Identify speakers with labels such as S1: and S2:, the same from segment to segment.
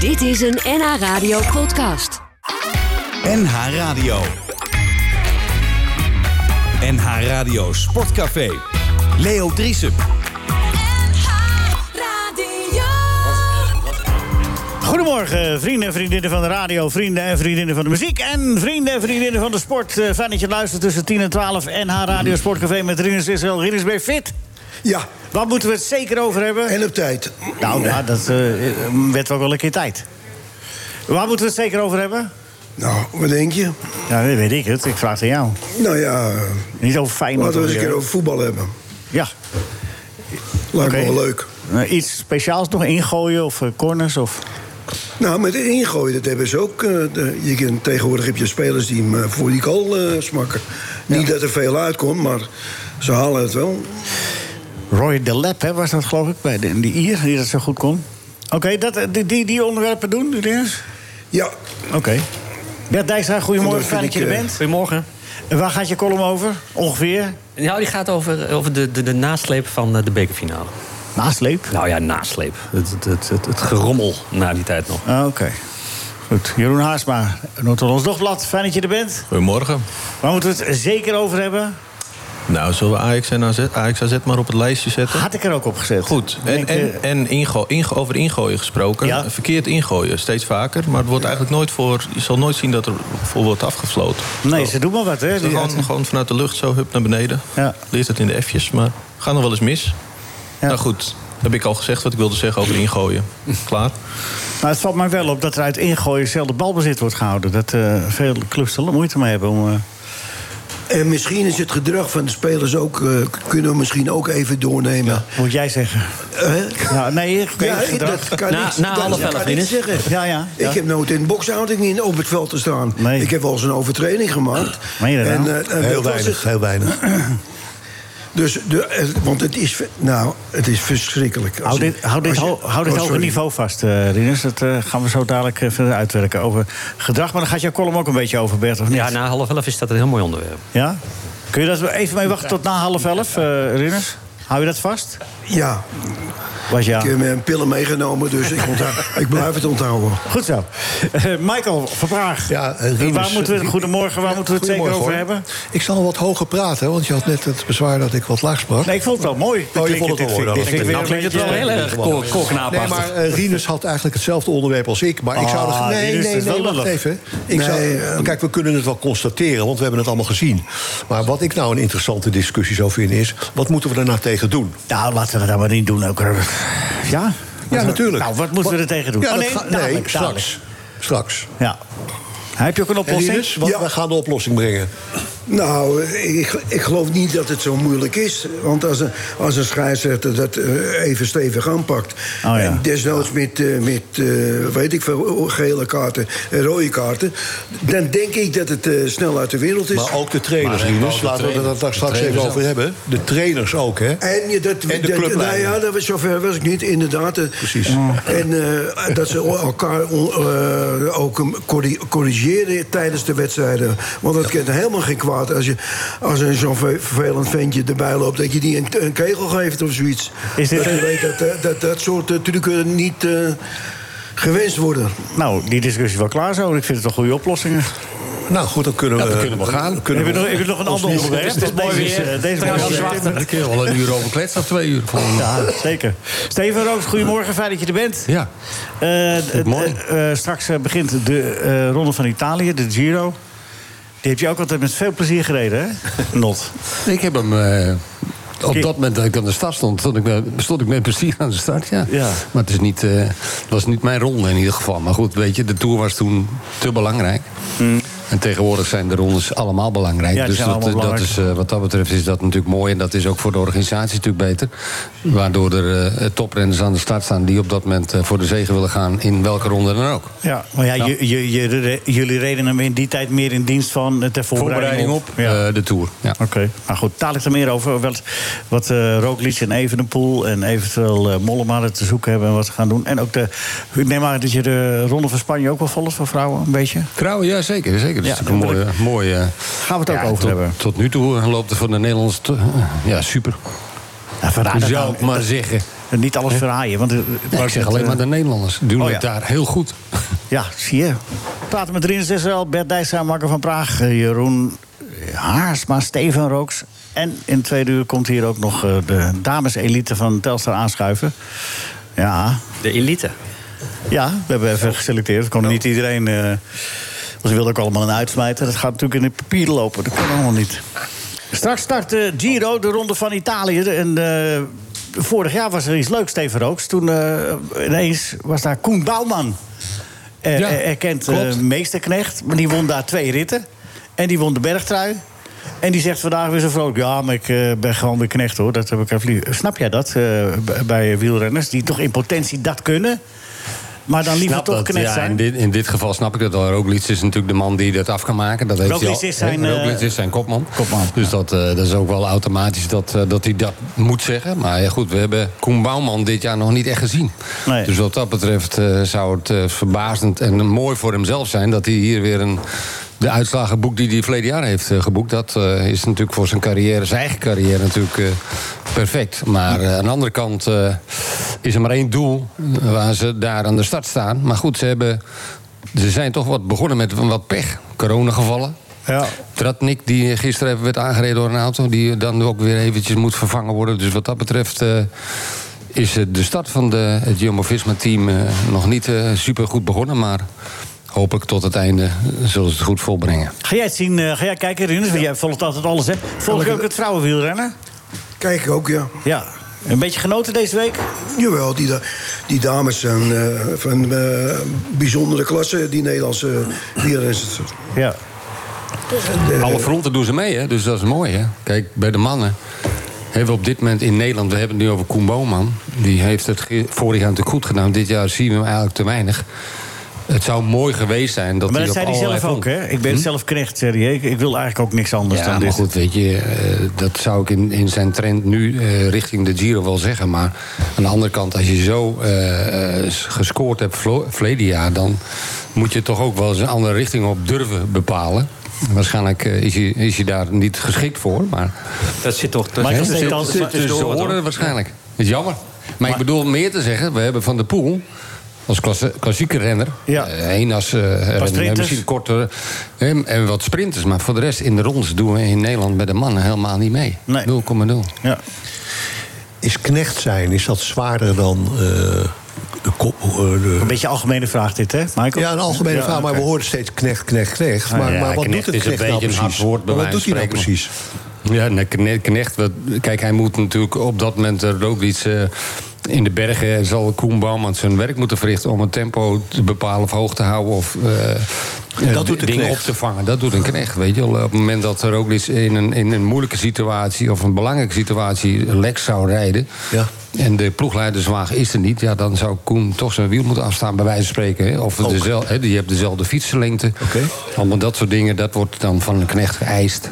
S1: Dit is een NH Radio podcast.
S2: NH Radio. NH Radio Sportcafé. Leo Driesen.
S3: Goedemorgen, vrienden en vriendinnen van de radio, vrienden en vriendinnen van de muziek en vrienden en vriendinnen van de sport. Eh, Fijn dat je luistert tussen 10 en 12 NH Radio Sportcafé met Rinus Israël. Rinus, ben je fit?
S4: Ja,
S3: Waar moeten we het zeker over hebben?
S4: en op tijd.
S3: Nou ja, dat eh, werd ook wel een keer tijd. Waar moeten we het zeker over hebben?
S4: Nou, wat denk je?
S3: Ja, dat weet ik het. Ik vraag het aan jou.
S4: Nou ja, eh,
S3: Niet over Feyenoord.
S4: laten we eens een
S3: of zo.
S4: keer over voetbal hebben.
S3: Ja.
S4: Lijkt
S3: Oké.
S4: me wel leuk.
S3: Eh, Iets speciaals nog ingooien of eh, corners of...
S4: Nou, met ingooien, dat hebben ze ook. eh, de- je kan, tegenwoordig heb je spelers die hem eh, voor die goal eh, smakken. Niet dat er veel uitkomt, maar ze halen het wel.
S3: Roy de Lab, hè, was dat geloof ik, bij de, die Ier, die dat zo goed kon. Oké, dat, eh, die, die, die onderwerpen doen, Rinus?
S4: Ja,
S3: Oké. Bert Dijkstra, goedemorgen,
S4: Dat
S3: fijn dat
S4: vind
S3: je er
S4: ik, eh,
S3: bent.
S5: Goedemorgen.
S3: En waar gaat je column over, ongeveer?
S5: Nou, die gaat over, over de, de, de nasleep van eh, de bekerfinale.
S3: Nasleep.
S5: Nou ja, nasleep. Het, het, het, het, het gerommel na die tijd nog.
S3: Ah, Oké. Goed, Jeroen Haarsma, Noord-Hollands Dagblad, fijn dat je er bent.
S6: Goedemorgen.
S3: Waar moeten we het zeker over hebben?
S6: Nou, zullen we Ajax en AZ, Ajax AZ maar op het lijstje zetten?
S3: Had ik er ook op gezet.
S6: Goed. En,
S3: Denk, eh,
S6: en, en ingo, ingo- over ingooien gesproken.
S3: Ja.
S6: Verkeerd ingooien, steeds vaker. Maar het wordt eigenlijk nooit voor... Je zal nooit zien dat er voor wordt afgefloten.
S3: nee, ze doen maar wat, hè?
S6: Dus dan
S3: die-
S6: gewoon, gewoon vanuit de lucht zo, hup, naar beneden.
S3: Ja.
S6: Leert het in de F'jes, maar gaan nog wel eens mis.
S3: Ja.
S6: Nou goed, heb ik al gezegd wat ik wilde zeggen over ingooien. Klaar?
S3: Nou, het valt mij wel op dat er uit ingooien zelden balbezit wordt gehouden. Dat eh, veel clubs er moeite mee hebben om... eh,
S4: en misschien is het gedrag van de spelers ook... eh, kunnen we misschien ook even doornemen. Eh,
S3: moet jij zeggen.
S4: Hè?
S3: Nou, nee, oké,
S4: Ja,
S3: gedrag.
S4: dat kan
S5: Na-
S4: niet.
S5: na half elf,
S4: kan niet
S5: Rinus.
S4: zeggen.
S3: Ja, ja, ja.
S4: Ik heb nooit in bokshouding in, op het veld te staan.
S3: Nee.
S4: Ik heb wel eens een overtreding gemaakt.
S3: Meen je dat nou?
S4: eh, dat was het.
S7: heel weinig.
S4: Dus de, eh, want het is, ver- nou, het is verschrikkelijk. Als
S3: Hou
S4: je-
S3: dit, hou dit,
S4: als je-
S3: ho- hou dit
S4: oh,
S3: hoge
S4: sorry.
S3: niveau vast, eh Rinus. Dat eh, gaan we zo dadelijk eh, verder uitwerken over gedrag. Maar dan gaat jouw column ook een beetje over, Bert, of niet?
S8: nou-
S5: Ja, na half elf is dat een heel mooi onderwerp.
S3: Ja? Kun je dat even mee wachten tot na half elf, eh Rinus? Hou je dat vast?
S4: Ja,
S3: Was ja.
S4: ik heb mijn pillen meegenomen, dus ik, onthoud- ik blijf het onthouden.
S3: Goed zo. Eh, Michael, verpraag.
S7: Ja, eh, Rinus,
S3: waar moeten we het, goedemorgen, waar moeten we het zeker over
S7: Goedemorgen, hoor.
S3: hebben?
S7: Ik zal nog wat hoger praten, want je had net het bezwaar dat ik wat laag sprak.
S3: Nee, ik vond het wel mooi. Dit
S7: Oh, je
S3: klinkt-
S7: vond het wel
S3: dit
S7: mooi,
S3: vind-
S7: dan.
S3: dit vind ik
S5: Nou klinkt het
S3: weer
S5: wel
S3: een
S5: heel
S3: beetje-
S5: erg ko-
S7: Nee,
S5: kokkenaapachtig.
S7: maar eh, Rinus had eigenlijk hetzelfde onderwerp als ik. Maar ik zou er...
S3: Ah,
S7: Nee,
S3: Rinus
S7: nee,
S3: is wel
S7: nee, wacht
S3: lullig. ehm-
S7: even. Ik zou-
S4: Nee, eh,
S7: kijk, we kunnen het wel constateren, want we hebben het allemaal gezien. Maar wat ik nou een interessante discussie zou vinden is... wat moeten we er nou tegen doen?
S3: Nou, laten we dat maar niet doen ook. Ja?
S7: Ja, natuurlijk.
S3: Nou, wat moeten we er tegen doen?
S7: Ja,
S3: Oh,
S7: dat
S3: nee,
S7: ga-
S3: dadelijk,
S7: nee,
S3: dadelijk.
S7: straks. Straks.
S3: Ja. Heb je ook een
S7: En
S3: oplossing?
S7: Rinus, wat,
S4: Ja.
S7: wij gaan de oplossing brengen.
S4: Nou, ik, ik geloof niet dat het zo moeilijk is. Want als een, als een scheidsrechter dat eh, even stevig aanpakt...
S3: Oh, ja.
S4: en desnoods met, eh, met eh, weet ik veel, gele kaarten en rode kaarten... dan denk ik dat het eh, snel uit de wereld is.
S7: Maar eh, ook de trainers, Rinus. Laten we dat daar straks even over hebben. De trainers ook, hè?
S4: En, je, dat,
S7: En de
S4: dat- nou
S7: clubleiding.
S4: ja, dat was, zover was ik niet, inderdaad. eh,
S7: Precies.
S4: En eh, dat ze elkaar on- eh, ook um, corri- corrigeren tijdens de wedstrijden. Want dat kent helemaal geen kwaad als, je, als er zo'n ver- vervelend ventje erbij loopt... dat je die een, een kegel geeft of zoiets.
S3: Is dit-
S4: dat je weet dat eh, dat, dat soort eh, trucken niet eh, gewenst worden.
S3: Nou, die discussie is wel klaar zo. Ik vind het een goede oplossing.
S7: Nou goed, dan kunnen we,
S3: dan kunnen we gaan.
S7: Kunnen
S3: Heb je
S7: we-
S3: nog- heb je nog een ander
S7: Ons-
S3: onderwerp?
S7: Het is-
S3: Want deze is, eh, deze
S5: Trouwens,
S3: is-
S5: zwart.
S9: Daar kun je al een uur over kletsen of twee uur. Gewoon.
S3: Ja, zeker. Steven Roos, goedemorgen. Fijn dat je er bent.
S9: Ja.
S3: Eh, d- eh, eh, straks eh, begint de eh, Ronde van Italië, de Giro. Die heb je ook altijd met veel plezier gereden, hè? Not.
S9: Ik heb hem. eh, op dat moment dat ik aan de start stond, stond ik eh, met, stond ik met plezier aan de start. Ja.
S3: Ja.
S9: Maar het is niet, eh, het was niet mijn ronde in ieder geval. Maar goed, weet je, de tour was toen te belangrijk. En tegenwoordig zijn de rondes allemaal belangrijk.
S3: Hmm. Ja, die
S9: dus
S3: zijn
S9: dat,
S3: allemaal
S9: dat
S3: belangrijk.
S9: is, eh, wat dat betreft is dat natuurlijk mooi. En dat is ook voor de organisatie natuurlijk beter. Waardoor er eh, toprenners aan de start staan die op dat moment eh, voor de zege willen gaan. In welke ronde dan ook.
S3: Ja, maar ja, je- je- je re- jullie reden hem in die tijd meer in dienst van eh, ter voorbereiding,
S9: Voorbereiding op eh, de tour. Ja.
S3: Oké, maar goed, dadelijk er meer over. Wat, wat eh Roglic en Evenepoel en eventueel eh, Mollema er te zoeken hebben en wat ze gaan doen. En ook de, ik neem aan dat je de Ronde van Spanje ook wel volgt voor vrouwen, een beetje.
S9: Trouwen, ja zeker. zeker. Dat is
S3: Ja,
S9: natuurlijk een mooie...
S3: natuurlijk.
S9: mooie
S3: Gaan we het ook over
S9: tot,
S3: hebben.
S9: Tot eh, nu toe loopt er van de Nederlanders... te- eh, ja, super.
S3: Ja, vandaar
S9: Hoe
S3: dat
S9: zou
S3: nou-
S9: ik maar zeggen.
S3: En niet alles verhaaien. Want, eh,
S9: ik zeg
S3: het,
S9: alleen
S3: eh,
S9: maar de Nederlanders doen
S3: oh ja.
S9: het daar heel goed.
S3: Ja, zie je. We praten met Rinus Israël, Bert Dijstra, Marco van Praag, eh, Jeroen Haarsma, Steven Rooks. En in twee uur komt hier ook nog eh, de dameselite van Telstar aanschuiven. Ja,
S8: De elite. Oh.
S3: ja, we hebben even geselecteerd. Er kon niet iedereen. eh, want ze wilden ook allemaal een uitsmijter. Dat gaat natuurlijk in het papier lopen. Dat kan allemaal niet. Straks start de Giro, de ronde van Italië. En eh, vorig jaar was er iets leuks, Steven Rooks. Toen eh, ineens was daar Koen Bouwman. Eh,
S9: Ja,
S3: eh, erkend eh,
S9: klopt.
S3: meesterknecht. Maar die won daar twee ritten. En die won de bergtrui. En die zegt vandaag weer zo vrolijk... ja, maar ik eh, ben gewoon weer knecht, hoor. Dat heb ik even lief. Snap jij dat eh, b- bij wielrenners? Die toch in potentie dat kunnen... maar dan liever
S9: Snap
S3: toch
S9: dat,
S3: knecht
S9: ja,
S3: zijn?
S9: In dit, in dit geval snap ik dat wel. Roglic is natuurlijk de man die dat af kan maken. Dat heeft hij
S3: Roglic
S9: al-
S3: is zijn,
S9: hè, Roglic
S3: eh,
S9: is zijn kopman.
S3: kopman,
S9: Dus dat, eh, dat is ook wel automatisch dat, eh, dat hij dat moet zeggen. Maar ja, goed, we hebben Koen Bouwman dit jaar nog niet echt gezien.
S3: Nee.
S9: Dus wat dat betreft eh, zou het eh, verbazend en mooi voor hemzelf zijn... dat hij hier weer een... De uitslagenboek die hij verleden jaar heeft eh, geboekt... dat eh, is natuurlijk voor zijn carrière, zijn eigen carrière natuurlijk eh, perfect. Maar eh, aan de andere kant eh, is er maar één doel eh, waar ze daar aan de start staan. Maar goed, ze hebben... Ze zijn toch wat begonnen met wat pech. Coronagevallen.
S3: Ja.
S9: Tratnik, die gisteren even werd aangereden door een auto... die dan ook weer eventjes moet vervangen worden. Dus wat dat betreft eh, is eh, de start van de, het Jumbo-Visma-team... eh, nog niet super goed begonnen, maar... Hopelijk tot het einde eh, zullen ze het goed volbrengen.
S3: Ga jij het zien, eh, ga jij kijken, Rinus? Want jij volgt altijd alles, hè? Volg je ook het vrouwenwielrennen?
S4: Kijk ook, ja.
S3: Ja. Een beetje genoten deze week?
S4: Jawel, die, da- die dames zijn eh, van eh, bijzondere klasse, die Nederlandse eh, wielrenners.
S3: Ja. eh,
S9: Alle fronten doen ze mee, hè? dus dat is mooi. Hè? Kijk, bij de mannen hebben we op dit moment in Nederland... we hebben het nu over Koen Boman. Die heeft het ge- vorig jaar natuurlijk goed gedaan. Dit jaar zien we hem eigenlijk te weinig. Het zou mooi geweest zijn dat
S3: Maar
S9: hij
S3: dat
S9: op
S3: zei hij
S9: allerlei
S3: zelf ook,
S9: fronten- Hm?
S3: hè? Ik ben zelf knecht, zei hij. Ik, ik wil eigenlijk ook niks anders
S9: ja,
S3: dan
S9: maar
S3: dit.
S9: goed, weet je, eh, dat zou ik in, in zijn trend nu eh, richting de Giro wel zeggen. Maar aan de andere kant, als je zo eh, eh, gescoord hebt vlo- verleden jaar... dan moet je toch ook wel eens een andere richting op durven bepalen. Waarschijnlijk eh, is, je, is je daar niet geschikt voor, maar...
S8: Dat zit toch... Dat
S3: Maar dat
S8: zit-
S3: steekt
S8: zit-
S3: altijd
S8: zit
S3: maar
S8: dus
S9: Ze
S8: door,
S9: horen
S8: hoor.
S9: het waarschijnlijk. Dat is jammer. Maar, ik bedoel meer te zeggen, we hebben Van der Poel... Als klasse, klassieke renner.
S3: Ja.
S9: Eh, één als eh, renner.
S3: sprinters.
S9: Misschien korter. En, en wat sprinters. Maar voor de rest in de rondes doen we in Nederland bij de mannen helemaal niet mee.
S3: Nee.
S9: 0,0.
S3: Ja.
S7: Is knecht zijn, is dat zwaarder dan eh, de kop... eh, de-
S3: Een beetje algemene vraag dit, hè, Michael?
S7: Ja, een algemene
S3: Ja,
S7: vraag, maar
S3: oké.
S7: we horen steeds knecht, knecht, knecht. Maar,
S9: Ah, ja,
S7: maar wat
S9: knecht
S7: doet een
S9: is een
S7: knecht nou
S9: beetje een
S7: precies?
S9: hard woord bij
S7: Maar wat
S9: wijze
S7: doet
S9: van
S7: hij nou
S9: spreken.
S7: precies?
S9: Ja, nee, Kne- Knecht, wat, kijk, hij moet natuurlijk op dat moment er ook iets... eh, in de bergen zal Koen Bouwman zijn werk moeten verrichten... om het tempo te bepalen of hoog te houden of eh,
S7: En
S9: eh,
S7: dat doet de
S9: dingen
S7: knecht.
S9: op te vangen. Dat doet een knecht, weet je wel. Op het moment dat er ook iets in een, in een moeilijke situatie... of een belangrijke situatie lek zou rijden...
S7: Ja.
S9: en de ploegleiderswagen is er niet... Ja, dan zou Koen toch zijn wiel moeten afstaan, bij wijze van spreken. Hè? Of dezelfde, hè, je hebt dezelfde fietsenlengte.
S7: Oké.
S9: Allemaal dat soort dingen, dat wordt dan van een knecht geëist.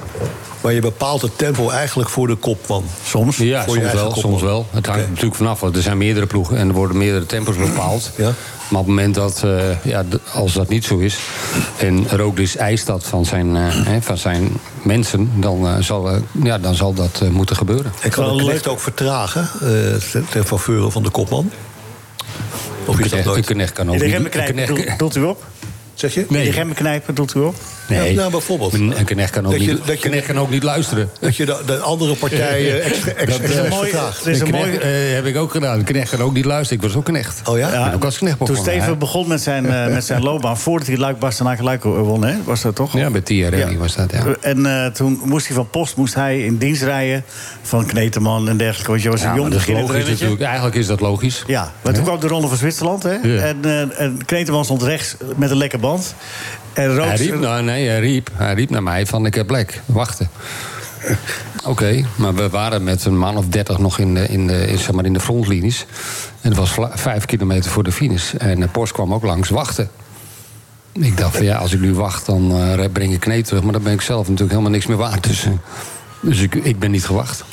S7: Maar je bepaalt het tempo eigenlijk voor de kopman. Soms?
S9: Ja,
S7: voor je
S9: soms
S7: eigen
S9: wel,
S7: kopman.
S9: soms wel. Het hangt
S7: Oké.
S9: natuurlijk vanaf. want Er zijn meerdere ploegen en er worden meerdere tempos bepaald.
S7: Ja.
S9: Maar op het moment dat, eh, ja, d- als dat niet zo is... en Roglic eist dat van zijn, eh, hè, van zijn mensen... dan, eh, zal, eh, ja, dan zal dat eh, moeten gebeuren.
S7: En kan
S3: Wel
S7: een
S3: leuk.
S7: knecht ook vertragen eh, ten faveur van de kopman? Of is dat
S9: Knecht- Een
S7: nooit?
S9: knecht kan ook
S3: De
S9: niet-
S3: remmenknijper
S9: een knecht-
S3: doelt- doelt u op?
S7: Zeg je?
S3: De remmenknijper doelt u op?
S9: Nee.
S7: Ja, nou, bijvoorbeeld.
S9: Een een knecht kan ook,
S7: Dat je-
S9: niet,
S7: dat je-
S9: knecht kan ook niet luisteren.
S7: Dat je de, de andere partij eh, extra, extra,
S9: Dat, eh,
S7: expres
S3: mooi-
S7: vertraagt.
S3: Er is
S9: Een
S3: een
S9: knecht,
S3: mooie-
S9: eh, heb ik ook gedaan. Een knecht kan ook niet luisteren. Ik was ook knecht.
S7: Oh ja?
S9: Ik ben ook als knecht
S3: Toen
S9: begonnen.
S3: Steven
S9: hè.
S3: begon met zijn, eh, met zijn loopbaan, voordat hij Luik Bastenaken Luik won, hè? Was dat toch?
S9: Ja, bij Thierry was dat, ja.
S3: En eh, toen moest hij van post moest hij in dienst rijden van Kneteman en dergelijke. Want je was
S9: Ja,
S3: een
S9: maar
S3: jong
S9: dat is
S3: beginnend
S9: logisch
S3: rennetje.
S9: natuurlijk. Eigenlijk is dat logisch.
S3: Ja, maar toen kwam de ronde van Zwitserland. Hè?
S9: Ja.
S3: En, eh en Kneteman stond rechts met een lekker band. En
S9: Hij
S3: eh, Rooks...
S9: riep, nou, nee, hij, riep, hij riep naar mij van ik heb lek, wachten. Oké, maar we waren met een man of dertig nog in de, in de, in, zeg maar in de frontlinies. En het was vla- vijf kilometer voor de finish. En eh, Porsche kwam ook langs wachten. Ik dacht van ja, als ik nu wacht, dan eh, breng ik kneed terug. Maar dan ben ik zelf natuurlijk helemaal niks meer waard. Dus, eh, dus ik, ik ben niet gewacht.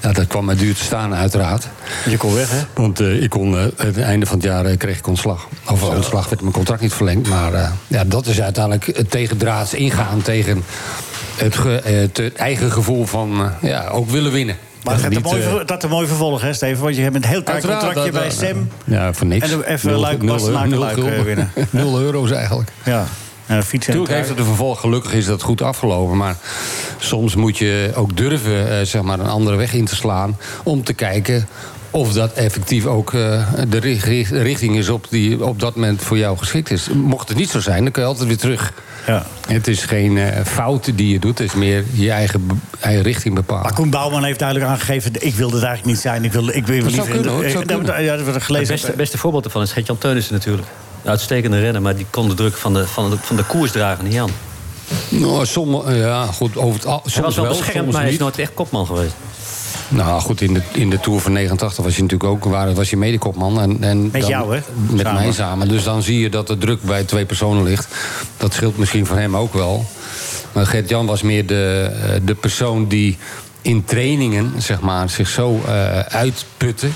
S9: Ja, dat kwam mij duur te staan, uiteraard.
S3: Je kon weg, hè?
S9: Want eh, ik kon, eh, het einde van het jaar eh, kreeg ik ontslag. Of ontslag werd mijn contract niet verlengd. Maar eh, ja, dat is uiteindelijk het tegendraads ingaan tegen het, ge- eh, het eigen gevoel van eh, ja, ook willen winnen.
S3: Maar het gaat
S9: niet,
S3: een mooi,
S9: eh,
S3: ver- dat een mooi vervolg, hè, Steven? Want je hebt een heel klein
S9: Uiteraard,
S3: contractje bij
S9: dat- dat-
S3: Sam.
S9: eh, Ja, voor niks.
S3: En dan even
S9: Nul-
S3: Luik
S9: nul-
S3: Bastenaken
S9: nul
S3: Luik, eh,
S9: gulden.
S3: winnen.
S9: Nul euro's eigenlijk.
S3: Ja, en een fiets en een
S9: Natuurlijk heeft
S3: trui.
S9: het een vervolg. Gelukkig is dat goed afgelopen. Maar soms moet je ook durven eh, zeg maar een andere weg in te slaan. Om te kijken of dat effectief ook eh, de ri- ri- richting is op die op dat moment voor jou geschikt is. Mocht het niet zo zijn, dan kun je altijd weer terug.
S3: Ja.
S9: Het is geen eh, fout die je doet. Het is meer je eigen, be- eigen richting
S3: Maar
S9: bepalen.
S3: Koen Bouwman heeft duidelijk aangegeven... ik wil dit eigenlijk niet zijn. Ik wil, ik wil
S9: Dat zou
S3: liever... in de-
S9: kunnen, hoor, dat zou
S3: eh, dat-
S9: kunnen.
S3: Ja, dat wordt
S8: Het
S3: gelezen.
S8: beste, beste voorbeeld daarvan is Gert-Jan Teunissen natuurlijk. Een uitstekende renner, maar die kon de druk van de, van de, van de koersdrager niet aan.
S9: Nou, sommige, ja, goed, over het al,
S8: Hij was
S9: soms
S8: wel
S9: wel,
S8: beschermd,
S9: soms
S8: maar hij is
S9: niet.
S8: nooit echt kopman geweest.
S9: Nou goed, in de, in de Tour van 89 was je natuurlijk ook waren, was je medekopman. En, en
S3: Met
S9: dan-
S3: jou, hè?
S9: Met
S3: Samen.
S9: mij samen. Dus dan zie je dat de druk bij twee personen ligt. Dat scheelt misschien voor hem ook wel. Maar Gert-Jan was meer de, eh, de persoon die in trainingen zeg maar, zich zo eh, uitputte.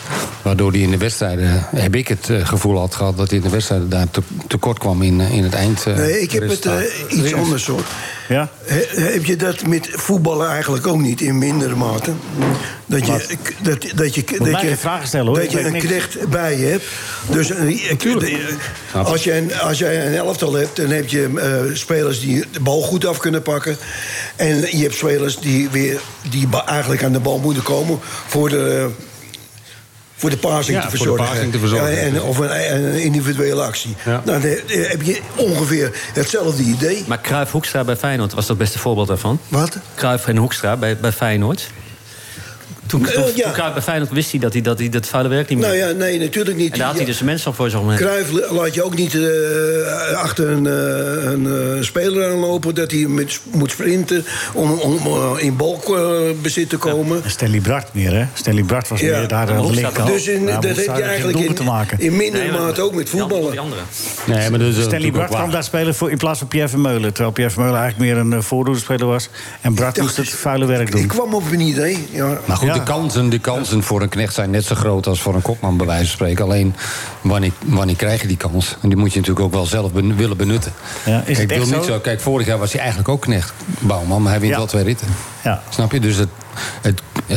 S9: Waardoor hij in de wedstrijden, heb ik het eh, gevoel had gehad... dat hij in de wedstrijden daar te- tekort kwam in, eh, in het eind. eh,
S4: Nee, ik heb het eh,
S9: resultaat.
S4: iets anders hoor.
S3: Ja?
S4: He- heb je dat met voetballen eigenlijk ook niet in mindere mate? Dat je, k- dat, dat je, dat
S3: mij
S4: je,
S3: geen vragen stellen, hoor. Ik
S4: Dat je
S3: weet
S4: een
S3: niks.
S4: knecht bij je hebt. Dus eh, ik- de- als, je een, als jij een elftal hebt, dan heb je eh, spelers die de bal goed af kunnen pakken. En je hebt spelers die, weer, die ba- eigenlijk aan de bal moeten komen voor de. eh, voor de passing
S9: Ja,
S4: te
S9: voor de
S4: verzorgen.
S9: passing te verzorgen.
S4: Ja, en, of een, een individuele actie.
S9: Ja.
S4: Nou, dan heb je ongeveer hetzelfde idee.
S8: Maar Cruijff Hoekstra bij Feyenoord was dat beste voorbeeld daarvan.
S4: Wat?
S8: Cruijff en Hoekstra bij, bij Feyenoord. Toen, toen,
S4: Eh, ja.
S8: toen Cruijff bij Feyenoord wist hij dat hij dat, hij dat vuile werk niet meer...
S4: Nou ja, nee, natuurlijk niet.
S8: en daar had hij
S4: Ja,
S8: dus mensen van voor zich om.
S4: Cruijff la- laat je ook niet eh, achter een, eh, een eh, speler aanlopen... dat hij met, s- moet sprinten om, om eh, in balkbezit te komen.
S3: Stanley Bart meer, hè? Stanley Bart was
S4: Ja.
S3: meer daar aan de
S8: Hoekstra
S3: linkerkant.
S4: Dus in,
S3: Ja,
S4: dat
S3: Hoekstra
S4: heb je
S3: had geen
S4: eigenlijk in,
S3: doelpunt te maken. dus,
S4: in mindere
S8: Nee, maar-
S4: mate ook met
S8: Die andere-
S4: voetballen.
S8: Die andere.
S9: Nee, maar dus, eh, dat is
S3: Stanley
S9: natuurlijk ook
S3: Bart
S9: waar.
S3: kwam daar spelen voor, in plaats van Pierre Vermeulen. Terwijl Pierre Vermeulen eigenlijk meer een eh, voorroederspeler was. En Bart moest het vuile werk
S4: Ik
S3: doen.
S4: kwam op een idee. Ja.
S9: Maar goed,
S3: Ja.
S9: de, kansen, de kansen voor een knecht zijn net zo groot als voor een kopman, bij wijze van spreken. Alleen, wanneer, wanneer krijg je die kans? En die moet je natuurlijk ook wel zelf ben- willen benutten.
S3: Ja, is het
S9: ik wil
S3: echt
S9: niet
S3: zo?
S9: zo... Kijk, vorig jaar was hij eigenlijk ook knecht, Bouwman, maar hij wint
S3: Ja.
S9: wel twee ritten.
S3: Ja.
S9: Snap je? Dus het, het, eh,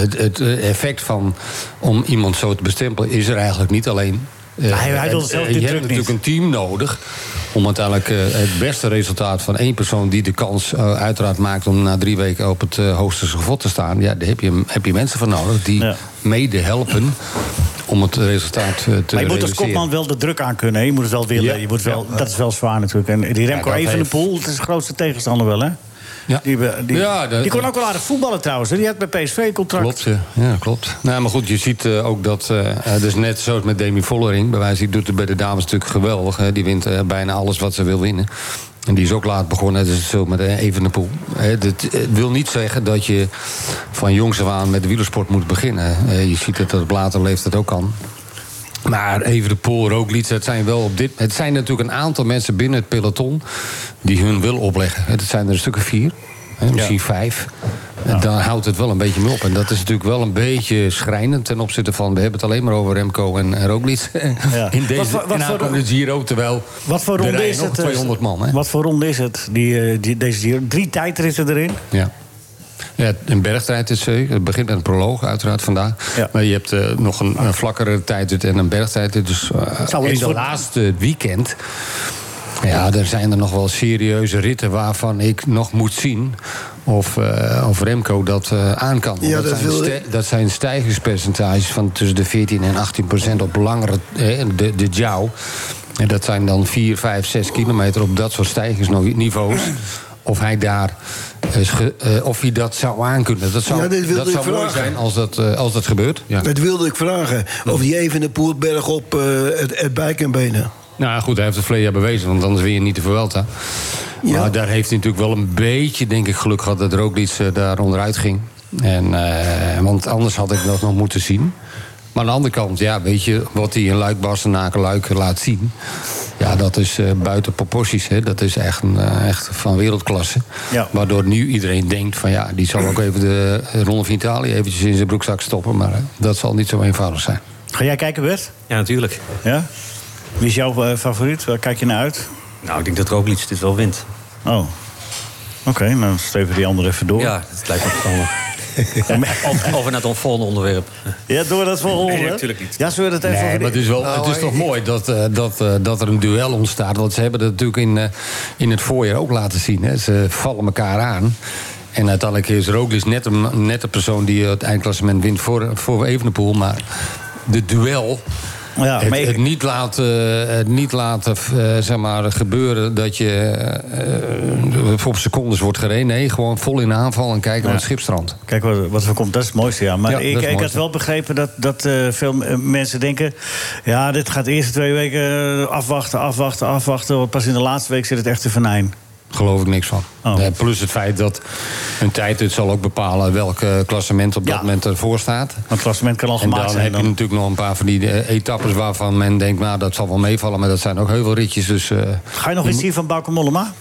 S9: het, het eh, effect van om iemand zo te bestempelen is er eigenlijk niet alleen... eh,
S3: Hij- hij wil
S9: en-
S3: zelf
S9: en
S3: die
S9: je
S3: druk
S9: hebt natuurlijk
S3: niet.
S9: een team nodig om uiteindelijk eh, het beste resultaat van één persoon die de kans eh, uiteraard maakt om na drie weken op het eh, hoogste schot te staan. Ja, daar heb je, heb je mensen van nodig die
S3: Ja.
S9: mede helpen om het resultaat eh, te realiseren.
S3: Maar je moet als kopman wel de druk aan kunnen. hè? Je moet het wel willen.
S9: Ja.
S3: Je moet wel, Dat is wel zwaar natuurlijk. En die Remco
S9: Ja, dat
S3: Evenepoel, het is de grootste tegenstander wel, hè?
S9: Ja.
S3: Die, be- die,
S9: Ja, dat-
S3: die kon ook wel aardig voetballen trouwens. hè? Die had bij PSV een contract.
S9: Klopt, ja. ja klopt. Nou, maar goed, je ziet eh, ook dat... eh, eh, dus net zoals met Demi Vollering... bij wijze die doet het bij de dames natuurlijk geweldig. Hè. Die wint eh, bijna alles wat ze wil winnen. En die is ook laat begonnen, net is zo met eh, Evenepoel. Hè, dat eh, wil niet zeggen dat je van jongs af aan met de wielersport moet beginnen. Eh, je ziet dat dat op later leeftijd ook kan. Maar even de Poel, Roglic, het zijn wel op dit... Het zijn natuurlijk een aantal mensen binnen het peloton... die hun wil opleggen. Het zijn er een stuk of vier, hè, misschien vijf. En Daar houdt het wel een beetje mee op. En dat is natuurlijk wel een beetje schrijnend ten opzichte van... we hebben het alleen maar over Remco en, en Roglic.
S3: Ja.
S9: In deze
S3: Wat voor- wat
S9: en
S3: voor-
S9: aankomende Giro, terwijl
S3: Wat voor
S9: er
S3: ronde
S9: rijden
S3: is
S9: nog
S3: het? eh,
S9: 200 man. Hè?
S3: Wat voor ronde is het? Die, eh, die, deze hier. Drie tijdritten erin.
S9: Ja. Ja, een bergtijd is zeker. Het begint met een proloog, uiteraard, vandaag.
S3: Ja.
S9: Maar je hebt eh, nog een, een vlakkere tijdrit en een bergtijdrit. Dus eh
S3: Zou wel
S9: in
S3: iets
S9: de
S3: voor-
S9: laatste weekend... Ja, er zijn er nog wel serieuze ritten waarvan ik nog moet zien... of, eh, of Remco dat eh, aan kan.
S4: Ja, dat
S9: zijn
S4: wil ik.
S9: ste- dat zijn stijgingspercentages van tussen de 14 en 18 procent op langere... eh, de, de jou. En dat zijn dan 4, 5, 6 kilometer op dat soort stijgingsniveaus. Of hij daar... eh, sche- eh, of hij dat zou aankunnen. Dat zou,
S4: Ja, dit wilde
S9: dat
S4: ik
S9: zou mooi
S4: vragen.
S9: zijn als dat, eh, als dat gebeurt. Ja.
S4: Dat wilde ik vragen. Of die even de Poelberg op eh, het, het bij kan benen.
S9: Nou goed, hij heeft het verleden jaar bewezen, want anders win je niet de Vuelta.
S4: Ja.
S9: Maar daar heeft hij natuurlijk wel een beetje, denk ik, geluk gehad... dat Roglic eh, daar onderuit ging. En, eh, want anders had ik dat nog moeten zien. Maar aan de andere kant, ja, weet je, wat hij in Luik, Bastenaken, Luik laat zien... ja, dat is eh, buiten proporties, hè. Dat is echt, een, eh, echt van wereldklasse.
S3: Ja.
S9: Waardoor nu iedereen denkt van, ja, die zal ook even de Ronde van Italië... eventjes in zijn broekzak stoppen, maar eh, dat zal niet zo eenvoudig zijn.
S3: Ga jij kijken, Bert?
S8: Ja, natuurlijk.
S3: Ja? Wie is jouw eh, favoriet? Waar kijk je naar uit?
S8: Nou, ik denk dat Roglic dit wel wint.
S3: Oh. Oké, dan nou, streven die andere even door.
S8: Ja, dat lijkt me verstandig. Of over naar het volgende onderwerp.
S3: Ja, door dat volgende
S8: Nee,
S3: onderwerp?
S8: natuurlijk niet.
S3: Ja, zullen we dat even...
S9: Nee,
S3: over- Nou,
S9: maar het is, wel, het is toch mooi dat, eh, dat, eh, dat er een duel ontstaat. Want ze hebben dat natuurlijk in, eh, in het voorjaar ook laten zien. Hè. Ze vallen elkaar aan. En uiteindelijk is Roglic net, een, net de persoon die het eindklassement wint voor, voor Evenepoel. Maar de duel...
S3: Ja,
S9: het,
S3: maar ik-
S9: het niet laten, het niet laten eh, zeg maar, gebeuren dat je eh, op secondes wordt gereden. Nee, gewoon vol in de aanval en kijken naar het schipstrand.
S3: Kijk wat, wat er komt, dat is het mooiste, ja. Maar
S9: Ja, dat is
S3: ik,
S9: het
S3: ik had
S9: mooiste.
S3: wel begrepen dat, dat eh, veel eh, mensen denken... ja, dit gaat de eerste twee weken eh, afwachten, afwachten, afwachten... want pas in de laatste week zit het echt te vernijn.
S9: geloof ik niks van.
S3: Oh.
S9: Eh, plus het feit dat hun tijd het zal ook bepalen welk eh, klassement op dat
S3: Ja.
S9: moment ervoor staat.
S3: Want het klassement kan al
S9: En
S3: gemaakt
S9: dan
S3: zijn.
S9: heb je
S3: Dan.
S9: natuurlijk nog een paar van die eh, etappes waarvan men denkt, nou dat zal wel meevallen, maar dat zijn ook heuvelritjes. Dus eh,
S3: Ga je nog iets zien van Bauke Mollema?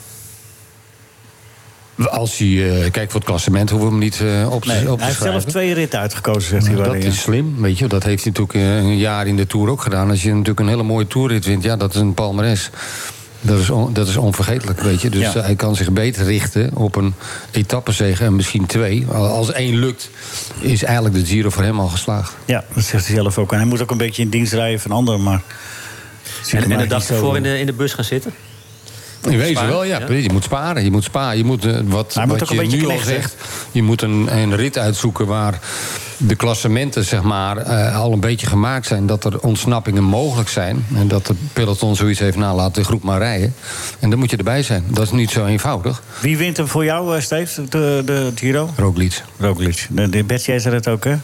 S9: als je eh, kijkt voor het klassement, hoeven we hem niet eh, op, te-
S3: Nee,
S9: op te
S3: hij heeft zelf
S9: schrijven.
S3: twee ritten uitgekozen, zegt hij.
S9: Nou, Dat
S3: waarin, ja.
S9: is slim, weet je. Dat heeft hij natuurlijk eh, een jaar in de Tour ook gedaan. Als je natuurlijk een hele mooie Tourrit wint, ja, dat is een palmares. Dat is, on- dat is onvergetelijk, weet je. Dus
S3: Ja.
S9: hij kan zich beter richten op een etappezege en misschien twee. Al- Als één lukt, is eigenlijk de Giro voor hem al geslaagd.
S3: Ja, dat zegt hij zelf ook. En hij moet ook een beetje in dienst rijden van anderen, maar... Zie
S8: En,
S3: ik
S8: en
S3: hem
S8: de
S3: eigenlijk
S8: dag
S3: niet zo-
S8: ervoor in de, in de bus gaan zitten.
S9: In wezen
S8: Sparen,
S9: wel, ja.
S8: ja.
S9: Je moet sparen, je moet sparen. Je moet, eh, wat
S3: Hij moet
S9: wat
S3: ook een
S9: je
S3: beetje
S9: nu al
S3: knechten.
S9: zegt, je moet een, een rit uitzoeken waar de klassementen zeg maar, eh, al een beetje gemaakt zijn. Dat er ontsnappingen mogelijk zijn. En dat de peloton zoiets heeft, nou laat de groep maar rijden. En dan moet je erbij zijn. Dat is niet zo eenvoudig.
S3: Wie wint hem voor jou, eh, Steve, de, de Giro?
S9: Roglic.
S3: Roglic. De, de Betsy zei dat ook, hè?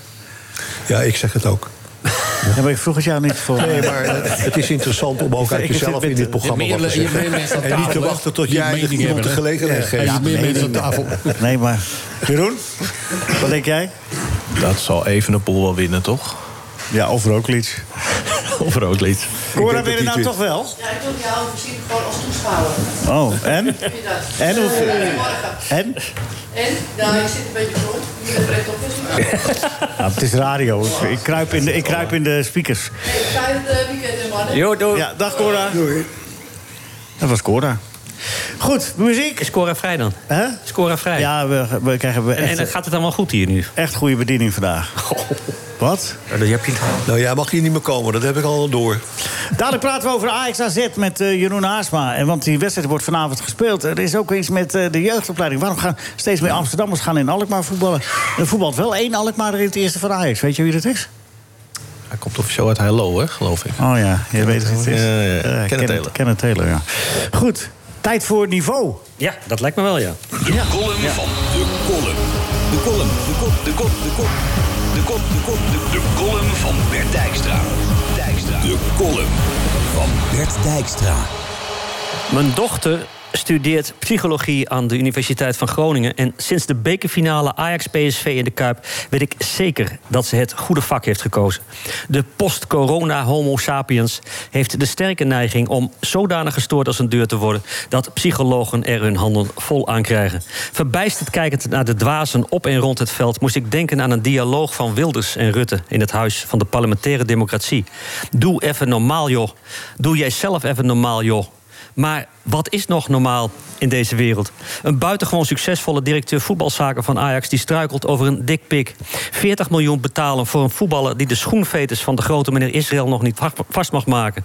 S7: Ja, ik zeg het ook.
S3: Ja, maar ik vroeg het jou niet voor.
S7: Nee, maar eh, het, het is interessant om ook uit
S3: Ik zit
S7: jezelf
S3: met
S7: in
S3: de-
S7: dit programma
S9: de
S7: wat te
S9: meerdere- je
S7: zeggen.
S9: meerdere mensen aan
S7: En niet te
S9: tafel, hè,
S7: wachten tot
S9: die
S7: jij
S9: mening
S7: iemand
S9: hebben,
S7: de
S9: hè.
S7: gelegenheid
S9: Ja,
S7: geeft.
S9: ja, meer mensen aan tafel.
S3: Nee, maar... Jeroen? Wat denk jij?
S6: Dat zal Evenepoel wel winnen, toch?
S3: Ja, of Roglic.
S6: Of Roglic.
S3: Cora
S7: dat
S3: wil je
S7: die
S3: nou
S7: twee-
S3: toch wel?
S10: Ja, ik wil jou voorzien gewoon als toeschouwer.
S3: Oh, en?
S10: Vind je dat?
S3: En hoeveel?
S10: Eh, morgen.
S3: En?
S10: En? Nou, ik zit een beetje rond. Ik ben pret op. Dus ik
S3: Nou, het is radio. Ik- Ik kruip in de, ik kruip in de speakers.
S10: ga het eh, weekend in mannen.
S8: Jo, door.
S3: Ja, dag Cora. Dat was Cora. Goed, muziek.
S8: Is Cora vrij dan?
S3: Hè?
S8: Is Cora vrij?
S3: Ja, we, we krijgen we
S8: En, en
S3: echt,
S8: gaat het allemaal goed hier nu?
S3: echt goede bediening vandaag. Wat?
S7: Nou, jij mag hier niet meer komen, dat heb ik al door.
S3: Dadelijk praten we over Ajax AZ met eh, Jeroen Haasma. En want die wedstrijd wordt vanavond gespeeld. Er is ook iets met eh, de jeugdopleiding. Waarom gaan steeds meer Amsterdammers gaan in Alkmaar voetballen? Er voetbalt wel één Alkmaar in het eerste van Ajax. Weet je wie dat is?
S6: Hij komt officieel uit Heilo, hè, geloof ik.
S3: Oh ja, je weet wie het is.
S6: Ja, ja, ja.
S3: Eh,
S6: Kenneth
S3: Kenneth-
S6: Taylor.
S3: Kenneth Taylor, ja. Goed, tijd voor het niveau.
S8: Ja, dat lijkt me wel, ja.
S2: De column van de column. De column, de kop, de kop, de kop. De kop, de kop, de De column van Bert Dijkstra. Dijkstra. De column van Bert Dijkstra.
S8: Mijn dochter studeert psychologie aan de Universiteit van Groningen. En sinds de bekerfinale Ajax-PSV in de Kuip... weet ik zeker dat ze het goede vak heeft gekozen. De post-corona homo sapiens heeft de sterke neiging... om zodanig gestoord als een deur te worden... dat psychologen er hun handen vol aan krijgen. Verbijsterd kijkend naar de dwazen op en rond het veld... moest ik denken aan een dialoog van Wilders en Rutte... in het Huis van de Parlementaire Democratie. Doe even normaal, joh. Doe jij zelf even normaal, joh. Maar wat is nog normaal in deze wereld? Een buitengewoon succesvolle directeur voetbalzaken van Ajax... die struikelt over een dikpik. 40 miljoen betalen voor een voetballer... die de schoenveters van de grote meneer Israël nog niet va- vast mag maken.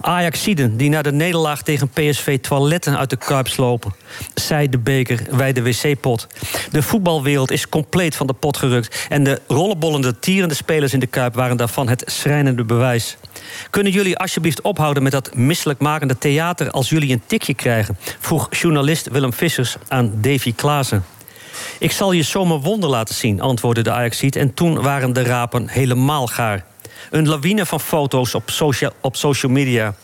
S8: Ajax-Sieden, die na de nederlaag tegen PSV... toiletten uit de kuip slopen. Zij de beker, wij de wc-pot. De voetbalwereld is compleet van de pot gerukt... en de rollenbollende, tierende spelers in de kuip... waren daarvan het schrijnende bewijs. Kunnen jullie alsjeblieft ophouden met dat misselijkmakende theater als jullie een tikje krijgen? vroeg journalist Willem Vissers aan Davy Klaassen. Ik zal je zomaar wonder laten zien, antwoordde de Ajaxiet. En toen waren de rapen helemaal gaar. Een lawine van foto's op, socia- op social media.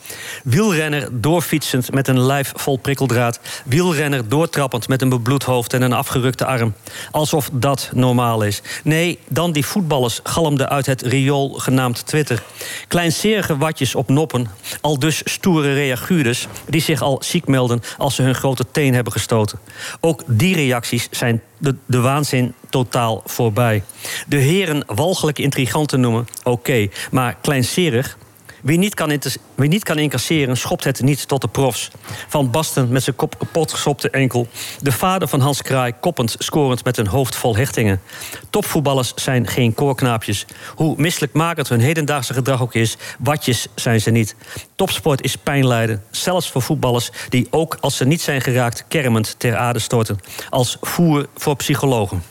S8: Wielrenner doorfietsend met een lijf vol prikkeldraad. Wielrenner doortrappend met een bebloed hoofd en een afgerukte arm. Alsof dat normaal is. Nee, dan die voetballers galmden uit het riool genaamd Twitter. Kleinserige watjes op noppen. Al dus stoere reaguurders die zich al ziek melden als ze hun grote teen hebben gestoten. Ook die reacties zijn de, de waanzin totaal voorbij. De heren walgelijk intrigant te noemen, oké. maar kleinserig Wie niet, kan intes- wie niet kan incasseren, schopt het niet tot de profs. Van Basten met zijn kop kapot geschopte enkel. De vader van Hans Kraai koppend, scorend met een hoofd vol hechtingen. Topvoetballers zijn geen koorknaapjes. Hoe misselijkmakend hun hedendaagse gedrag ook is, watjes zijn ze niet. Topsport is pijnlijden, zelfs voor voetballers die ook als ze niet zijn geraakt kermend ter aarde storten. Als voer voor psychologen.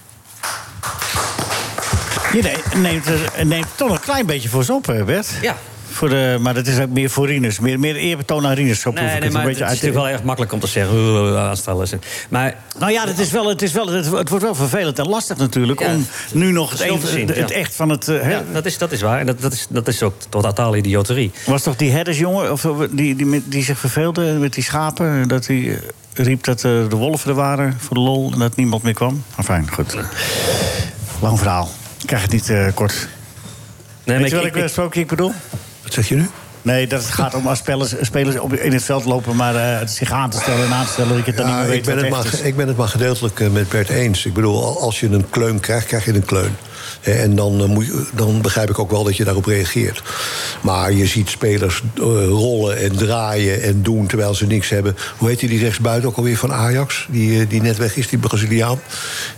S3: Je ne- neemt, er- neemt toch een klein beetje voor ze op, hè, Bert.
S8: Ja.
S3: Voor de, maar dat is ook meer voor Rinus. Meer, meer eerbetoon aan Rinus. Zo proef ik het een beetje
S8: het is
S3: uit.
S8: natuurlijk wel erg makkelijk om te zeggen. Aanstellen. Maar
S3: Nou ja, dat is wel, het, is wel, het, het wordt wel vervelend en lastig natuurlijk...
S8: Ja,
S3: om nu nog het,
S8: verschil
S3: een-
S8: te zien,
S3: het,
S8: ja.
S3: echt van het... eh, hè,
S8: ja, dat, is, dat is waar. En Dat, dat, is, dat is ook tot totale idioterie.
S3: Was toch die herdersjongen of, eh, die, die, met- die zich verveelde met die schapen? Dat hij eh, riep dat eh, de wolven er waren voor de lol en dat niemand meer kwam? Maar fijn, goed. Lang verhaal. Ik krijg het niet eh, kort.
S8: Nee,
S3: Weet je welk eh, sprookje ik bedoel?
S7: Wat zeg je nu?
S3: Nee, dat het gaat om als spelers, spelers op, in het veld lopen... maar eh, zich aan te stellen en aan te stellen... dat ik het dan niet
S7: Ja,
S3: meer
S7: ik,
S3: weet
S7: ben
S3: wat
S7: het
S3: echt
S7: maar,
S3: is.
S7: ik ben het maar gedeeltelijk eh, met Bert eens. Ik bedoel, al- als je een kleun krijgt, krijg je een kleun. Hè, En dan, eh, moet je, dan begrijp ik ook wel dat je daarop reageert. Maar je ziet spelers eh, rollen en draaien en doen terwijl ze niks hebben. Hoe heet die, die rechtsbuiten ook alweer van Ajax? Die, eh, die net weg is, die Braziliaan.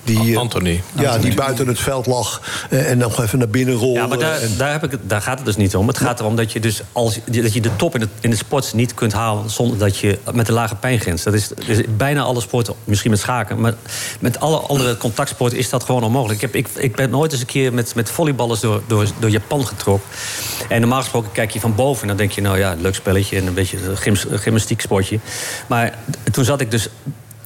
S7: Die, Anthony. Ja, die buiten het veld lag eh, en dan gewoon even naar binnen rollen.
S8: Ja, maar daar,
S7: en-
S8: daar, heb ik, het- daar gaat het dus niet om. Het gaat erom dat je, dus als, dat je de top in de, in de sport niet kunt halen... zonder dat je met een lage pijngrens... dat is, dus bijna alle sporten, misschien met schaken... maar met alle andere contactsporten is dat gewoon onmogelijk. Ik, heb, ik, ik ben ooit eens een keer met, met volleyballers door, door, door Japan getrokken. En normaal gesproken kijk je van boven en dan denk je... nou ja, leuk spelletje en een beetje een gyms- gymnastiek sportje. Maar toen zat ik dus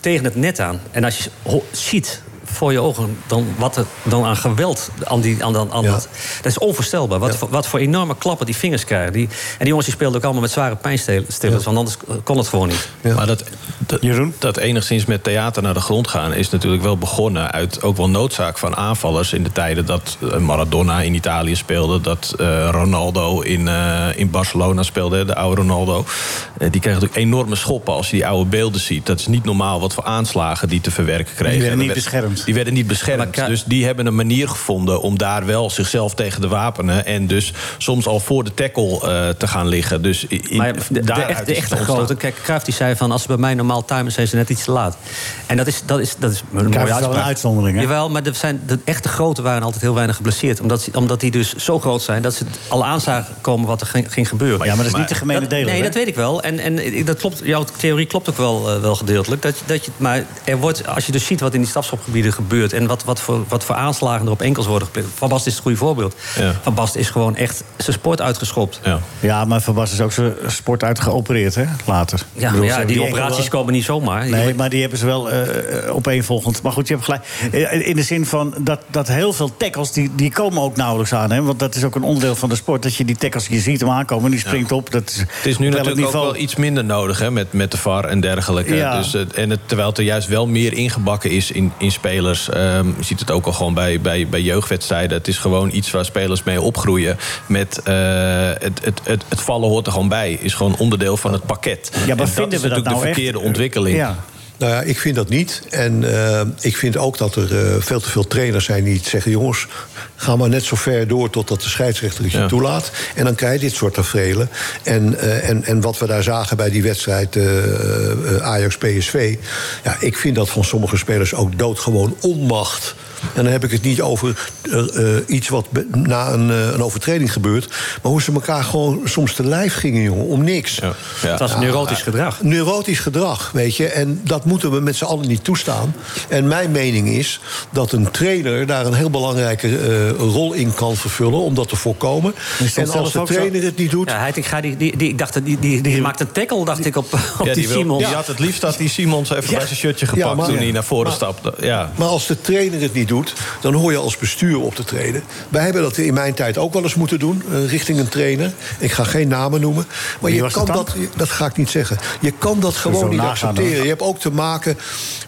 S8: tegen het net aan. En als je ho- ziet voor je ogen dan wat er dan aan geweld aan die aan, dan aan dat dat is onvoorstelbaar wat, voor, wat voor enorme klappen die vingers krijgen die, en die jongens die speelden ook allemaal met zware pijnstillers want anders kon het gewoon niet
S6: Maar dat, dat, dat enigszins met theater naar de grond gaan is natuurlijk wel begonnen uit ook wel noodzaak van aanvallers in de tijden dat eh, Maradona in Italië speelde, dat eh, Ronaldo in, eh, in Barcelona speelde, de oude Ronaldo. Eh, die kreeg natuurlijk enorme schoppen als je die oude beelden ziet. Dat is niet normaal wat voor aanslagen die te verwerken kregen.
S3: Die werden niet
S6: En er werd-
S3: beschermd.
S6: Die werden niet beschermd. Dus die hebben een manier gevonden om daar wel zichzelf tegen te wapenen en dus soms al voor de tackle eh, te gaan liggen. Dus i- in,
S8: maar de, de,
S6: daaruit
S8: echt, de
S6: is het
S8: echte
S6: ontstaan.
S8: grote kijk Cruijff die zei van als ze bij mij normaal timen zijn ze net iets te laat en dat is dat is dat is een mooie
S3: Cruijff is wel
S8: uitspraak.
S3: een uitzondering, hè?
S8: jawel maar er zijn, de echte grote waren altijd heel weinig geblesseerd omdat, ze- omdat die dus zo groot zijn dat ze het al aan zagen komen wat er ging, ging gebeuren
S3: Ja, maar dat is niet de gemene
S8: dat-
S3: deler,
S8: Nee,
S3: hè?
S8: dat weet ik wel. En, en ik- dat klopt, jouw theorie klopt ook wel, eh, wel gedeeltelijk. Dat, je- dat je, maar er wordt, als je dus ziet wat in die stafschopgebieden gebeurt... en wat, wat, voor, wat voor aanslagen er op enkels worden gepleegd... Van Basten is het goede voorbeeld. Van Basten is gewoon echt zijn sport uitgeschopt. Ja,
S3: Ja, maar Van Basten is ook zijn sport uitgeopereerd, hè, later. Ik
S8: maar
S3: bedoel, ze
S8: ja
S3: hebben
S8: die,
S3: enkel-
S8: operaties komen niet zomaar. Die-
S3: Nee, maar die hebben ze wel eh, eh, opeenvolgend. Maar goed, je hebt gelijk. Eh, In de zin van dat, dat heel veel tackles, die, die komen ook nauwelijks aan. Hè? Want dat is ook een onderdeel van de sport. Dat je die tackles, je ziet hem aankomen, die springt op. Dat is,
S6: Het is nu
S3: op elk
S6: natuurlijk ook wel iets minder nodig hè, met, met de VAR en dergelijke.
S3: Ja.
S6: Dus, eh, en het, terwijl het er juist wel meer ingebakken is in, in spelers. Ehm, je ziet het ook al gewoon bij, bij, bij jeugdwedstrijden. Het is gewoon iets waar spelers mee opgroeien. Met, eh, het, het, het, het vallen hoort er gewoon bij. Is gewoon onderdeel van het pakket.
S3: Ja, maar
S6: en dat is
S3: vinden we dat
S6: natuurlijk
S3: nou
S6: de
S3: echt?
S6: verkeerde ontwikkeling.
S7: Nou ja, ik vind dat niet. En eh, ik vind ook dat er eh, veel te veel trainers zijn die zeggen... jongens, ga maar net zo ver door totdat de scheidsrechter het je
S6: Ja.
S7: toelaat. En dan krijg je dit soort tafereelen. En, eh, en, en wat we daar zagen bij die wedstrijd eh, eh, Ajax-PSV... ja, ik vind dat van sommige spelers ook doodgewoon onmacht. En dan heb ik het niet over eh, eh, iets wat be- na een, eh, een overtreding gebeurt... maar hoe ze elkaar gewoon soms te lijf gingen, jongen, om niks.
S8: Het was neurotisch gedrag.
S7: Neurotisch gedrag, weet je. En dat moeten we met z'n allen niet toestaan. En mijn mening is dat een trainer daar een heel belangrijke eh, rol in kan vervullen... om dat te voorkomen. En als de trainer... het niet doet...
S8: Ja, Heitinga, die, die, die, ik dacht, dat die, die, die maakt een tackle, dacht ik, op, op
S6: Ja,
S8: die,
S6: die, wil-
S8: Simons.
S6: die had het liefst dat die Simons even bij zijn shirtje
S7: Ja,
S6: gepakt
S7: maar-
S6: toen hij naar voren
S7: maar-
S6: stapte. Ja.
S7: Maar als de trainer het niet doet, dan hoor je als bestuur op te treden. Wij hebben dat in mijn tijd ook wel eens moeten doen, eh, richting een trainer. Ik ga geen namen noemen. Maar
S3: Wie
S7: je
S3: was
S7: kan
S3: dat dan?
S7: dat, dat ga ik niet zeggen. Je kan dat
S3: zo
S7: gewoon niet
S3: nagaan,
S7: accepteren.
S3: hoor.
S7: Je hebt ook te maken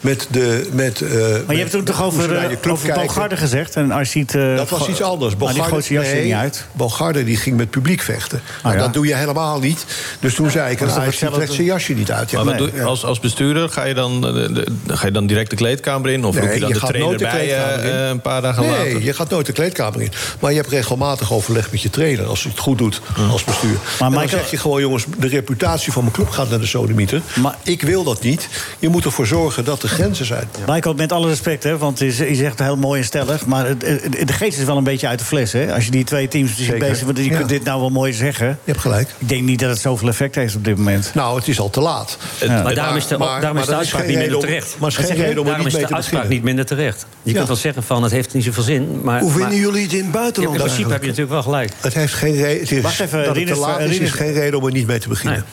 S7: met de... Met, eh,
S3: Maar
S7: met-
S3: je hebt toen toch
S7: hoe ze
S3: over,
S7: naar je
S3: eh,
S7: club
S3: over
S7: kijken.
S3: Bogarde gezegd. En als je ziet eh,
S7: dat was
S3: go-
S7: iets anders.
S3: Ah, die goot zijn jas er niet uit. Ah,
S7: Bogarde die ging met publiek vechten. Nou,
S3: ja.
S7: Dat doe je helemaal niet. Dus toen zei ik,
S6: Maar
S7: een
S6: is dat
S7: Ajax die
S6: hetzelfde-
S7: trekt zijn jasje niet uit. Ja,
S6: maar wat
S7: nee.
S6: doe, als, als bestuurder ga je, dan, eh, de- de- ga je dan direct de kleedkamer in? Of roep je dan de
S7: gaat
S6: trainer
S7: nooit de
S6: bij
S7: kleedkamer
S6: eh,
S7: in.
S6: eh, een paar dagen
S7: nee,
S6: later?
S7: je gaat nooit de kleedkamer in. Maar je hebt regelmatig overleg met je trainer... als hij het goed doet als bestuur. en dan
S3: Michael-
S7: zeg je gewoon, jongens, de reputatie van mijn club gaat naar de sodemieter. Maar ik wil dat niet. Je moet ervoor zorgen dat er grenzen zijn.
S3: Michael, met alle respect, hè, want je z- je zegt heel mooi en stellig... maar het, het- het- de geest is wel een beetje uit de fles, hè? Als je die twee teams ziet bezig... want je
S7: Ja.
S3: kunt dit nou wel mooi zeggen. Je
S7: hebt gelijk.
S3: Ik denk niet dat het zoveel effect heeft op dit moment.
S7: Nou, het is al te laat.
S8: Maar daarom is de, daarom is de uitspraak niet minder terecht.
S7: Maar is geen
S8: Wat zeg je?
S7: reden om er niet
S8: daarom is
S7: mee
S8: de
S7: te
S8: uitspraak
S7: beginnen.
S8: niet minder terecht. Je
S7: Ja.
S8: kunt wel zeggen van het heeft niet zoveel zin. Maar,
S7: Hoe vinden
S8: maar-
S7: jullie het in het buitenland
S8: Ja, in principe heb je
S7: eigenlijk?
S8: natuurlijk wel gelijk.
S7: Het heeft geen reden. het is-
S8: Wacht even,
S7: dat het
S8: Rinus,
S7: te laat is,
S8: Rinus.
S7: is geen reden om er niet mee te beginnen.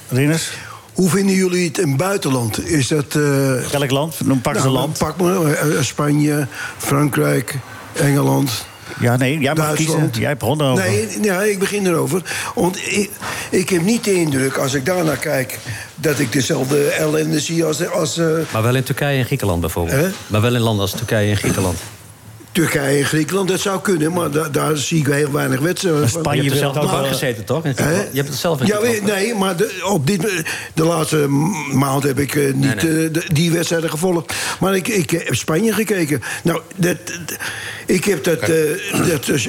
S4: Hoe vinden jullie het in het buitenland? Is dat... eh,
S3: Welk land? Noem pak ze
S4: nou,
S3: land.
S4: Pak maar, eh, Spanje, Frankrijk, Engeland.
S3: Ja, nee, jij mag
S4: Duitsland.
S3: kiezen. Jij begon erover.
S4: Nee, ja, ik begin erover. Want ik, ik heb niet de indruk, als ik daarnaar kijk... dat ik dezelfde ellende zie als, als eh,
S8: Maar wel in Turkije en Griekenland bijvoorbeeld. Maar wel in landen als Turkije en Griekenland.
S4: Turkije en Griekenland. Dat zou kunnen, maar da- daar zie ik heel weinig wedstrijden. van.
S8: je hebt er zelf ook wel gezeten, toch? In Griekenland. Je hebt het zelf in
S4: Ja,
S8: Griekenland.
S4: we- nee, maar de, op dit, de laatste maand heb ik eh, niet
S8: nee.
S4: eh, de- die wedstrijden gevolgd. Maar ik, ik heb Spanje gekeken. Nou, dat, dat- ik heb dat, eh, dat eh,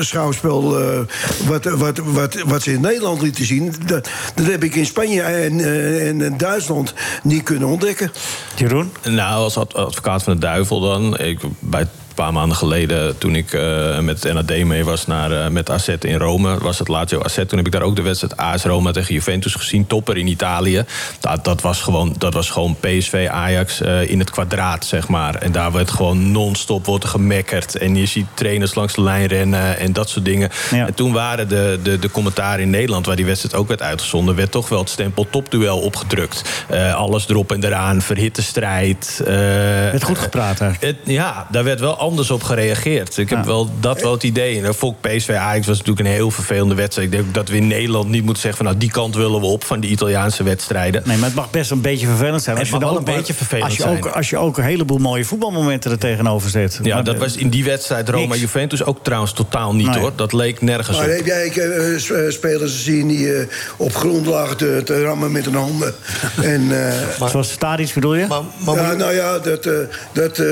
S4: schouwspel eh, wat, wat, wat, wat ze in Nederland lieten zien... dat, dat heb ik in Spanje en, eh, en in Duitsland niet kunnen ontdekken.
S3: Jeroen?
S6: Nou, als ad- advocaat van de duivel dan. Ik, bij een paar maanden geleden, toen ik eh, met het NAD mee was naar, eh, met AZ in Rome... was het Lazio AZ. Toen heb ik daar ook de wedstrijd AS Roma tegen Juventus gezien. Topper in Italië. Dat, dat, was, gewoon, dat was gewoon PSV Ajax eh, in het kwadraat, zeg maar. En daar werd gewoon non-stop wordt er gemekkerd. En je ziet trainers langs de lijn rennen en dat soort dingen. En toen waren de, de, de commentaren in Nederland, waar die wedstrijd ook werd uitgezonden... werd toch wel het stempel topduel opgedrukt. Eh, alles erop en eraan, verhitte strijd. eh,
S3: Werd goed gepraat
S6: het, ja, daar werd wel anders op gereageerd. Ik heb wel, dat wel het idee. En dan vond ik PSV Ajax was natuurlijk een heel vervelende wedstrijd. Ik denk ook dat we in Nederland niet moeten zeggen... van nou, die kant willen we op van die Italiaanse wedstrijden.
S3: Nee, maar het mag best een beetje vervelend zijn.
S6: Het
S3: je
S6: mag
S3: dan
S6: wel een
S3: ook-
S6: beetje vervelend
S3: als je
S6: zijn.
S3: Ook, als je ook een heleboel mooie voetbalmomenten er tegenover zet.
S6: Ja,
S3: Maar
S6: dat
S3: de-
S6: was in die wedstrijd
S3: Niks.
S6: Roma-Juventus ook trouwens totaal niet,
S3: Nee.
S6: hoor. Dat leek nergens
S4: Maar
S6: op.
S4: heb jij eh, s- eh, spelers gezien die eh, op grond lagen te, te rammen met hun handen? en, eh,
S3: Zoals Stadisch bedoel je?
S4: ja, nou ja, dat, eh, dat eh,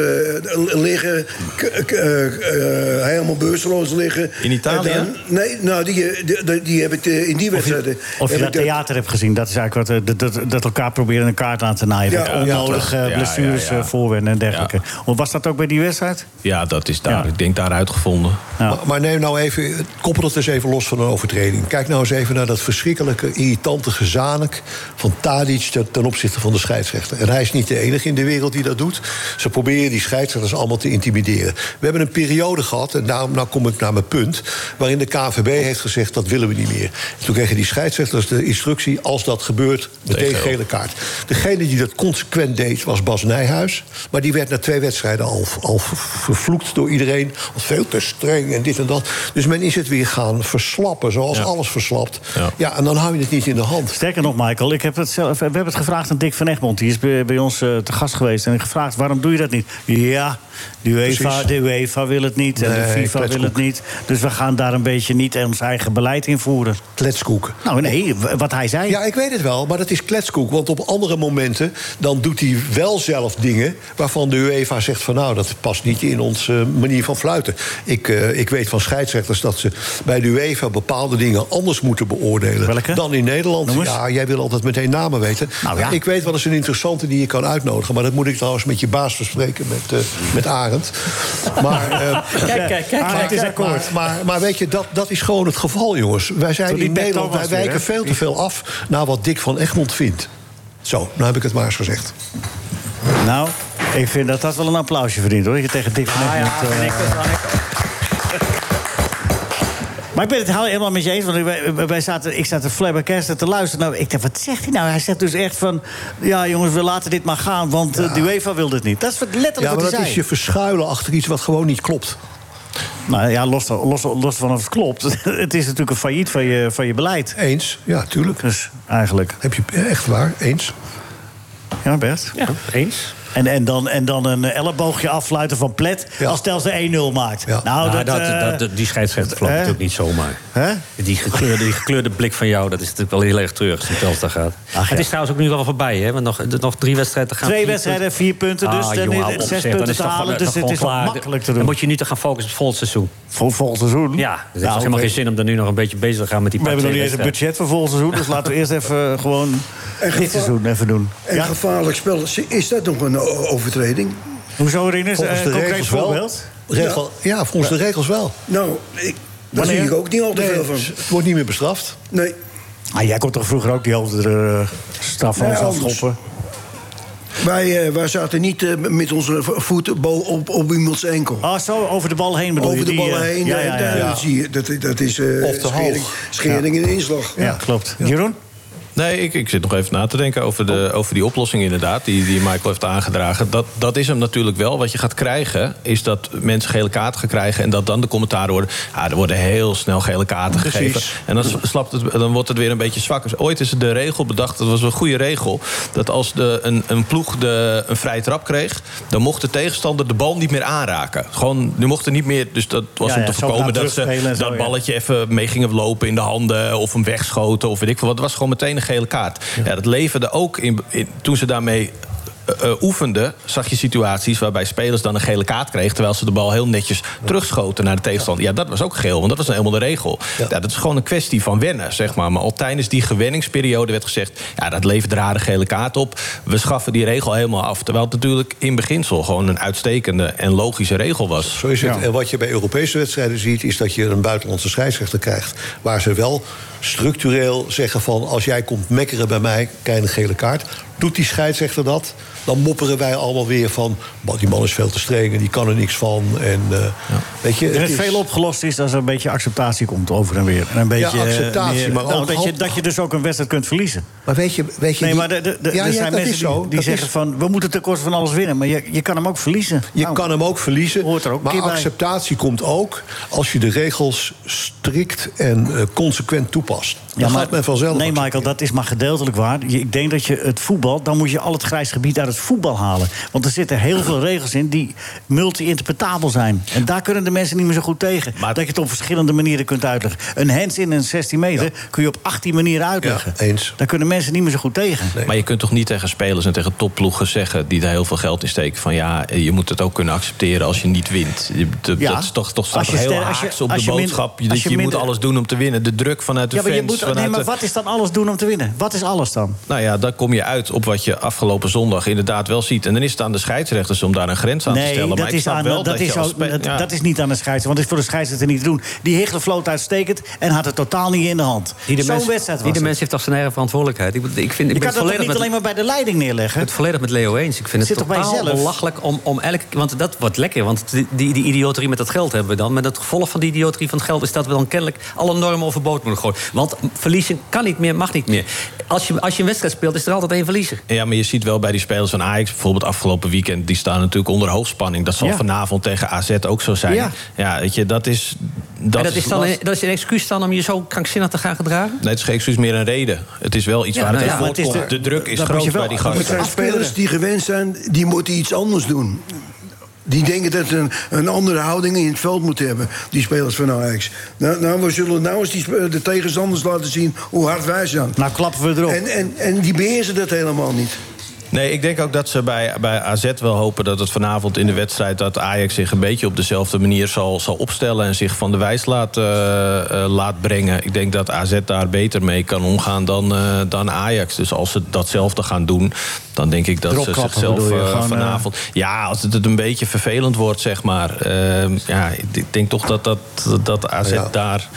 S4: liggen, k- k- eh, eh, helemaal beursloos liggen.
S6: In Italië?
S4: En dan- nee, nou, die, eh, die, die, die heb ik eh, in die
S3: Of
S4: wedstrijden...
S3: je, of je
S4: heb
S3: dat
S4: ik dat-
S3: theater hebt gezien. Dat is eigenlijk wat, eh, dat, dat, dat elkaar proberen een kaart aan te naaien.
S4: Ja,
S3: met
S4: ja,
S3: onnodige
S6: toch.
S3: eh,
S6: Ja,
S3: blessures
S6: ja, ja.
S3: eh, voorwenden en dergelijke. Hoe Was dat ook bij die wedstrijd?
S6: Ja, dat is daar, ik denk daaruit gevonden.
S7: Maar, maar neem nou even, koppel het eens even los van een overtreding. Kijk nou eens even naar dat verschrikkelijke, irritante gezanik van Tadic ten- ten opzichte van de scheidsrechter. En hij is niet de enige in de wereld die dat doet. Ze proberen die scheidsrechters allemaal te intimideren. We hebben een periode gehad, en daarom nou kom ik naar mijn punt, waarin de KVB heeft gezegd dat willen we niet meer. En toen kregen die scheidsrechters de instructie: als dat gebeurt, meteen
S6: Tegen.
S7: gele kaart. Degene die dat consequent deed was Bas Nijhuis. Maar die werd na twee wedstrijden al, al ver- vervloekt door iedereen. Als veel te streng en dit en dat. Dus men is het weer gaan verslappen, zoals alles verslapt. Ja. en dan hou je het niet in de hand.
S3: Sterker nog, Michael, ik heb het zelf, we hebben het gevraagd aan Dick van Egmond. Die is bij, bij ons eh, te gast geweest. En gevraagd, waarom doe je dat niet? Ja, de UEFA,
S7: Precies.
S3: de UEFA wil het niet. en
S7: Nee,
S3: de FIFA wil het
S7: kletskoek.
S3: niet. Dus we gaan daar een beetje niet ons eigen beleid invoeren.
S7: Kletskoek.
S3: Nou nee, w- wat hij zei.
S7: Ja, ik weet het wel, maar dat is kletskoek. Want op andere momenten dan doet hij wel zelf dingen... waarvan de UEFA zegt van nou, dat past niet in onze eh, manier van fluiten. Ik, eh, ik weet van scheidsrechters dat ze bij de UEFA bepaalde dingen anders moeten beoordelen...
S3: Welke?
S7: dan in Nederland.
S3: Noem eens.
S7: Ja, jij wil altijd meteen namen weten.
S3: Nou ja.
S7: Ik weet wel eens een interessante die je kan uitnodigen... maar dat moet ik trouwens met je baas bespreken, met, eh, met Arend. Maar, eh,
S3: Kijk, kijk, kijk,
S7: maar-
S3: het is akkoord.
S7: Maar, maar, maar weet je, dat, dat is gewoon het geval, jongens. Wij zijn
S3: Toen die
S7: in
S3: Pet
S7: Nederland, wij
S3: Thomas weer,
S7: wijken
S3: hè?
S7: veel te veel af naar wat Dick van Egmond vindt. Zo, nou heb ik het maar eens gezegd.
S3: Nou, ik vind dat dat wel een applausje verdient hoor. Dat je tegen Dick van
S7: Ah,
S3: Egmond... eh, Maar ik ben het helemaal met je eens. Want wij, wij zaten, ik zat te flabbergasten te luisteren. Nou, ik dacht, wat zegt hij nou? Hij zegt dus echt van... Ja, jongens, we laten dit maar gaan, want eh, de UEFA wil dit niet. Dat is wat- letterlijk
S7: Ja, maar
S3: wat hij
S7: dat
S3: zei.
S7: is je verschuilen achter iets wat gewoon niet klopt.
S3: Nou ja, los, los, los van of het klopt. het is natuurlijk een failliet van je, van je beleid.
S7: Eens, ja, tuurlijk.
S3: Dus eigenlijk.
S7: Heb je echt waar, eens.
S3: Ja, Bert?
S8: Ja, eens.
S3: En, en, dan, en dan een elleboogje afsluiten van Plet. Als stel ze 1-0 maakt. Nou,
S8: Nou,
S3: dat,
S8: dat,
S3: eh,
S8: dat, dat- die scheidsrechter vloog
S3: hè?
S8: natuurlijk niet zomaar.
S3: Hè?
S8: Die, gekleurde, die gekleurde blik van jou, dat is natuurlijk wel heel erg treurig als het zelfs daar gaat. Het is trouwens ook nu wel voorbij, hè? Want nog, er- nog drie wedstrijden te gaan.
S3: Twee
S8: vier
S3: wedstrijden,
S8: punten.
S3: vier punten. Dus
S8: Ah,
S3: dan
S8: jongen,
S3: is
S8: hou
S3: het
S8: op,
S3: zes
S8: zeg, dan
S3: punten
S8: is
S3: te
S8: toch
S3: halen.
S8: gewoon-
S3: Dus
S8: dat
S3: het
S8: gewoon
S3: is nog
S8: klaar.
S3: makkelijk te doen.
S8: Dan moet je nu te gaan focussen op volgend seizoen.
S3: Voor volgend seizoen?
S8: Ja, dus het
S3: Nou,
S8: is helemaal
S3: we-
S8: geen zin om er nu nog een beetje bezig te gaan met die
S3: We hebben nog niet eens een
S8: partij-
S3: budget voor volgend seizoen. Dus laten we eerst even eh, gewoon dit seizoen even doen.
S4: Een gevaarlijk spel. Is dat nog een o- overtreding?
S3: Hoezo, Rinus?
S4: Volgens
S3: Eh,
S4: de
S3: concreet
S4: regels wel.
S3: voorbeeld?
S7: Regel- ja. volgens de regels wel.
S4: Nou, ik, daar zie ik ook niet al te
S7: Nee,
S4: veel van.
S7: Het wordt niet meer bestraft.
S4: Nee.
S3: Ah, jij kon toch vroeger ook die hoofdstraf van
S4: Nee,
S3: ons
S4: anders.
S3: afschoppen?
S4: Wij, eh, wij zaten niet eh, met onze v- voet bo- op, op iemands enkel.
S3: Ah, zo, over de bal heen bedoel
S4: Over
S3: je?
S4: de
S3: Die,
S4: bal
S3: eh,
S4: heen,
S3: ja,
S4: eh,
S3: ja, ja.
S4: daar
S3: Ja.
S4: zie je, dat, dat is eh,
S3: Of te
S4: schering,
S3: hoog.
S4: schering en inslag.
S3: Ja, klopt. Jeroen? Oh.
S6: Nee, ik, ik zit nog even na te denken over, de, over die oplossing inderdaad... die, die Michael heeft aangedragen. Dat, dat is hem natuurlijk wel. Wat je gaat krijgen, is dat mensen gele kaarten gaan krijgen... en dat dan de commentaren worden... Ah, er worden heel snel gele kaarten
S11: Precies.
S6: gegeven. En dan, s- slapt het, dan wordt het weer een beetje zwakker. Ooit is de regel bedacht, dat was een goede regel... dat als de, een, een ploeg de, een vrije trap kreeg... dan mocht de tegenstander de bal niet meer aanraken. Gewoon, die mochten niet meer... Dus dat was
S3: Ja,
S6: om
S3: ja,
S6: te
S3: zo
S6: voorkomen
S3: gaan
S6: dat ze
S3: terugspelen en zo,
S6: dat
S3: ja.
S6: balletje je even mee gingen lopen in de handen of hem wegschoten of weet ik veel. wat. Het was gewoon meteen een gele kaart. Ja. dat leverde ook in, in- toen ze daarmee eh, eh, oefenden, zag je situaties waarbij spelers dan een gele kaart kregen terwijl ze de bal heel netjes terugschoten naar de tegenstander. Ja, dat was ook geel, want dat was nou helemaal de regel. Ja. dat is gewoon een kwestie van wennen, zeg maar. Maar al tijdens die gewenningsperiode werd gezegd, ja, dat levert rare gele kaart op. We schaffen die regel helemaal af, terwijl het natuurlijk in beginsel gewoon een uitstekende en logische regel was.
S7: Zo is het. En wat je bij Europese wedstrijden ziet, is dat je een buitenlandse scheidsrechter krijgt. Waar ze wel structureel zeggen van als jij komt mekkeren bij mij, krijg je een gele kaart. Doet die scheidsrechter dat, dan mopperen wij allemaal weer van "Maar die man is veel te streng en die kan er niks van. En, eh, weet je,
S3: Er
S7: het
S3: is
S7: is-
S3: veel opgelost is als er een beetje acceptatie komt over en weer. En een beetje,
S7: ja,
S3: eh,
S7: acceptatie,
S3: meer-
S7: maar
S3: nou,
S7: ook
S3: dat, je,
S7: hand-
S3: dat je dus ook een wedstrijd kunt verliezen.
S7: Maar weet je, weet je
S3: nee,
S7: die-
S3: maar de, de, de-
S7: Ja,
S3: er
S7: ja,
S3: zijn
S7: dat
S3: mensen
S7: is zo.
S3: die, die
S7: Dat
S3: zeggen
S7: is-
S3: van... we moeten ten koste van alles winnen, maar je, je kan hem ook verliezen.
S7: Je kan hem Nou, ook verliezen. maar
S3: keer bij.
S7: acceptatie komt ook als je de regels strikt en eh, consequent toepast. Dan gaat men vanzelf.
S3: Nee, Michael, dat is maar gedeeltelijk waar. Je- Ik denk dat je het voetbal, dan moet je al het grijs gebied uit het voetbal halen. Want er zitten heel veel regels in die multi-interpretabel zijn. En daar kunnen de mensen niet meer zo goed tegen. Dat je het op verschillende manieren kunt uitleggen. Een hands-in en 16 meter kun je op 18 manieren uitleggen.
S7: eens.
S3: Daar kunnen mensen niet meer zo goed tegen.
S6: Maar je kunt toch niet tegen spelers en tegen topploegen zeggen... die daar heel veel geld in steken van... ja, je moet het ook kunnen accepteren als je niet wint. Je- dat-
S3: Ja.
S6: Dat is toch, toch staat
S3: Als je
S6: toch heel
S3: ster- als je-
S6: haaks op
S3: als
S6: de
S3: je minder-
S6: boodschap.
S3: als
S6: dat
S3: je
S6: je, moet
S3: minder-
S6: alles doen om te winnen. De druk vanuit de
S3: Ja, maar, je
S6: fans,
S3: moet, nee,
S6: vanuit
S3: maar
S6: de-
S3: wat is dan alles doen om te winnen? Wat is alles dan?
S6: Nou ja, daar kom je uit op wat je afgelopen zondag inderdaad wel ziet. En dan is het aan de scheidsrechters om daar een grens aan te
S3: Nee,
S6: stellen. maar
S3: dat
S6: ik
S3: is,
S6: snap
S3: aan,
S6: wel
S3: dat,
S6: dat,
S3: is
S6: je als
S3: ook-
S6: spe-
S3: dat,
S6: ja.
S3: dat is niet aan de scheidsrechter. Want het is voor de scheidsrechter niet te doen. Die Higelen floot uitstekend en had het totaal niet in de hand. Zo'n
S8: Ieder mens,
S3: wedstrijd was
S8: ieder
S3: het.
S8: mens heeft toch zijn eigen verantwoordelijkheid. Ik, bedoel, ik, vind, ik ben
S3: Je kan
S8: het
S3: dat toch
S8: volledig
S3: niet
S8: met,
S3: alleen maar bij de leiding neerleggen?
S8: het volledig met Leo eens. Ik vind
S3: Zit
S8: het
S3: toch bij
S8: totaal
S3: jezelf?
S8: belachelijk om, om elke... Want dat wordt lekker, want die, die, die idioterie met dat geld hebben we dan. Maar het gevolg van die idioterie van het geld is dat we dan kennelijk... alle normen overboord moeten gooien. Want verliezen kan niet meer, mag niet meer. Als je, als je een wedstrijd speelt, is er altijd één verliezer.
S6: Ja, maar je ziet wel bij die spelers van Ajax, bijvoorbeeld afgelopen weekend, die staan natuurlijk onder hoogspanning. Dat zal
S8: Ja.
S6: vanavond tegen AZ ook zo zijn.
S8: Ja.
S6: Ja, weet je, dat is. Dat,
S8: en dat is, dan
S6: last-
S8: een, dat is een excuus dan om je zo krankzinnig te gaan gedragen?
S6: Nee, het is geen excuus meer een reden. Het is wel iets
S8: Ja,
S6: waar
S8: nou
S6: het
S8: ja,
S6: uit
S8: maar het
S6: voortkomt.
S8: is de-
S6: de, druk is
S8: dat moet je
S6: groot
S8: wel-
S6: bij die
S4: Maar het
S6: gasten.
S4: zijn spelers die gewend zijn, die moeten iets anders doen. Die denken dat ze een, een andere houding in het veld moeten hebben, die spelers van Ajax. Nou, nou we zullen nou eens die, spe- de tegenstanders laten zien hoe hard wij zijn.
S3: Nou klappen we erop.
S4: En, en, en die beheersen dat helemaal niet.
S6: Nee, ik denk ook dat ze bij, bij AZ wel hopen dat het vanavond in de wedstrijd... dat Ajax zich een beetje op dezelfde manier zal, zal opstellen... en zich van de wijs laat, eh, eh, laat brengen. Ik denk dat AZ daar beter mee kan omgaan dan, eh, dan Ajax. Dus als ze datzelfde gaan doen, dan denk ik dat
S3: Erop
S6: ze
S3: klappen,
S6: zichzelf
S3: bedoel je?
S6: eh,
S3: Gewoon, eh,
S6: vanavond... Ja, als het, het een beetje vervelend wordt, zeg maar. Eh, ja, ik- ik denk toch dat, dat, dat AZ
S7: Ja.
S6: daar...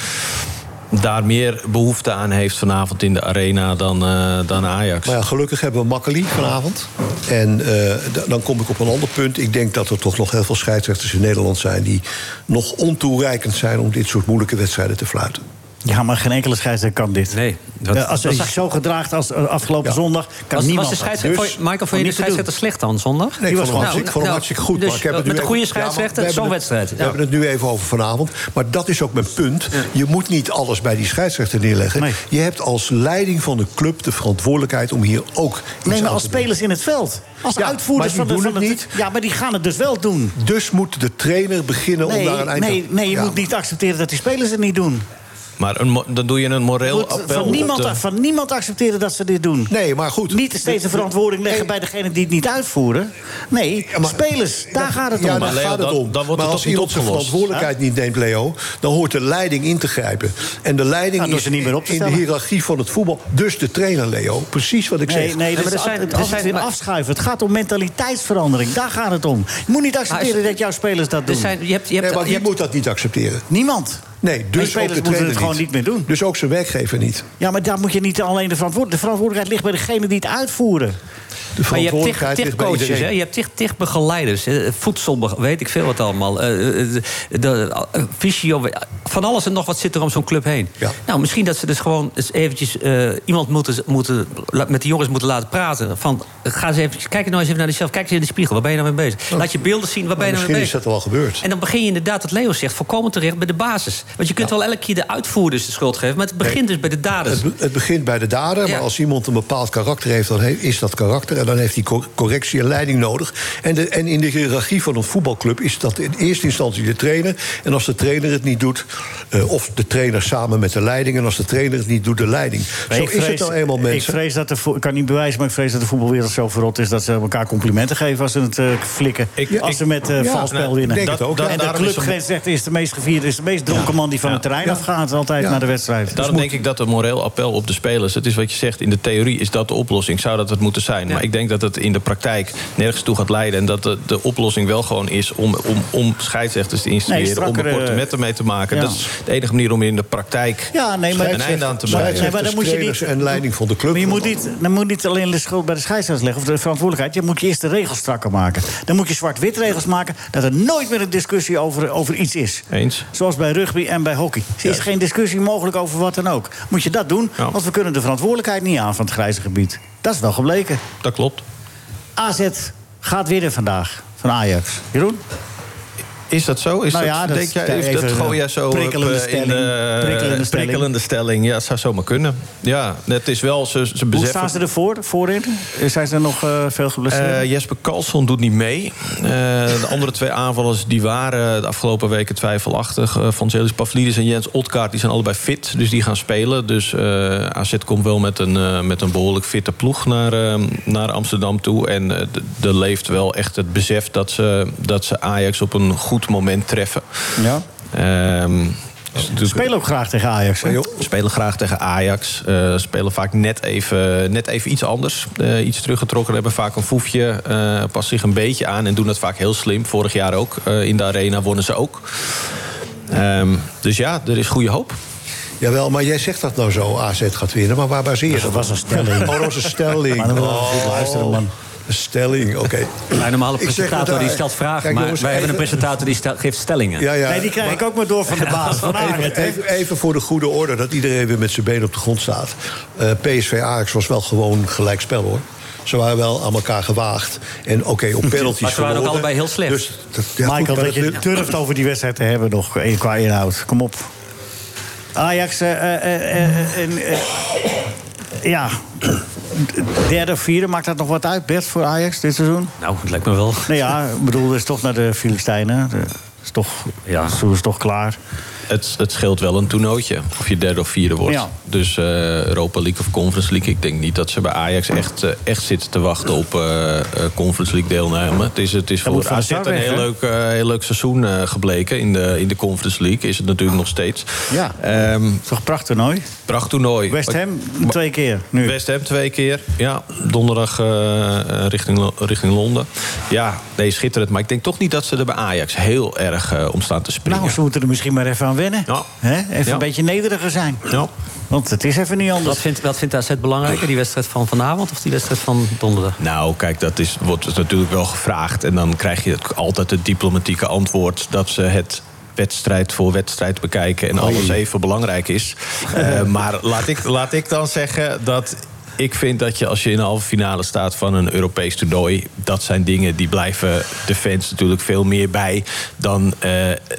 S6: Daar meer behoefte aan heeft vanavond in de arena dan, eh, dan Ajax.
S7: Maar ja, gelukkig hebben we Makkeli vanavond. En eh, d- dan kom ik op een ander punt. Ik denk dat er toch nog heel veel scheidsrechters in Nederland zijn... die nog ontoereikend zijn om dit soort moeilijke wedstrijden te fluiten.
S3: Ja, maar geen enkele scheidsrechter kan dit.
S5: Nee.
S8: dat-
S3: als hij
S8: dat
S3: zich
S8: is-
S3: zo gedraagt als eh, afgelopen zondag... kan
S8: was,
S3: niemand
S8: was de
S3: dat.
S8: scheidsrechter,
S3: Dus-
S8: vond- Michael, vond
S3: Gewoon
S8: je de
S3: niet te doen.
S8: scheidsrechter slecht dan zondag?
S7: Nee, ik vond hem hartstikke, ik vond hem
S8: nou,
S7: hartstikke goed.
S8: dus
S7: maar ik heb het nu
S8: met een goede
S7: even- Ja,
S8: scheidsrechter,
S7: maar we
S8: zo'n
S7: hebben het-
S8: wedstrijd.
S7: We hebben het nu even over vanavond. Maar dat is ook mijn punt. Je moet niet alles bij die scheidsrechter neerleggen. Je hebt als leiding van de club de verantwoordelijkheid om hier ook. iets
S3: Nee, maar
S7: aan
S3: als
S7: te doen.
S3: spelers in het veld. Als
S7: Ja,
S3: uitvoerders
S7: maar
S3: van
S7: die
S3: de...
S7: doen
S3: Van
S7: het
S3: het ja, maar die gaan het dus wel doen.
S7: Dus moet de trainer beginnen
S3: Nee,
S7: om daar een eind
S3: nee, nee, je
S7: Ja,
S3: moet niet accepteren dat die spelers het niet doen.
S6: Maar een mo- dan doe je een moreel
S3: Moet
S6: appel.
S3: van,
S6: op
S3: niemand,
S6: de-
S3: van niemand accepteren dat ze dit doen.
S7: eh, Nee, maar goed.
S3: Niet steeds de verantwoording leggen bij degene die het niet uitvoeren. Nee, spelers, daar gaat het
S7: Ja,
S3: om.
S7: daar gaat het om. maar als iemand zijn verantwoordelijkheid niet neemt, Leo... dan hoort de leiding in te grijpen. En de leiding
S3: Nou, door
S7: is
S3: ze niet meer op te
S7: in de
S3: stellen.
S7: hiërarchie van het voetbal. Dus de trainer, Leo. Precies wat ik
S3: Nee,
S7: zeg.
S3: nee, dat is altijd- altijd weer afschuiven. Het gaat om mentaliteitsverandering. Daar gaat het om. Je moet niet accepteren dat jouw spelers dat doen.
S7: nee, maar wie moet dat niet accepteren?
S3: Niemand.
S7: Nee, dus ook
S3: spelers
S7: de
S3: moeten
S7: trainer
S3: het gewoon niet meer doen.
S7: Dus ook zijn werkgever niet.
S3: Ja, maar daar moet je niet alleen de verantwoordelijkheid... De verantwoordelijkheid ligt bij degene die het uitvoeren.
S7: De
S8: Maar je hebt tig, tig coaches, hè? je hebt tig, tig begeleiders, eh, voedsel, weet ik veel wat allemaal. eh, eh, de, eh, fysio, eh, van alles en nog wat zit er om zo'n club heen. Nou, misschien dat ze dus gewoon eens eventjes eh, iemand moeten, moeten, la- met die jongens moeten laten praten. Van, eh, ga eens even, kijk nou eens even naar jezelf, kijk eens in de spiegel, waar ben je nou mee bezig? Laat je beelden zien, waar ben je nou mee
S7: Oh. Misschien
S8: bezig?
S7: is dat al gebeurd.
S8: En dan begin je inderdaad, wat Leo zegt, voorkomen terecht bij de basis. Want je kunt wel elke keer de uitvoerders de schuld geven, maar het begint dus bij de daders.
S7: Het, het begint bij de dader, maar als iemand een bepaald karakter heeft... dan he- is dat karakter en dan heeft hij cor- correctie en leiding nodig. En, de, en in de hiërarchie van een voetbalclub is dat in eerste instantie de trainer. En als de trainer het niet doet, eh, of de trainer samen met de leiding... en als de trainer het niet doet, de leiding.
S3: Maar
S7: Zo
S3: ik
S7: is het
S3: vrees-
S7: nou eenmaal,
S3: Ik
S7: mensen.
S3: vrees dat de vo- ik kan niet bewijzen, maar ik vrees dat de voetbalwereld zo verrot is dat ze elkaar complimenten geven als ze het eh, flikken.
S6: Ik-
S3: als
S6: ik-
S3: ze met eh
S6: ja,
S3: vals
S6: nou,
S3: spel winnen.
S6: denk het ook, ja.
S3: en de
S6: Daarom is
S3: clubgrens zegt is de meest gevierde, is de meest dronken man die van het terrein afgaat altijd
S6: Ja.
S3: naar de wedstrijd.
S6: Daarom denk ik dat een moreel appel op de spelers. Het is wat je zegt, in de theorie is dat de oplossing. Zou dat het moeten zijn. Maar ik denk dat het in de praktijk nergens toe gaat leiden. En dat de, de oplossing wel gewoon is om, om, om scheidsrechters te installeren.
S3: strakkere-
S6: om er portemetten mee te maken.
S3: eh, Ja.
S6: Dat is de enige manier om in de praktijk
S3: Ja, nee, maar
S6: een einde aan te breien.
S3: Nee, maar dan moet je niet, Maar je moet niet, dan moet niet alleen de schuld bij de scheidsrechter leggen of de verantwoordelijkheid. Je moet je eerst de regels strakker maken. Dan moet je zwart-wit regels maken dat er nooit meer een discussie over, over iets is.
S6: Eens.
S3: Zoals bij rugby en bij hockey. Er is geen discussie mogelijk over wat dan ook. Moet je dat doen, want we kunnen de verantwoordelijkheid niet aan van het grijze gebied. Dat is wel gebleken.
S6: Dat klopt.
S3: AZ gaat winnen vandaag van Ajax. Jeroen?
S6: Is dat zo? Is
S3: Nou
S6: dat,
S3: ja, dat-
S6: denk jij,
S3: ja,
S6: is
S3: even
S6: dat gooi jij zo op,
S3: prikkelende
S6: eh, in
S3: stelling.
S6: de
S3: Prikkelende
S6: prikkelende,
S3: stelling.
S6: stelling? Ja, het zou zomaar kunnen. Ja, het is wel, ze, ze
S3: Hoe
S6: beseffen...
S3: staan ze ervoor, voorin? Zijn ze nog eh, veel geblesseerd?
S6: Eh, Jesper Karlsson doet niet mee. Eh, de andere twee aanvallers die waren de afgelopen weken twijfelachtig. Eh, van Zelis Pavlidis en Jens Otkaart die zijn allebei fit. Dus die gaan spelen. Dus eh, AZ komt wel met een, eh, met een behoorlijk fitte ploeg naar, eh, naar Amsterdam toe. En eh, d- er leeft wel echt het besef dat ze, dat ze Ajax op een goed moment treffen.
S3: Ja.
S6: Ehm, is natuurlijk-
S3: Spelen ook graag tegen Ajax. hè?
S6: Spelen graag tegen Ajax. eh, spelen vaak net even, net even iets anders. eh, iets teruggetrokken. Hebben vaak een foefje. eh passen zich een beetje aan. En doen dat vaak heel slim. Vorig jaar ook. eh, in de arena wonnen ze ook. Ehm, dus ja, er is goede hoop.
S7: Jawel, maar jij zegt dat nou zo, AZ gaat winnen. Maar waar baseer je dat?
S3: Dat was een stelling.
S7: Oh, dat was een stelling. Oh.
S3: Maar dan moeten we goed luisteren, man.
S7: Een stelling, oké.
S8: Een normale
S7: Ik zeg
S8: presentator
S7: maar,
S8: die
S7: eh,
S8: stelt vragen,
S7: kijk,
S8: maar
S7: jongens,
S8: wij hebben
S7: even-
S8: een presentator die stel- geeft stellingen.
S7: Ja, ja.
S3: Nee, die krijg
S7: Maar-
S3: ik ook maar door van de baas. Van Ajax.
S7: Even, even, even voor de goede orde, dat iedereen weer met zijn benen op de grond staat. Eh, PSV Ajax was wel gewoon gelijk spel hoor. Ze waren wel aan elkaar gewaagd. En oké, op penalties
S8: Maar ze waren ook
S7: verloren.
S8: allebei heel slecht.
S7: Dus dat- ja, goed,
S3: Michael,
S7: maar
S3: dat je het durft over die wedstrijd te hebben nog eh, qua inhoud. Kom op. Ajax, eh, eh, eh, eh, en, eh, ja, derde of vierde, maakt dat nog wat uit, Bert, voor Ajax dit seizoen?
S8: Nou, het lijkt me wel.
S3: Nou ja, ik bedoel, dat is toch naar de Filistijnen. Dat is toch, ja. is toch klaar.
S6: Het, het scheelt wel een toernooitje. Of je derde of vierde wordt.
S3: Ja.
S6: Dus eh, Europa League of Conference League. Ik denk niet dat ze bij Ajax echt, eh, echt zitten te wachten op eh, eh, Conference League deelname. Het is, het is
S3: moet
S6: voor
S3: Van
S6: AZ
S3: Sar
S6: een
S3: weg,
S6: heel
S3: hè?
S6: leuk, eh, heel leuk seizoen eh, gebleken. In de, in de Conference League is het natuurlijk nog steeds.
S3: Ja.
S6: Ehm
S3: Toch een prachttoernooi?
S6: prachttoernooi.
S3: West Ham twee keer nu.
S6: West Ham twee keer. Ja, donderdag eh, eh, richting, Lo- richting Londen. Ja, nee, schitterend. Maar ik denk toch niet dat ze er bij Ajax heel erg eh, om staan te springen.
S3: Nou, ze moeten er misschien maar even aan wennen. Hè? Even
S6: Ja.
S3: een beetje nederiger zijn.
S6: Ja.
S3: Want het is even niet anders.
S8: Wat vindt, wat vindt AZ belangrijker, die wedstrijd van vanavond of die wedstrijd van donderdag?
S6: Nou, kijk, dat is, wordt dus natuurlijk wel gevraagd. En dan krijg je ook altijd het diplomatieke antwoord dat ze het wedstrijd voor wedstrijd bekijken en alles even belangrijk is. Eh, maar laat ik, laat ik dan zeggen dat ik vind dat je als je in de halve finale staat van een Europees toernooi... dat zijn dingen die blijven de fans natuurlijk veel meer bij... dan eh,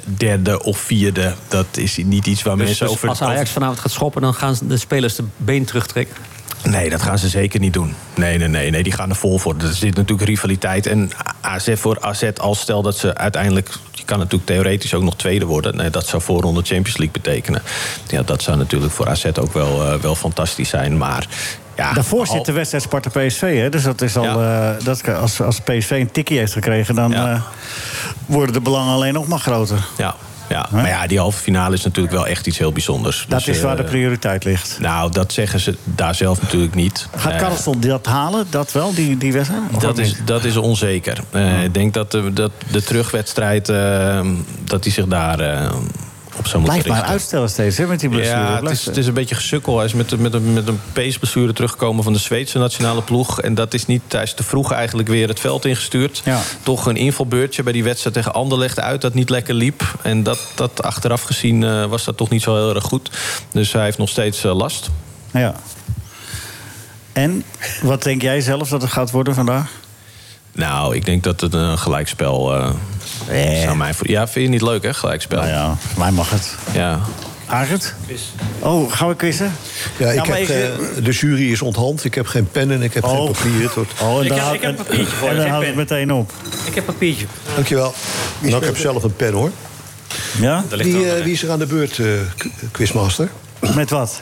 S6: derde of vierde. Dat is niet iets waar
S8: Dus,
S6: mensen
S8: dus
S6: over...
S8: als Ajax vanavond gaat schoppen, dan gaan de spelers de been terugtrekken.
S6: Nee, dat gaan ze zeker niet doen. Nee, nee, nee, nee die gaan er vol voor. Er zit natuurlijk rivaliteit. En AZ voor AZ, als stel dat ze uiteindelijk... Je kan natuurlijk theoretisch ook nog tweede worden. Nee, dat zou voorronde Champions League betekenen. Ja, dat zou natuurlijk voor AZ ook wel, eh, wel fantastisch zijn. Maar ja,
S3: Daarvoor
S6: al-
S3: zit de wedstrijd Sparta PSV, hè? Dus dat is al. eh, dat, kan- als, als PSV een tikkie heeft gekregen, dan eh, worden de belangen alleen nog maar groter.
S6: Ja, ja. maar ja, die halve finale is natuurlijk wel echt iets heel bijzonders. Dus, eh,
S3: Dat is waar de prioriteit ligt.
S6: Nou, dat zeggen ze daar zelf natuurlijk niet.
S3: Gaat
S6: Eh,
S3: Karlsson dat halen? Dat wel, die, die wedstrijd? Of ook
S6: Dat is,
S3: niet?
S6: dat is onzeker. Eh, Ik denk dat de, dat de terugwedstrijd, eh, dat die zich daar eh, op zou moeten
S3: Blijft maar
S6: richten.
S3: uitstellen steeds, hè? Met die blessure.
S6: Ja, het is,
S3: Blijft-
S6: het is een beetje gesukkel. Hij is met, met, een, met een peesblessure teruggekomen van de Zweedse nationale ploeg. En dat is niet, hij is te vroeg eigenlijk weer het veld ingestuurd. Toch een invalbeurtje bij die wedstrijd tegen Anderlecht uit dat niet lekker liep. En dat, dat achteraf gezien eh, was dat toch niet zo heel erg goed. Dus hij heeft nog steeds eh, last.
S3: Ja. En wat denk jij zelf dat het gaat worden vandaag?
S6: Nou, ik denk dat het een gelijkspel eh zou mij voor... Ja, vind je niet leuk, hè, gelijkspel? Nou
S3: ja, mij mag het.
S6: Ja.
S3: Arend? Oh, gaan we quizzen? Nou,
S7: Ja, ik
S3: maar
S7: heb,
S3: ik-
S7: eh, de jury is onthand. Ik heb geen pen en ik heb geen papier. Het wordt-
S3: Oh, en dan houdt- En dan houdt het meteen op.
S8: dus Ik heb papiertje.
S7: Dankjewel. Nou, ik heb zelf een pen hoor.
S3: Ja?
S7: Wie, eh, wie is er aan de beurt, eh, qu- quizmaster?
S3: Met wat?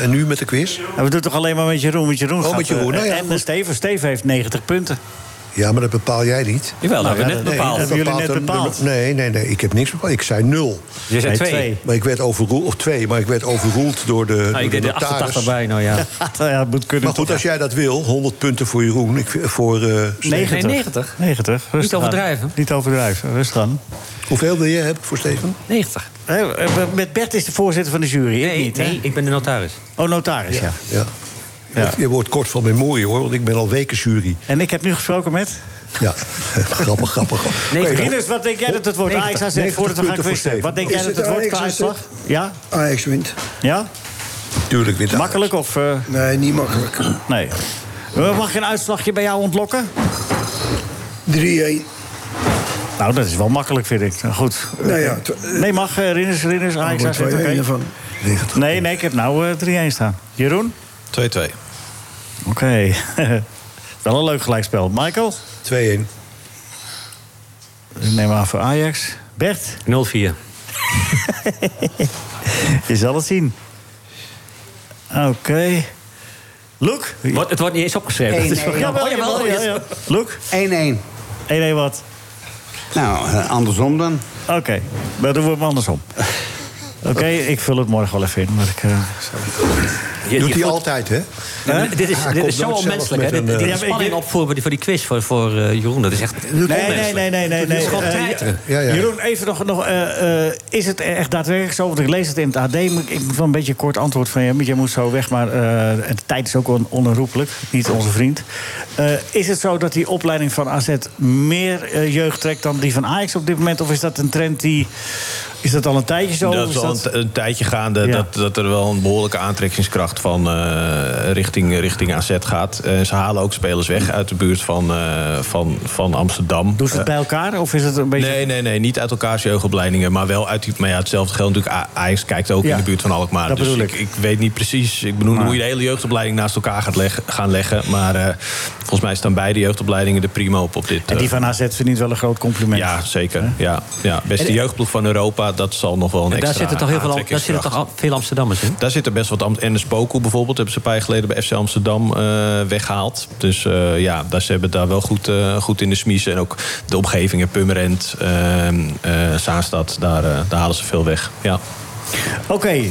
S7: En nu met de quiz?
S3: En we doen toch alleen maar met Jeroen? Want Jeroen
S7: Oh,
S3: gaat,
S7: met Jeroen,
S3: eh,
S7: nou ja,
S3: en Steven. Steven heeft 90 punten.
S7: Ja, maar dat bepaal jij niet.
S3: Jawel, dat Nou hebben we ja, net dat- bepaald.
S7: dat
S3: dat hebben jullie
S7: bepaalt
S3: net
S7: een-
S3: bepaald.
S7: Nee, nee, nee, ik heb niks bepaald. Ik zei nul.
S8: Je zei Nee, twee. twee.
S7: Maar ik werd overroeld, of twee, maar ik werd overroeld door Eh, de door
S8: Nou, ik deed er
S7: notaris.
S8: 88 bij, nou ja.
S3: ja, moet kunnen.
S7: Maar goed, als jij dat wil, 100 punten voor Jeroen. Ik, vind- voor, eh, Steven.
S8: 90.
S3: 90. Rustig aan.
S8: overdrijven.
S3: Niet overdrijven, rustig aan. Eh,
S7: Hoeveel wil jij hebben voor Steven?
S8: 90.
S3: Met Bert is de voorzitter van de jury, ik
S8: Nee,
S3: niet, hè?
S8: nee, ik ben de notaris.
S3: Oh, notaris, ja.
S7: Ja. Je wordt kort van memorie hoor, want ik ben al weken jury.
S3: En ik heb nu gesproken met?
S7: Ja, grappig, grappig.
S3: Nee,
S7: Oké,
S3: Rinus, wat denk jij dat het wordt?
S7: 90.
S3: Ajax AZ,
S7: 90
S3: voordat we gaan
S7: punten voor
S3: quizzen.
S7: Steven.
S3: Wat denk
S7: Is
S3: jij dat
S7: het
S3: het wordt
S4: Ajax
S3: qua
S4: AZ?
S3: uitslag? Ja?
S4: Ajax wint.
S3: Ja?
S7: Tuurlijk wint
S3: Makkelijk of... eh?
S4: Nee, niet makkelijk.
S3: Nee. Eh, Mag ik een uitslagje bij jou ontlokken?
S4: 3-1.
S3: Nou, dat is wel makkelijk, vind ik. Nou, Goed.
S4: Nou ja, t-
S3: nee, mag eh, Rinus, Rinus, Ajax
S4: wordt
S3: AZ, oké.
S4: 2-1 ervan.
S3: Nee, nee, ik heb nou eh 3-1 staan. Jeroen?
S6: 2-2.
S3: Oké. wel een leuk gelijkspel. Michael?
S7: 2-1. Ik
S3: Dus neem aan voor Ajax. Bert?
S8: 0-4. Je
S3: zal het zien. Oké. Luc?
S8: Wordt- het wordt niet eens opgeschreven.
S11: Eén,
S8: Dat is wel
S11: één.
S8: grappig.
S11: Oh, jawel,
S3: ja, ja. Luc?
S11: 1-1.
S3: 1-1 wat?
S11: Nou, eh, andersom dan.
S3: Oké, maar dan wordt het andersom. Oké, ik vul het morgen wel even in. Maar ik, eh,
S8: Je-
S7: Doet
S8: je
S7: hij
S8: voelt-
S7: altijd, hè?
S8: Ja, maar Dit is,
S7: Hij
S8: dit
S7: komt
S8: is zo
S7: nooit zelf
S8: onmenselijk, hè?
S7: met
S8: Dit,
S7: een,
S8: dit,
S7: eh,
S8: die spanning op voor, voor die quiz voor, voor eh, Jeroen, dat is echt
S3: Nee, nee,
S8: onmenselijk.
S3: nee, nee, nee. nee.
S8: is gewoon
S3: Eh,
S8: treiteren.
S3: Ja, ja. Jeroen, even nog. nog eh, eh, is het echt daadwerkelijk zo? Want ik lees het in het AD. Maar ik- ik moet wel een beetje een kort antwoord van je. want Jij moet zo weg, maar eh, de tijd is ook on onherroepelijk. Niet onze vriend. Eh, is het zo dat die opleiding van AZ meer eh, jeugd trekt dan die van Ajax op dit moment? Of is dat een trend die. Is dat al een tijdje zo?
S6: dat
S3: Of
S6: is
S3: is
S6: al een,
S3: dat-
S6: t- een tijdje gaande dat, dat er wel een behoorlijke aantrekkingskracht van eh, richting, richting AZ gaat. Eh, ze halen ook spelers weg uit de buurt van, eh, van, van Amsterdam.
S3: Doen ze het
S6: Eh,
S3: bij elkaar? Of is het een beetje.
S6: Nee, nee, nee. Niet uit elkaars jeugdopleidingen. Maar wel uit die. Maar ja, hetzelfde geldt natuurlijk. A- Ajax kijkt ook
S3: Ja,
S6: in de buurt van Alkmaar.
S3: dat
S6: dus
S3: bedoel
S6: ik. ik weet niet precies. Ik bedoel,
S3: Maar-
S6: hoe je de hele jeugdopleiding naast elkaar gaat leggen, gaan leggen. Maar eh, volgens mij staan beide jeugdopleidingen de prima op op dit.
S3: En die
S6: eh,
S3: van AZ verdient wel een groot compliment.
S6: ja, zeker. Ja, ja. Beste
S8: En-
S6: jeugdploeg van Europa, dat zal nog wel een
S8: En
S6: extra
S8: daar zitten toch heel veel, daar
S6: aantrekkingskracht
S8: zitten toch al- veel Amsterdammers in?
S6: daar zitten best wat Am- En de Spoku bijvoorbeeld hebben ze een paar jaar geleden bij FC Amsterdam eh, weggehaald. Dus eh, ja, daar, ze hebben daar wel goed, eh, goed in de smiezen. En ook de omgevingen, Purmerend, eh, eh, Zaanstad, daar, eh, daar halen ze veel weg. Ja.
S3: Oké,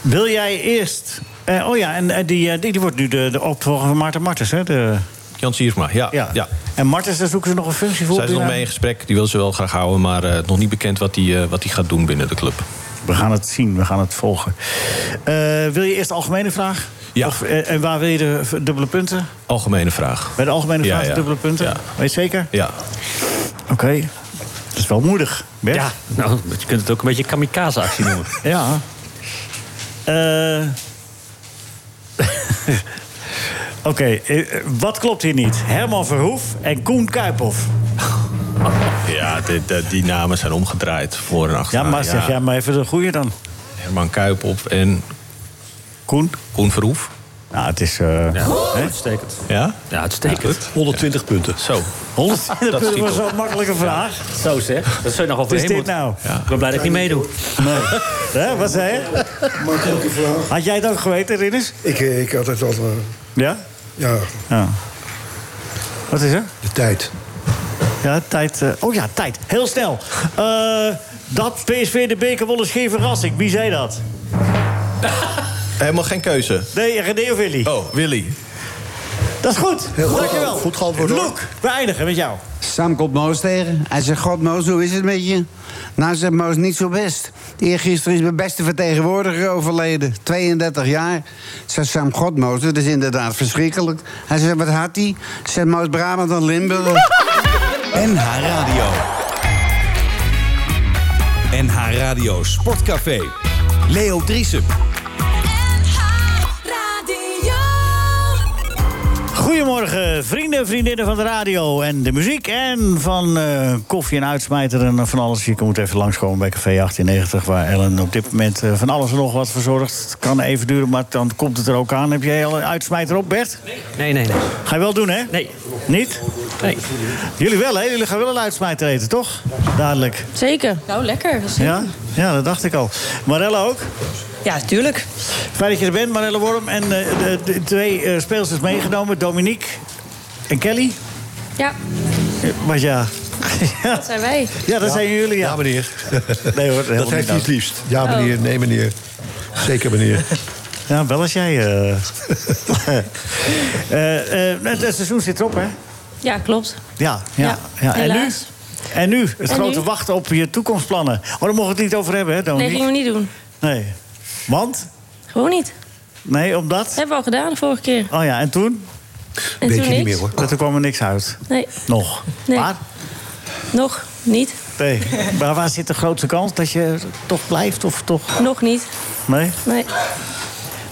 S3: wil jij eerst... eh, oh ja, en eh, die, eh, die, die wordt nu de, de opvolger van Maarten Martens, hè? De,
S6: Jan Siersma, ja. ja.
S3: en Martens, daar zoeken ze nog een functie voor.
S6: Zij is nog
S3: Ja.
S6: mee in gesprek, die wil ze wel graag houden. Maar eh, nog niet bekend wat hij wat die gaat doen binnen de club.
S3: We gaan het zien, we gaan het volgen. Eh, wil je eerst de algemene vraag?
S6: Ja.
S3: Of, eh, en waar wil je de v- dubbele punten?
S6: Algemene vraag.
S3: Bij de algemene
S6: Ja,
S3: vraag de
S6: ja.
S3: dubbele punten? Weet je zeker?
S6: Ja.
S3: Oké. Dat is wel moedig. Bert?
S8: Ja, nou, je kunt het ook een beetje kamikaze-actie noemen.
S3: Ja. Eh. Oké, eh, wat klopt hier niet? Herman Verhoef en Koen Kuiphoff.
S6: Ja, die, die, die namen zijn omgedraaid voor en achter.
S3: Ja, maar zeg jij maar even de goede dan.
S6: Herman Kuip op en...
S3: Koen?
S6: Koen Verhoef.
S3: Nou, het is...
S6: ja.
S8: Uitstekend.
S6: Ja?
S8: Ja, uitstekend.
S7: 120 punten.
S6: Zo.
S3: 120
S8: Dat
S3: punten
S8: schiet
S3: was
S8: op.
S3: zo'n makkelijke vraag.
S8: Zo zeg, dat zou je nog
S3: Wat is
S8: overheen
S3: dit
S8: moeten.
S3: nou?
S8: Ik ben blij dat ik niet meedoe.
S3: Nee. Hè, wat zei je?
S4: Makkelijke vraag.
S3: Had jij het ook geweten, Rinus?
S4: Ik, eh, ik had het al. eh,
S3: Ja?
S4: Ja.
S3: ja. Wat is er?
S7: De tijd.
S3: Ja, tijd. eh, oh ja, tijd. Heel snel. Eh, dat PSV de beker won is geen verrassing. Wie zei dat?
S6: Helemaal geen keuze.
S3: Nee, René of Willy?
S6: Oh, Willy.
S3: Dat is goed.
S11: Heel goed.
S3: Dankjewel.
S11: Goed geantwoord, hoor.
S3: Loek, we eindigen met jou.
S11: Sam komt Moos tegen. Hij zegt, god Moos, hoe is het met je? Nou, zegt Moos, niet zo best. Eergisteren is mijn beste vertegenwoordiger overleden. 32 jaar. Zegt Sam, god Moos, dat is inderdaad verschrikkelijk. Hij zegt, wat had hij? Zegt Moos Brabant en Limburg.
S2: NH Radio. NH Radio Sportcafé. Leo Driesen.
S3: Goedemorgen, vrienden en vriendinnen van de radio en de muziek. En van eh, koffie en uitsmijter en eh, van alles. Je moet even langskomen bij Café 1890, waar Ellen op dit moment eh, van alles en nog wat verzorgt. Het kan even duren, maar dan komt het er ook aan. Heb jij al een uitsmijter op, Bert?
S8: Nee, nee, nee.
S3: Ga je wel doen, hè?
S8: Nee.
S3: Niet?
S8: Nee.
S3: Jullie wel, hè? Jullie gaan wel een uitsmijter eten, toch? Dadelijk.
S12: Zeker. Nou, lekker.
S3: Ja? ja, dat dacht ik al. Marella ook?
S12: Ja, tuurlijk.
S3: Fijn dat je er bent, Marella Worm. En eh, de, de twee eh, speelsters meegenomen, Dominique en Kelly.
S12: Ja,
S3: Eh, Maar ja,
S12: dat zijn wij.
S3: Ja, dat zijn jullie, ja.
S7: meneer.
S3: Nee hoor, helemaal
S7: dat geeft
S3: niet
S7: hij het
S3: nodig.
S7: liefst. Ja,
S12: Oh.
S7: meneer. Nee, meneer. Zeker, meneer.
S3: Ja, wel als jij... eh Eh, eh, het, het seizoen zit erop, hè?
S12: Ja, klopt.
S3: Ja, ja. ja. En nu?
S12: Helaas.
S3: En nu? Het
S12: En
S3: grote
S12: nu?
S3: wachten op je toekomstplannen. Oh, daar mogen we het niet over hebben, hè,
S12: Nee,
S3: Dominique?
S12: gingen we niet doen.
S3: Nee. Want?
S12: Gewoon niet.
S3: Nee, omdat?
S12: hebben we al gedaan de vorige keer.
S3: Oh ja, en toen?
S12: En toen niks.
S3: Dat er kwam er niks uit.
S12: Nee,
S3: Nog.
S12: nee.
S3: Maar?
S12: Nog niet.
S3: Nee. maar waar zit de grootste kans dat je toch blijft of toch...
S12: Nog niet.
S3: Nee?
S12: Nee.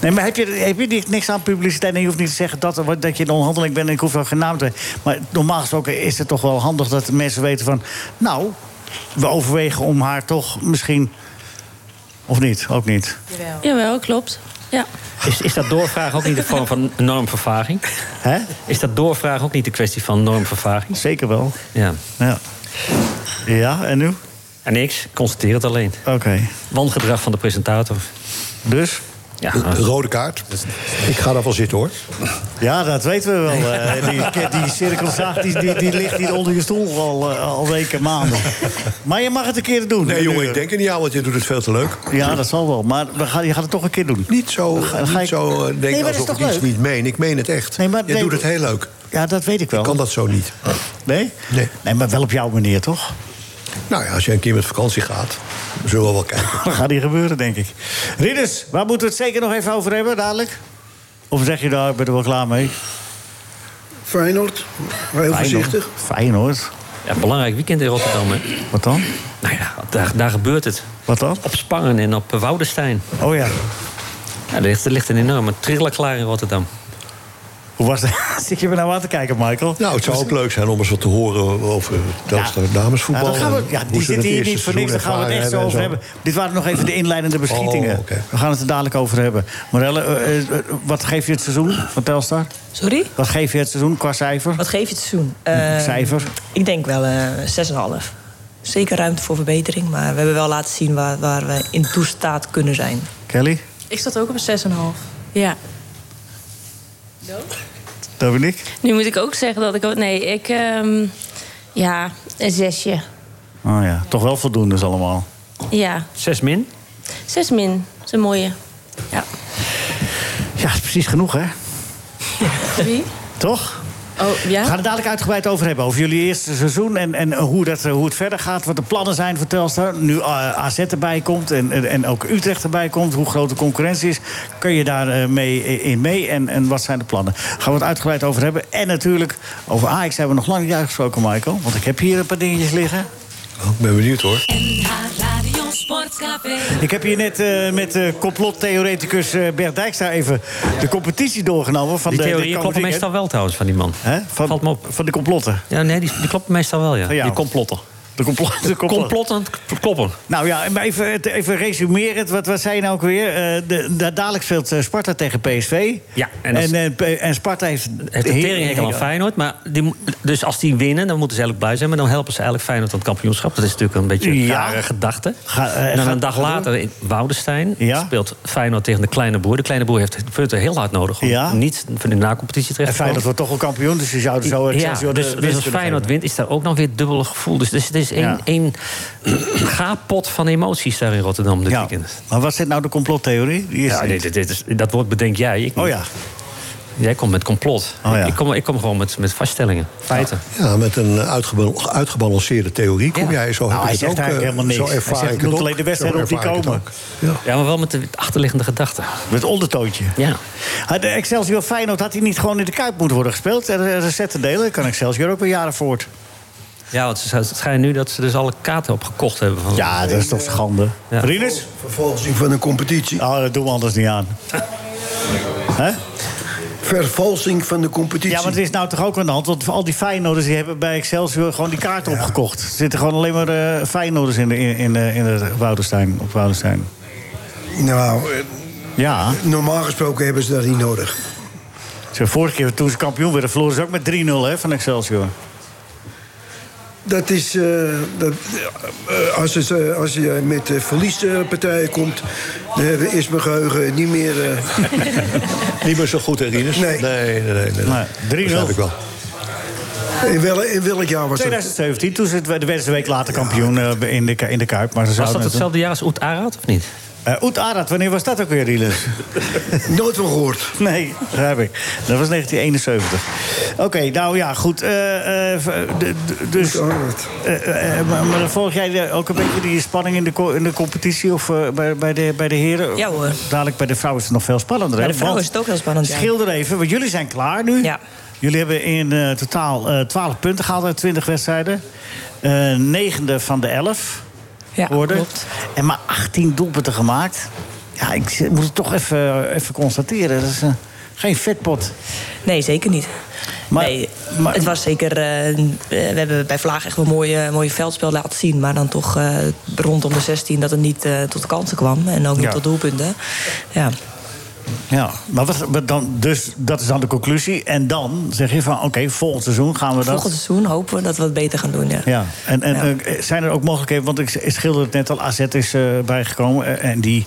S3: Nee, maar heb je, heb je niet- niks aan publiciteit? En je hoeft niet te zeggen dat, er wat- dat je in onderhandeling bent... en ik hoef wel geen naam te Maar normaal gesproken is het toch wel handig dat mensen weten van... nou, we overwegen om haar toch misschien... Of niet, ook niet.
S12: Jawel, klopt. Ja.
S8: Is, is dat doorvragen ook niet de vorm van normvervaging?
S3: Hè?
S8: Is dat doorvragen ook niet de kwestie van normvervaging?
S3: Zeker wel.
S8: Ja.
S3: Ja. Ja, en nu?
S8: En niks, constateer het alleen.
S3: Oké.
S8: Wangedrag van de presentator.
S3: Dus?
S8: Ja,
S7: Rode kaart. Ik ga daarvan zitten, hoor.
S3: Ja, dat weten we wel. eh, die, die cirkelzaag die, die, die ligt hier onder je stoel al, eh, al weken, maanden. Maar je mag het een keer doen. Eh,
S7: Nee, jongen, ik denk er niet aan, want je doet het veel te leuk.
S3: Ja, dat zal wel. Maar we gaan, je gaat het toch een keer doen.
S7: Niet zo,
S3: ga
S7: niet
S3: ik-
S7: zo eh,
S3: Nee, maar
S7: denken
S3: dat is
S7: alsof
S3: toch
S7: ik iets
S3: leuk?
S7: niet meen. Ik meen het echt.
S3: Nee, maar
S7: je
S3: nee,
S7: doet het heel leuk.
S3: Ja, dat weet ik wel.
S7: Kan dat zo niet?
S3: Nee?
S7: Nee.
S3: Nee, maar wel op jouw manier, toch?
S7: Nou ja, als je een keer met vakantie gaat, zullen we wel kijken.
S3: Dat gaat hier gebeuren, denk ik. Ridders, waar moeten we het zeker nog even over hebben dadelijk? Of zeg je daar, ik ben er wel klaar mee?
S4: Feyenoord, maar heel voorzichtig.
S3: Feyenoord.
S8: Ja, belangrijk weekend in Rotterdam. Hè.
S3: Wat dan?
S8: Nou ja, daar, daar gebeurt het.
S3: Wat dan?
S8: Op Spangen en op eh, Woudenstein.
S3: Oh ja.
S8: Ja, er, ligt, er ligt een enorme thriller klaar in Rotterdam.
S3: Hoe was het? Zit je me nou aan te kijken, Michael? Dus-
S7: Nou, het zou ook leuk zijn om eens wat te horen over dat
S3: Ja, Nou,
S7: damesvoetbal.
S3: dan gaan we,
S7: en
S3: ja
S7: hoe
S3: die
S7: ze het
S3: zitten hier
S7: eerste
S3: niet voor niks. Daar
S7: seizoen
S3: gaan we het echt zo
S7: ervaren en
S3: over hebben. Dit waren nog even de inleidende beschietingen.
S7: Oh, oké.
S3: We gaan het er dadelijk over hebben. Morelle, eh, eh, eh, wat geef je het seizoen van Telstar?
S13: Sorry?
S3: Wat geef je het seizoen qua cijfer?
S13: Wat geef je het seizoen? Eh,
S3: Cijfer?
S13: Ik denk wel eh 6,5. Zeker ruimte voor verbetering, maar we hebben wel laten zien waar, waar we in toestaat kunnen zijn.
S3: Kelly?
S10: Ik zat ook op een 6,5.
S12: Ja.
S3: Dominique?
S12: Nu moet ik ook zeggen dat ik... ook- Nee, ik... ehm, ja, een zesje.
S3: Oh ja, toch wel voldoende is allemaal.
S12: Ja,
S8: Zes min.
S12: zes min. Dat is een mooie.
S3: Ja, is precies genoeg, hè?
S12: Wie?
S3: Toch?
S12: Oh,
S3: We gaan
S12: ja?
S3: het dadelijk uitgebreid over hebben. Over jullie eerste seizoen en, en hoe, dat, eh, hoe het verder gaat. Wat de plannen zijn voor Telstar. Nu eh, AZ erbij komt en, en, en ook Utrecht erbij komt. Hoe groot de concurrentie is. Kun je daar eh, mee, eh, in mee en, en wat zijn de plannen? Gaan we het uitgebreid over hebben. En natuurlijk over Ajax hebben we nog lang niet uitgesproken, Michael. Want ik heb hier een paar dingetjes liggen.
S7: Oh, ik ben benieuwd hoor.
S1: Radio Sportcafé.
S3: Ik heb hier net eh, met eh, complottheoreticus eh, Bert Dijkstra even de competitie doorgenomen. Van
S8: die
S3: de, de
S8: theorieën kloppen
S3: komende-
S8: meestal wel trouwens van die man.
S3: Van, Valt me op. van de complotten.
S8: Ja, nee, die, die kloppen meestal wel, ja.
S3: Van jou.
S8: Die complotten.
S3: De complotten.
S8: De complotten kloppen.
S3: Nou ja, maar even, het- even resumerend. Wat, wat zei je nou ook weer? Eh, de, da- dadelijk speelt eh, Sparta tegen PSV.
S8: Ja, en
S3: En,
S8: als-
S3: en, eh, P- en Sparta heeft...
S8: Het teringhekel aan Feyenoord. Maar die, mo- dus als die winnen, dan moeten ze eigenlijk blij zijn. Maar dan helpen ze eigenlijk Feyenoord aan het kampioenschap. Dat is natuurlijk een beetje een
S3: Ja.
S8: rare gedachte.
S3: Ga- eh,
S8: en dan
S3: ga-
S8: Nou, een dag
S3: ga door.
S8: later in Woudenstein speelt Feyenoord tegen de kleine broer. De kleine broer heeft Putten heel hard nodig om
S3: Ja.
S8: niet van de na-competitie terecht
S3: En
S8: te komen.
S3: Feyenoord wordt toch al kampioen, dus je zouden zo
S8: ja,
S3: Excelsior de
S8: dus, dus
S3: winst
S8: als
S3: kunnen
S8: Feyenoord wint, is daar ook nog weer het dubbele gevoel. Dus, dus het is één,
S3: Ja.
S8: één gapot van emoties daar in Rotterdam dit weekend.
S3: Maar was dit nou de complottheorie? Die is
S8: ja,
S3: er
S8: dit,
S3: niet.
S8: dit, dit is, dat woord bedenk jij. Ik
S3: Oh ja.
S8: Jij komt met complot.
S7: Oh ja.
S8: ik, kom, ik kom gewoon met, met vaststellingen, feiten.
S7: Ja, met een uitgebal- uitgebalanceerde theorie kom jij zo. heb
S8: Nou,
S7: ik
S8: hij
S7: het
S8: zegt
S7: ook,
S8: eigenlijk
S7: eh,
S8: helemaal niks.
S7: Zo
S8: Hij
S7: ervaar
S8: zegt,
S7: ik
S8: je
S7: het
S8: moet
S7: ook.
S8: alleen de wedstrijden
S7: Zo
S8: op die
S7: ervaar ik het
S8: komen.
S7: ook.
S8: Ja. maar wel met de achterliggende gedachte.
S3: Met ondertoontje.
S8: Ja.
S3: Had de Excelsior Feyenoord had hij niet gewoon in de Kuip moeten worden gespeeld? Er er zijn te delen, kan Excelsior ook weer jaren voort.
S8: Ja, want ze het schijnt nu dat ze dus alle kaarten opgekocht hebben. Van ja,
S3: dat is toch schande.
S8: Ja.
S3: Rinus?
S4: Vervalsing van een competitie.
S3: Oh, dat doen we anders niet aan. Hè?
S4: Vervalsing van de competitie.
S3: Ja, maar het is nou toch ook aan de hand, want al die Feyenoorders die hebben bij Excelsior gewoon die kaart opgekocht. Er zitten gewoon alleen maar eh Feyenoorders in, de, in, in, eh, in het Woudenstein, op Woudenstein.
S4: Nou, eh,
S3: Ja.
S4: normaal gesproken hebben ze dat niet nodig.
S3: Zo, vorige keer toen ze kampioen werden, verloren ze ook met 3-0 hè, van Excelsior.
S4: Dat is. eh, dat, eh, als, het, eh, als je met eh, verliespartijen komt. dan hebben- is mijn geheugen niet meer. eh,
S7: niet meer zo goed, hè, Rinus? Nee. Nee, nee, nee. nee.
S3: nee 3-0.
S7: Begrijp ik wel.
S4: In, wel, in welk jaar was dat?
S3: 2017, toen ze het- werden ze een week later kampioen eh, in, de, Ku- in de Kuip. Maar ze
S8: Was dat
S3: zouden het-
S8: hetzelfde jaar als Oet Arad of niet?
S3: Eh, Oet Arad, wanneer was dat ook weer, Rielus?
S4: Nooit van gehoord.
S3: Nee, begrijp ik. Dat was 1971. Oké, nou ja, goed. eh, eh, v- de- de- dus, Eh, eh, maar, maar volg jij de- ook een beetje die spanning in de, co- in de competitie? Of eh, bij, bij, de, bij de heren?
S13: Ja, hoor.
S3: Dadelijk bij de vrouwen is het nog veel spannender.
S13: Bij
S3: hè?
S13: de vrouwen
S3: Want-
S13: is het ook heel spannend, ja.
S3: Schilder even, want jullie zijn klaar nu. Jullie hebben in eh, totaal eh 12 punten gehaald uit 20 wedstrijden. Eh, negende van de 11
S13: Ja,
S3: geworden. En maar 18 doelpunten gemaakt. Ja, ik z- moet het toch even, even constateren. Dat is eh, geen vetpot.
S13: Nee, zeker niet. nee, het was zeker. eh, eh, we hebben bij Vlaag echt wel een mooie, mooie veldspel laten zien. Maar dan toch eh, rondom de 16 dat het niet eh, tot kansen kwam. En ook niet
S3: Ja.
S13: tot doelpunten. Ja.
S3: Ja, maar wat, wat dan, dus dat is dan de conclusie. En dan zeg je van, oké, volgend seizoen gaan we dat...
S13: Volgend seizoen hopen we dat we het beter gaan doen. Ja.
S3: Ja, en, en eh, zijn er ook mogelijkheden? Want ik s- schilder het net al, AZ is eh, bijgekomen. eh, en die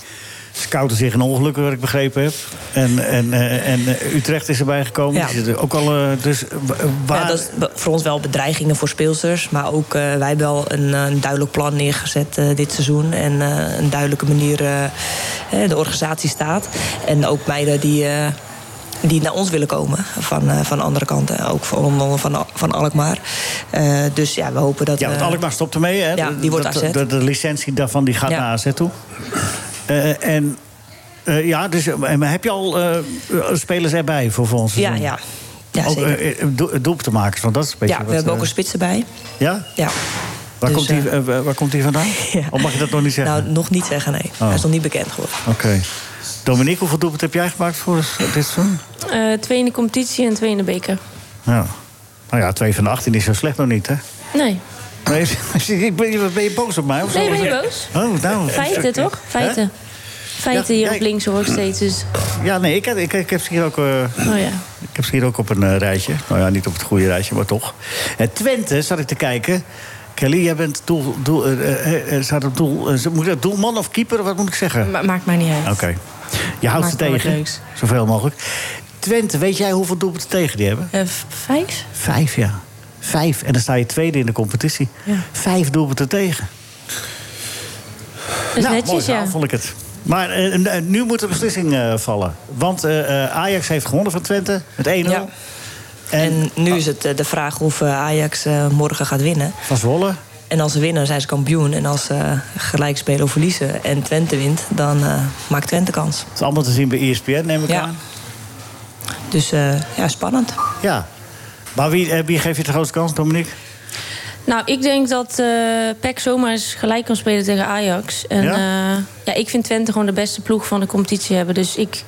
S3: scouten zich een ongeluk, wat ik begrepen heb. En, en, eh, en eh, Utrecht is erbij gekomen.
S13: Ja.
S3: Die zitten ook al... eh, dus eh, wa- waar...
S13: Ja, dat is be- voor ons wel bedreigingen voor speelsters. Maar ook eh, wij hebben wel een, eh, een duidelijk plan neergezet eh, dit seizoen. En eh, een duidelijke manier eh, eh, de organisatie staat. En ook meiden die, eh, die naar ons willen komen van, eh, van andere kanten. Ook van, van, van Alkmaar. Eh, dus ja, we hopen dat...
S3: ja, want
S13: eh,
S3: Alkmaar stopt ermee, hè?
S13: Ja, die wordt
S3: Dat-
S13: AZ.
S3: dat- dat- De, licentie daarvan die gaat naar AZ toe. Eh, en eh, ja, dus, eh, maar heb je al eh, spelers erbij voor volgend
S13: Ja,
S3: seizoen?
S13: ja. Ja,
S3: ook
S13: zeker.
S3: eh, eh, do- doelpuntenmakers, want dat is een beetje
S13: ja, we
S3: wat,
S13: hebben ook
S3: eh,
S13: een spits erbij.
S3: Ja?
S13: Ja.
S3: Waar,
S13: Dus,
S3: komt die, eh, waar- waar komt die vandaan? Of mag je dat nog niet zeggen?
S13: Nou, nog niet zeggen, nee.
S3: Oh.
S13: Hij is nog niet bekend geworden.
S3: Oké. Dominique, hoeveel doelpunten heb jij gemaakt voor dit seizoen?
S12: Eh, twee in de competitie en twee in de beker.
S3: Ja. Nou ja, 2 van de 18 is zo slecht nog niet, hè?
S12: Nee.
S3: Nee, ik ben, ben je boos op mij? Of zo?
S12: Nee, ben je boos?
S3: Oh, nou.
S12: Feiten, toch? Feiten. Feiten hier op links hoor ik steeds. Dus.
S3: Ja, nee, ik, heb- ik, ik heb ze hier ook... eh,
S12: Oh ja.
S3: Ik heb ze hier ook op een eh, rijtje. Nou ja, niet op het goede rijtje, maar toch. En Twente zat ik te kijken. Kelly, jij bent doel, doel, eh, eh, eh, staat op doel. eh, moet dat doelman of keeper? Wat moet ik zeggen?
S12: Ma- maakt mij niet uit.
S3: Oké. Je houdt
S12: Maakt
S3: ze
S12: wel wat
S3: tegen.
S12: leuks.
S3: Zoveel mogelijk. Twente, weet jij hoeveel doelpunten tegen die hebben?
S12: Eh, v- vijf?
S3: Vijf, ja. Vijf. En dan sta je tweede in de competitie. Vijf doelpunten tegen. Nou,
S12: Dat is netjes,
S3: mooi verhaal
S12: ja.
S3: vond ik het. Maar eh, n- eh, nu moet de beslissing eh, vallen. Want eh, eh, Ajax heeft gewonnen van Twente met 1-0.
S13: En, nu is het eh, de vraag of eh, Ajax eh, morgen gaat winnen.
S3: Ah. Van Zwolle?
S13: En als ze winnen, zijn ze kampioen. En als ze eh, gelijk spelen of verliezen en Twente wint, dan eh, maakt Twente kans.
S3: Het is allemaal te zien bij E ESPN, neem ik
S13: Ja.
S3: aan.
S13: Dus eh, ja, spannend.
S3: Ja. Maar wie, eh, wie geeft je de grootste kans, Dominique?
S12: Nou, ik denk dat eh PEC zomaar eens gelijk kan spelen tegen Ajax. En
S14: Ja?
S12: ja? ja, ik vind Twente gewoon de beste ploeg van de competitie hebben. Dus ik,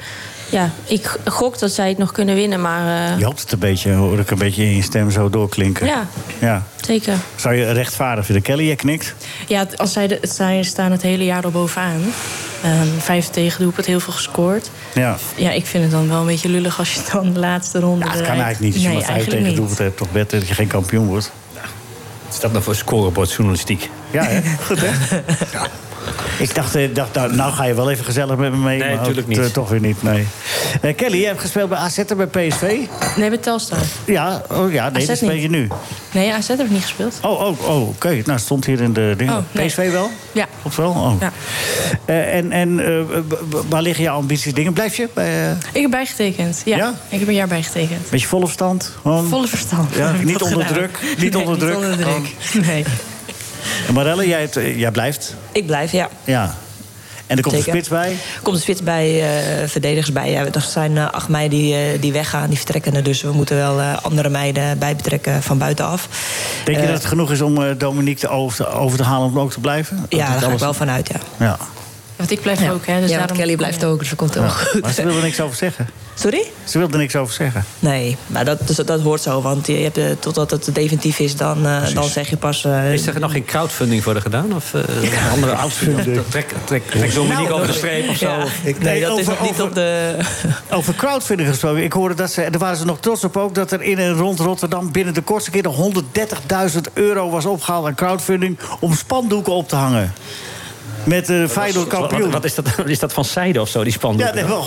S12: ja, ik gok dat zij het nog kunnen winnen. Maar eh,
S3: Je hoopt het een beetje, hoor ik een beetje in je stem zo doorklinken.
S14: Ja.
S3: ja.
S12: zeker.
S3: Zou je rechtvaardig vinden? Kelly, jij knikt.
S14: Ja, het- als zij, de- zij staan het hele jaar al bovenaan. Ehm, vijf tegendoelpunt, heel veel gescoord.
S3: Ja.
S14: Ja, ik vind het dan wel een beetje lullig als je dan de laatste ronde.
S3: Dat kan
S14: eruit-
S3: eigenlijk niet. Als je
S14: Nee,
S3: maar vijf
S14: eigenlijk
S3: tegen
S14: niet.
S3: doelpunten hebt, toch beter dat je geen kampioen wordt.
S5: Wat is dat nou voor scorebordjournalistiek?
S3: Ja, hè? Goed, hè? Ik dacht, eh, dacht nou, nou ga je wel even gezellig met me mee.
S5: Nee,
S3: maar ook,
S5: tuurlijk niet.
S3: eh, toch weer niet, nee. Eh, Kelly, jij hebt gespeeld bij AZ en bij PSV?
S14: Nee, bij Telstar.
S3: Ja, oh, ja nee,
S14: AZ
S3: dat speel je
S14: niet.
S3: nu.
S14: Nee, AZ heeft niet gespeeld.
S3: Oh, oh, oh oké. Nou, stond hier in de dingen.
S14: Oh, nee.
S3: PSV wel?
S14: Ja.
S3: Of wel? Oh.
S14: Ja.
S3: Eh, en en eh, w- w- waar liggen je ambities dingen? Blijf je bij, eh
S14: Ik heb bijgetekend. Ja,
S3: Ja?
S14: ik heb een jaar bijgetekend.
S3: met je volle verstand? Gewoon-
S14: Volle verstand.
S3: Ja,
S14: heb ik
S3: niet
S14: dat
S3: onder
S14: gedaan.
S3: druk, niet
S14: Nee,
S3: onder druk,
S14: Niet onder druk.
S13: Oh.
S14: Nee.
S3: En Marelle, jij, hebt- eh, jij blijft?
S13: Ik blijf, ja.
S3: Ja. En er komt een
S13: Zeker.
S3: spits bij?
S13: Er komt een spits bij, eh, verdedigers bij. Ja, er zijn eh, acht meiden die, eh, die weggaan, die vertrekken er. Dus we moeten wel eh, andere meiden bij betrekken van buitenaf.
S3: Denk je
S13: Eh,
S3: dat het genoeg is om eh, Dominique te over, te over te halen om ook te blijven? Dat
S13: Ja,
S3: het
S13: daar ga ik
S3: alles-
S13: wel van uit, ja.
S3: Ja.
S14: Want ik blijf ook, hè.
S13: Ja,
S14: Dus
S13: want
S14: daarom...
S13: Kelly blijft ook, dus dat komt
S3: Ja.
S13: ook goed.
S3: Maar ze wilde niks over zeggen.
S13: Sorry?
S3: Ze wilde niks over zeggen.
S13: Nee, maar dat, dus dat, dat hoort zo. Want je hebt, eh, totdat het definitief is, dan, eh, dan zeg je pas... eh,
S5: Is er nog geen crowdfunding voor gedaan? Of eh, een andere outfunding? Trek, trek, trek Dominique
S13: Nou,
S5: over de
S13: dat-
S5: streep of zo?
S13: ja.
S5: Of-
S13: Nee, dat is nog niet op de...
S3: Over crowdfunding gesproken. Ik hoorde dat ze, en daar waren ze nog trots op ook... dat er in en rond Rotterdam binnen de kortste keer... nog 130.000 euro was opgehaald aan crowdfunding... om spandoeken op te hangen. Met eh, de Feyenoord kampioen.
S5: Wat, wat is, dat, is dat van zijde of zo, die spandoeken?
S3: Ja, nee, wel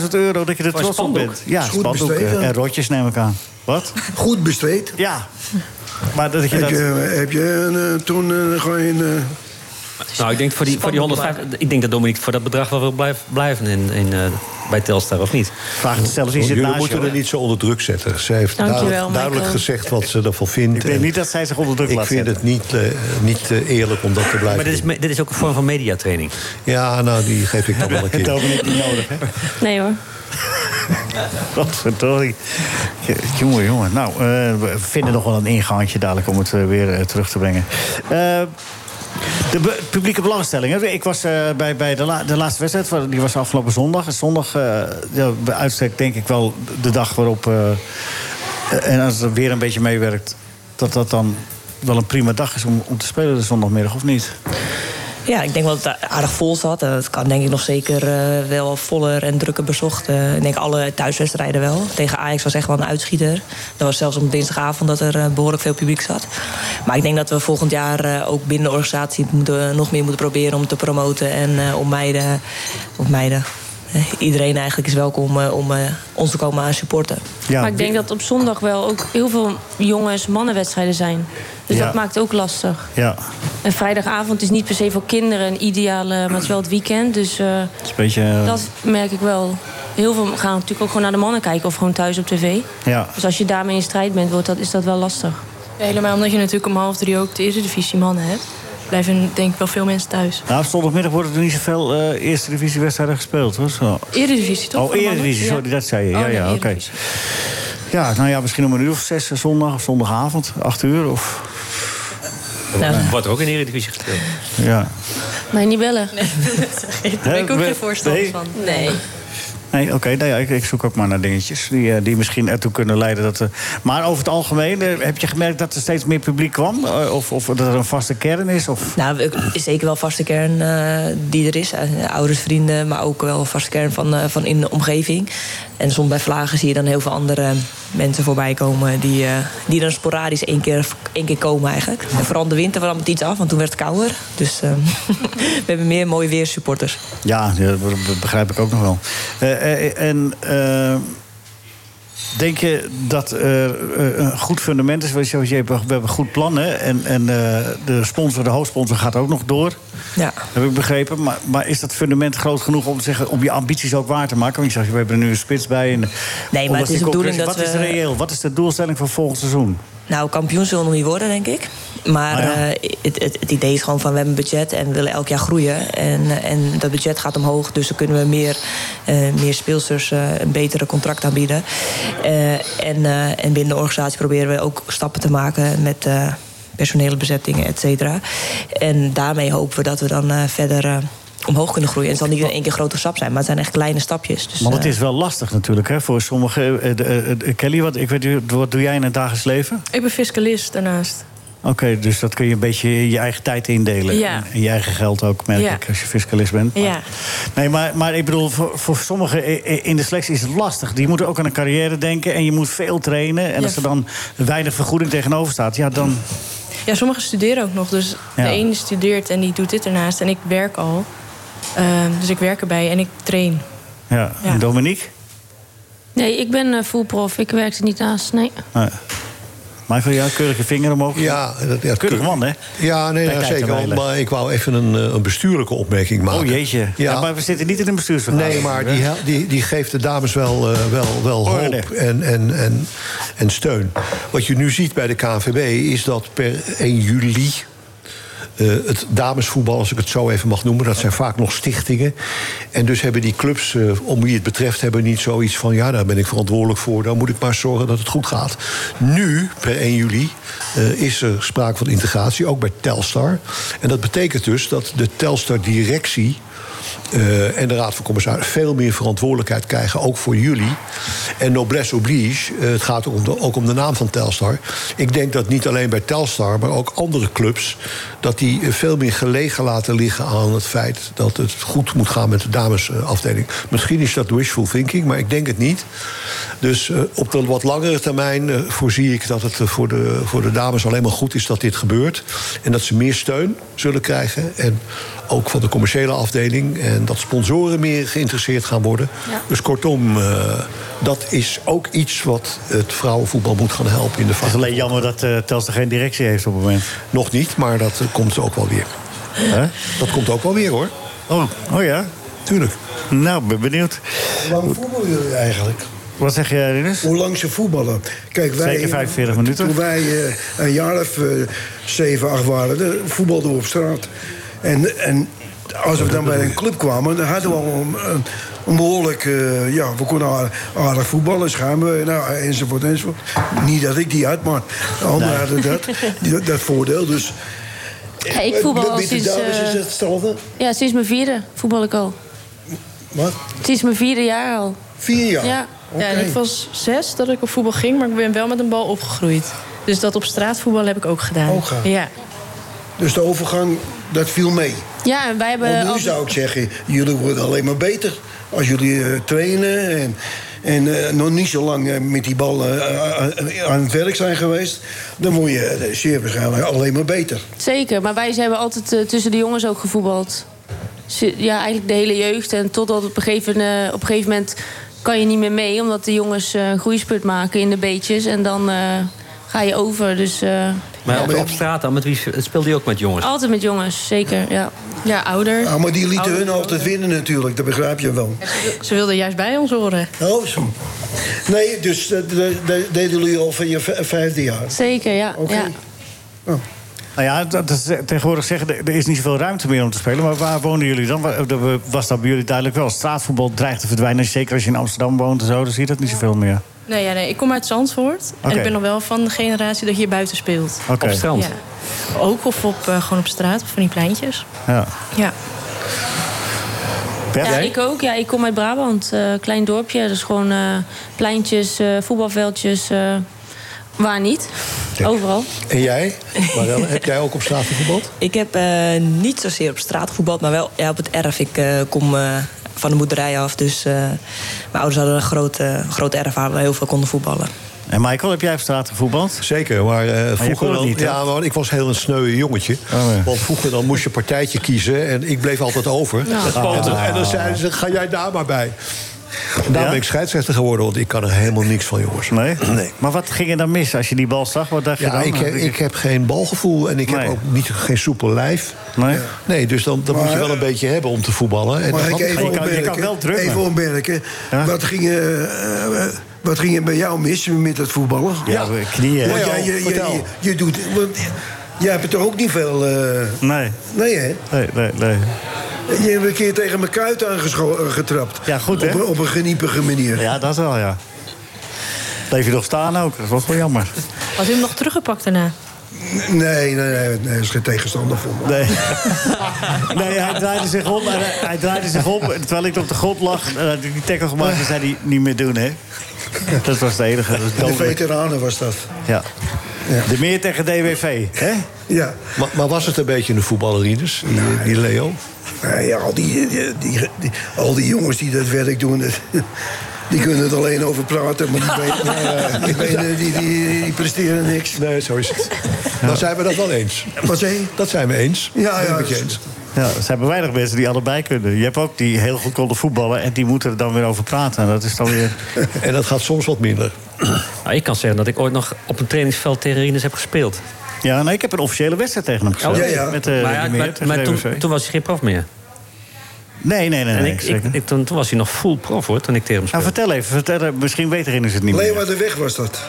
S3: 130.000 euro dat je er
S5: Voor
S3: trots op
S5: spandoek.
S3: bent. Ja,
S5: Is goed
S3: spandoeken.
S5: besteed, ja.
S3: En rotjes neem ik aan. Wat?
S4: Goed besteed.
S3: Ja. Maar dat je
S4: heb,
S3: dat...
S4: je, heb je eh, toen eh, geen... eh,
S5: Nou, ik denk, voor die, voor die 150, ik denk dat Dominique voor dat bedrag wel wil blijf- blijven in, in, eh, bij Telstar, of niet?
S3: Vraag het zelfs iets
S7: Jullie moeten er niet zo onder druk zetten. Zij heeft
S5: Dankjewel,
S7: duidelijk,
S5: Michael.
S7: duidelijk gezegd wat ze ervan vindt. Ik
S3: denk niet dat zij zich onder druk
S7: ik
S3: laat
S7: vind het niet, eh, niet eh, eerlijk om dat te blijven
S5: Maar dit is,
S7: doen.
S5: me- dit is ook een vorm van mediatraining.
S7: Ja, nou, die geef ik dan wel een keer.
S3: Dat heb ik niet nodig, hè?
S12: Nee hoor.
S3: Wat verdorie. Je- Jongen, jongen. Nou, eh, we vinden nog wel een ingangetje dadelijk om het eh, weer eh, terug te brengen. Eh, de be- publieke belangstelling. Hè? Ik was eh, bij, bij de, la- de laatste wedstrijd, wa- die was afgelopen zondag. En zondag, eh ja, bij uitstek denk ik wel de dag waarop... eh, en als het weer een beetje meewerkt, dat dat dan wel een prima dag is om, om te spelen de zondagmiddag, of niet?
S13: Ja, ik denk wel dat het aardig vol zat. Eh, Het kan denk ik nog zeker eh, wel voller en drukker bezocht. Eh, ik denk alle thuiswedstrijden wel. Tegen Ajax was echt wel een uitschieter. Dat was zelfs op dinsdagavond dat er eh, behoorlijk veel publiek zat. Maar ik denk dat we volgend jaar eh, ook binnen de organisatie het moeten, eh, nog meer moeten proberen om te promoten. En eh, om meiden, of meiden eh, iedereen eigenlijk is welkom eh, om eh, ons te komen aan supporten.
S12: maar ik denk dat op zondag wel ook heel veel jongens mannenwedstrijden zijn. Dus
S13: Ja.
S12: dat maakt het ook lastig.
S3: Ja,
S12: En vrijdagavond is niet per se voor kinderen een ideale, eh, maar het is wel het weekend. Dus eh,
S3: het is een beetje... eh,
S12: dat merk ik wel. Heel veel gaan natuurlijk ook gewoon naar de mannen kijken of gewoon thuis op tv.
S3: Ja.
S12: Dus als je daarmee in strijd bent, wordt dat, is dat wel lastig.
S14: Ja, helemaal omdat je natuurlijk om half drie ook de Eredivisie mannen hebt. Blijven denk ik wel veel mensen thuis.
S3: Nou, op zondagmiddag worden er niet zoveel eh eerste divisiewedstrijden gespeeld, hoor. Zo.
S14: Eredivisie toch?
S3: Oh,
S14: voor de mannen?
S3: Eredivisie,
S14: Ja.
S3: sorry, dat zei je.
S14: Oh,
S3: ja,
S14: nee,
S3: ja, oké.
S14: Eredivisie.
S3: Ja, nou ja, misschien om een uur of zes eh, zondag of zondagavond, acht uur of...
S8: Nou.
S5: Wordt ook in de Eredivisie gespeeld.
S3: Ja.
S12: Mij niet bellen. Nee,
S3: Daar ben ik ook geen voorstander
S12: van. Nee.
S3: Nee, oké, nou ja, ik, ik zoek ook maar naar dingetjes die, eh, die misschien ertoe kunnen leiden dat... eh, maar over het algemeen, eh, heb je gemerkt dat er steeds meer publiek kwam? Eh, of, of dat er een vaste kern is? Of...
S13: Nou, we- is zeker wel vaste kern eh, die er is. Eh, ouders, vrienden, maar ook wel vaste kern van, eh, van in de omgeving. En soms bij vlagen zie je dan heel veel andere mensen voorbij komen... die, eh, die dan sporadisch één keer, één keer komen eigenlijk. En vooral in de winter nam het iets af, want toen werd het kouder. Dus eh, we hebben meer mooie weersupporters.
S3: Ja, ja, dat be- begrijp ik ook nog wel. Eh, eh, en eh, denk je dat er eh, een goed fundament is? Weet je, we hebben we hebben een goed plan, hè? En, en eh, de sponsor, de hoofdsponsor, gaat ook nog door.
S13: Ja.
S3: Heb ik begrepen. Maar, maar is dat fundament groot genoeg om, te zeggen, om je ambities ook waar te maken? Want je zegt, we hebben er nu een spits bij. En,
S13: Nee, maar
S3: omdat
S13: het is
S3: die
S13: de bedoeling
S3: concurrentie-
S13: dat
S3: Wat is
S13: we-
S3: reëel? Wat is de doelstelling voor volgend seizoen?
S13: Nou, kampioen zullen we nog niet worden, denk ik. Maar
S7: Ah,
S13: eh, het, het, het idee is gewoon van we hebben een budget en we willen elk jaar groeien. En, eh, en dat budget gaat omhoog, dus dan kunnen we meer, eh, meer speelsters eh, een betere contract aanbieden. Eh, en, eh, en binnen de organisatie proberen we ook stappen te maken met, eh, personele bezettingen, et cetera. En daarmee hopen we dat we dan eh, verder eh, omhoog kunnen groeien. En het zal niet in één keer grote stap zijn, maar het zijn echt kleine stapjes. Dus,
S3: Maar het
S13: eh,
S3: is wel lastig natuurlijk hè, voor sommigen. Eh, de- eh, de- Kelly, wat, ik weet, niet, wat doe jij in het dagelijks leven?
S14: Ik ben fiscalist daarnaast.
S3: Oké, dus dat kun je een beetje je eigen tijd indelen.
S14: Ja.
S3: En je eigen geld ook, merk
S14: Ja.
S3: ik, als je fiscalist bent.
S14: Ja.
S3: Nee, maar, maar ik bedoel, voor, voor sommigen i- i- in de selectie is het lastig. Die moeten ook aan een carrière denken en je moet veel trainen. En
S14: Ja.
S3: als er dan weinig vergoeding tegenover staat, ja, dan.
S14: Ja, sommigen studeren ook nog. Dus
S3: Ja.
S14: de ene studeert en die doet dit ernaast. En ik werk al. Ehm, dus ik werk erbij en ik train.
S3: Ja.
S14: Ja.
S3: En Dominique?
S12: Nee, ik ben eh full prof. Ik werk er niet naast. Nee.
S3: Nee. Michael, jouw keurige vinger omhoog. Ja,
S7: dat, ja
S3: keurig man, hè?
S7: Ja, nee,
S3: Bij
S7: ja,
S3: tijd en
S7: zeker. wel,
S3: wijle.
S7: Maar ik wou even een, eh, een bestuurlijke opmerking maken.
S3: Oh jeetje. Ja. maar we zitten niet in een bestuursvergadering.
S7: Nee, maar die, hel- die, die geeft de dames wel, eh, wel, wel hoop en, en, en, en steun. Wat je nu ziet bij de KNVB is dat per 1 juli... eh, het damesvoetbal, als ik het zo even mag noemen, dat zijn vaak nog stichtingen. En dus hebben die clubs, eh, om wie het betreft, hebben niet zoiets van: ja, daar ben ik verantwoordelijk voor, dan moet ik maar zorgen dat het goed gaat. Nu, per 1 juli, eh, is er sprake van integratie, ook bij Telstar. En dat betekent dus dat de Telstar-directie eh, en de Raad van Commissarissen veel meer verantwoordelijkheid krijgen, ook voor jullie. En noblesse oblige, eh, het gaat ook om, de, ook om de naam van Telstar. Ik denk dat niet alleen bij Telstar, maar ook andere clubs... dat die eh, veel meer gelegen laten liggen aan het feit... dat het goed moet gaan met de damesafdeling. Misschien is dat wishful thinking, maar ik denk het niet. Dus eh, op de wat langere termijn eh, voorzie ik dat het eh, voor de, voor de dames alleen maar goed is dat dit gebeurt. En dat ze meer steun zullen krijgen. En ook van de commerciële afdeling. En dat sponsoren meer geïnteresseerd gaan worden. Dus kortom, eh, dat is ook iets wat het vrouwenvoetbal moet gaan helpen in de vak. Het is
S3: alleen jammer dat eh, Telstar geen directie heeft op het moment.
S7: Nog niet, maar dat eh, komt ook wel weer. Dat komt ook wel weer hoor.
S3: Oh, oh ja?
S7: Tuurlijk.
S3: Nou, ben benieuwd.
S4: Hoe lang voetballen jullie eigenlijk?
S3: Wat zeg jij, Rinus?
S4: Hoe lang ze voetballen? Kijk, wij,
S3: Zeker 45 minuten.
S4: Toen wij eh, een jaar of eh, 7, 8 waren, dan voetbalden we op straat. En, en als we dan bij een club kwamen, dan hadden we al een, een- een behoorlijk... eh, ja, we konden aardig, aardig voetballen, schuimen, nou, enzovoort, enzovoort. Niet dat ik die had, maar de anderen hadden dat, die- dat voordeel. Dus
S12: Ja, ik voetbal al
S4: Met de
S12: sinds...
S3: dus
S4: dames
S12: eh,
S4: is het hetzelfde?
S12: ja, sinds mijn vierde voetbal ik al.
S4: Wat?
S12: Sinds mijn vierde jaar al.
S4: Vier jaar?
S12: Ja.
S14: Ja, en ik was zes dat ik op voetbal ging, maar ik ben wel met een bal opgegroeid. Dus dat op straat voetbal heb ik ook gedaan.
S4: Ook gedaan.
S14: Ja.
S4: Dus de overgang, dat viel mee.
S12: Ja, en wij hebben...
S14: eh,
S4: Want nu
S12: al-
S4: zou ik zeggen, jullie worden alleen maar beter. Als jullie eh, trainen en, en eh, nog niet zo lang eh, met die bal eh, aan- aan- aan het werk zijn geweest... dan word je eh, zeer waarschijnlijk alleen maar beter.
S12: Zeker, maar wij hebben altijd eh, tussen de jongens ook gevoetbald. Dus, eh, Ja, eigenlijk de hele jeugd. En totdat op een gegeven, eh, op een gegeven moment kan je niet meer mee... omdat de jongens eh, een groeispurt maken in de beetjes. En dan eh, ga je over. Dus eh,
S5: Maar op, op straat dan, met wie speelde je ook met jongens?
S12: altijd met jongens, zeker. Ja,
S14: ja ouder.
S4: Ah, maar die lieten hun altijd winnen natuurlijk, dat begrijp je wel.
S14: Ze wilden juist bij ons horen.
S4: Oh, zo. Nee, dus eh, dat dat deden jullie al van je v- vijfde jaar.
S12: Zeker, ja. ja.
S3: Nou ja, dat is, tegenwoordig zeggen, er er is niet zoveel ruimte meer om te spelen. Maar waar wonen jullie dan? Waar- eh, Was dat bij jullie duidelijk wel? Straatvoetbal dreigt te verdwijnen. Zeker als je in Amsterdam woont en zo, dan zie je dat niet zoveel meer.
S14: Nee, ja, nee, ik kom uit Zandvoort. En
S3: Oké.
S14: ik ben nog wel van de generatie dat je hier buiten speelt.
S3: Oké. Op strand?
S14: Ja. Ook of op, eh, gewoon op straat of van die pleintjes.
S3: Ja.
S14: Ja.
S12: Ja, ik ook. Ja, ik kom uit Brabant. eh, klein dorpje. Dus gewoon eh, pleintjes, eh, voetbalveldjes. eh, waar niet? Overal.
S13: eh,
S7: En jij, Marelle, heb jij ook op straat gevoetbald?
S13: Ik heb eh, niet zozeer op straat gevoetbald, maar wel ja, op het erf. Ik eh, kom eh, van de boerderij af, dus eh, mijn ouders hadden een groot, eh, groot erf waar we heel veel konden voetballen.
S3: En Michael, heb jij op straat gevoetbald?
S7: Zeker, maar, eh, vroeger
S3: kon het
S7: dan-
S3: niet, hè?
S7: ja, maar ik was heel een sneu jongetje. Want vroeger dan moest je partijtje kiezen en ik bleef altijd over.
S2: Ja.
S7: En dan-
S2: Ah.
S7: En dan zeiden ze, Dus, eh, ga jij daar maar bij. En Daar ben ik scheidsrechter geworden, want ik kan er helemaal niks van, jongens.
S3: Nee? Maar wat ging er dan mis als je die bal zag? Wat dacht je
S7: Ja,
S3: dan?
S7: ik, heb, ik heb geen balgevoel en ik heb ook niet, geen soepel lijf.
S3: Nee,
S7: nee dus dan, dat moet je wel een beetje hebben om te
S3: Oh
S7: voetballen. En
S4: Mag
S7: dat
S4: ik
S7: had
S4: even
S7: geen-
S4: opmerken? Even opmerken. Wat, ging, eh, eh, wat ging er bij jou mis met het voetballen?
S3: Ja, we- knieën.
S4: Want
S3: Vertel,
S4: jij- je, je,
S3: vertel.
S4: je, je doet... Want, jij hebt er ook niet veel... eh,
S3: Nee.
S4: Nee, hè?
S3: Nee, nee, nee.
S4: Je hebt een keer tegen mijn kuit aangetrapt.
S3: Ja, goed,
S4: Op,
S3: hè?
S4: een- op een geniepige manier.
S3: Ja, dat wel, ja. Bleef je nog staan ook? Dat was wel jammer.
S14: Had u hem nog teruggepakt daarna?
S4: Nee, nee, nee, nee, is geen tegenstander voor me.
S3: Nee. Nee, hij draaide zich om. en Hij, hij draaide zich om. en Terwijl ik op de grond lag, en had ik die tackle gemaakt. En zei hij, niet meer doen, hè? Dat was de enige. Dat was
S4: De
S3: dodelijk.
S4: veteranen was dat.
S3: Ja. De meer tegen DWV, hè?
S4: Ja.
S7: Maar, maar was het een beetje een voetballerines, die, die Leo?
S4: Nou ja, al die, die, die- die- al die jongens die dat werk doen, dat- die kunnen het alleen over praten. Maar die, weten, eh, die, weten- die, die, die presteren niks.
S7: Nee, zo is het. Dan zijn we dat wel eens.
S4: Wat zei je?
S7: Dat zijn we eens.
S4: Ja,
S7: Dat ben
S4: ja.
S7: ik je eens.
S3: Ja, er zijn maar weinig mensen die allebei kunnen. Je hebt ook die heel goed konden voetballen en die moeten er dan weer over praten. En dat is dan weer...
S7: En dat gaat soms wat minder.
S8: Nou, ik kan zeggen dat ik ooit nog op een trainingsveld tegen Rinus heb gespeeld.
S3: Ja, nee, ik heb een officiële wedstrijd tegen hem gespeeld.
S8: Ja, ja.
S3: Met, eh,
S8: maar ja,
S3: die meer,
S8: maar,
S3: tegen
S8: maar toen,
S3: DWV.
S8: toen was hij geen prof meer.
S3: Nee, nee, nee.
S8: En
S3: nee
S8: ik, ik,
S3: zeker.
S8: ik- toen, toen was hij nog full prof hoor, toen ik tegen hem
S3: Nou,
S8: speelde.
S3: vertel even. Vertel, eh, misschien weet Rinus het niet meer.
S4: Leeuwardenweg was dat.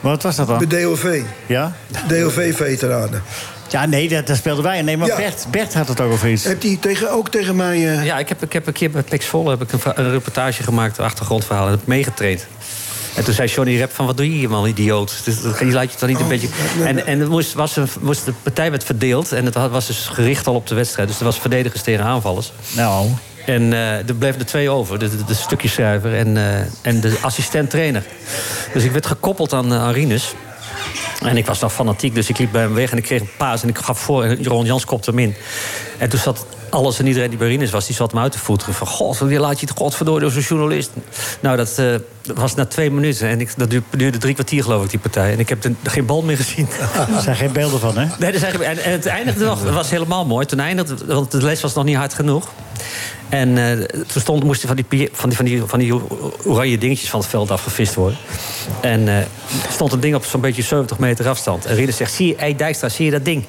S3: Wat was dat dan?
S4: Bij DOV.
S3: Ja?
S4: DOV-veteranen.
S3: Ja, nee, dat, dat speelden wij. Nee, maar Bert, Bert had het ook over iets.
S4: Heb die tegen, ook tegen mij... eh,
S8: Ja, ik heb, ik heb een keer bij Plex Volle heb ik een, va- een reportage gemaakt, een achtergrondverhaal, en heb ik meegetraind. En toen zei Johnny Rep van, wat doe je hier man, idioot? Dus, dat- je laat je toch
S4: Oh.
S8: niet een beetje... En, en er moest, was een, moest, de partij werd verdeeld en het had- was dus gericht al op de wedstrijd. Dus er was verdedigers tegen aanvallers.
S3: Nou.
S8: En eh, er bleven er twee over, de, de, de stukjeschrijver en, eh, en de assistent-trainer. Dus ik werd gekoppeld aan, eh, aan Rinus. En ik was dan fanatiek, dus ik liep bij hem weg en ik kreeg een paas. En ik gaf voor en Jeroen Jans kopte hem in. En toen zat alles en iedereen die bij Rinus was, die zat me uit te voeteren. Van, god, die laat je het godverdorie door zo'n journalist. Nou, dat eh, dat was na twee minuten. En ik, dat duur- duurde drie kwartier, geloof ik, die partij. En ik heb er geen bal meer gezien.
S3: Er zijn geen beelden van, hè?
S8: Nee, dat is eigenlijk- en, en het eindigde nog, het was helemaal mooi. Toen eindigde, want de les was nog niet hard genoeg. En eh, toen stond, moesten van die, pie- van, die, van, die, van die oranje dingetjes van het veld afgevist worden. En eh, er stond een ding op zo'n beetje 70 meter afstand. En Ridder zegt, zie je, hey Dijkstra, zie je dat ding?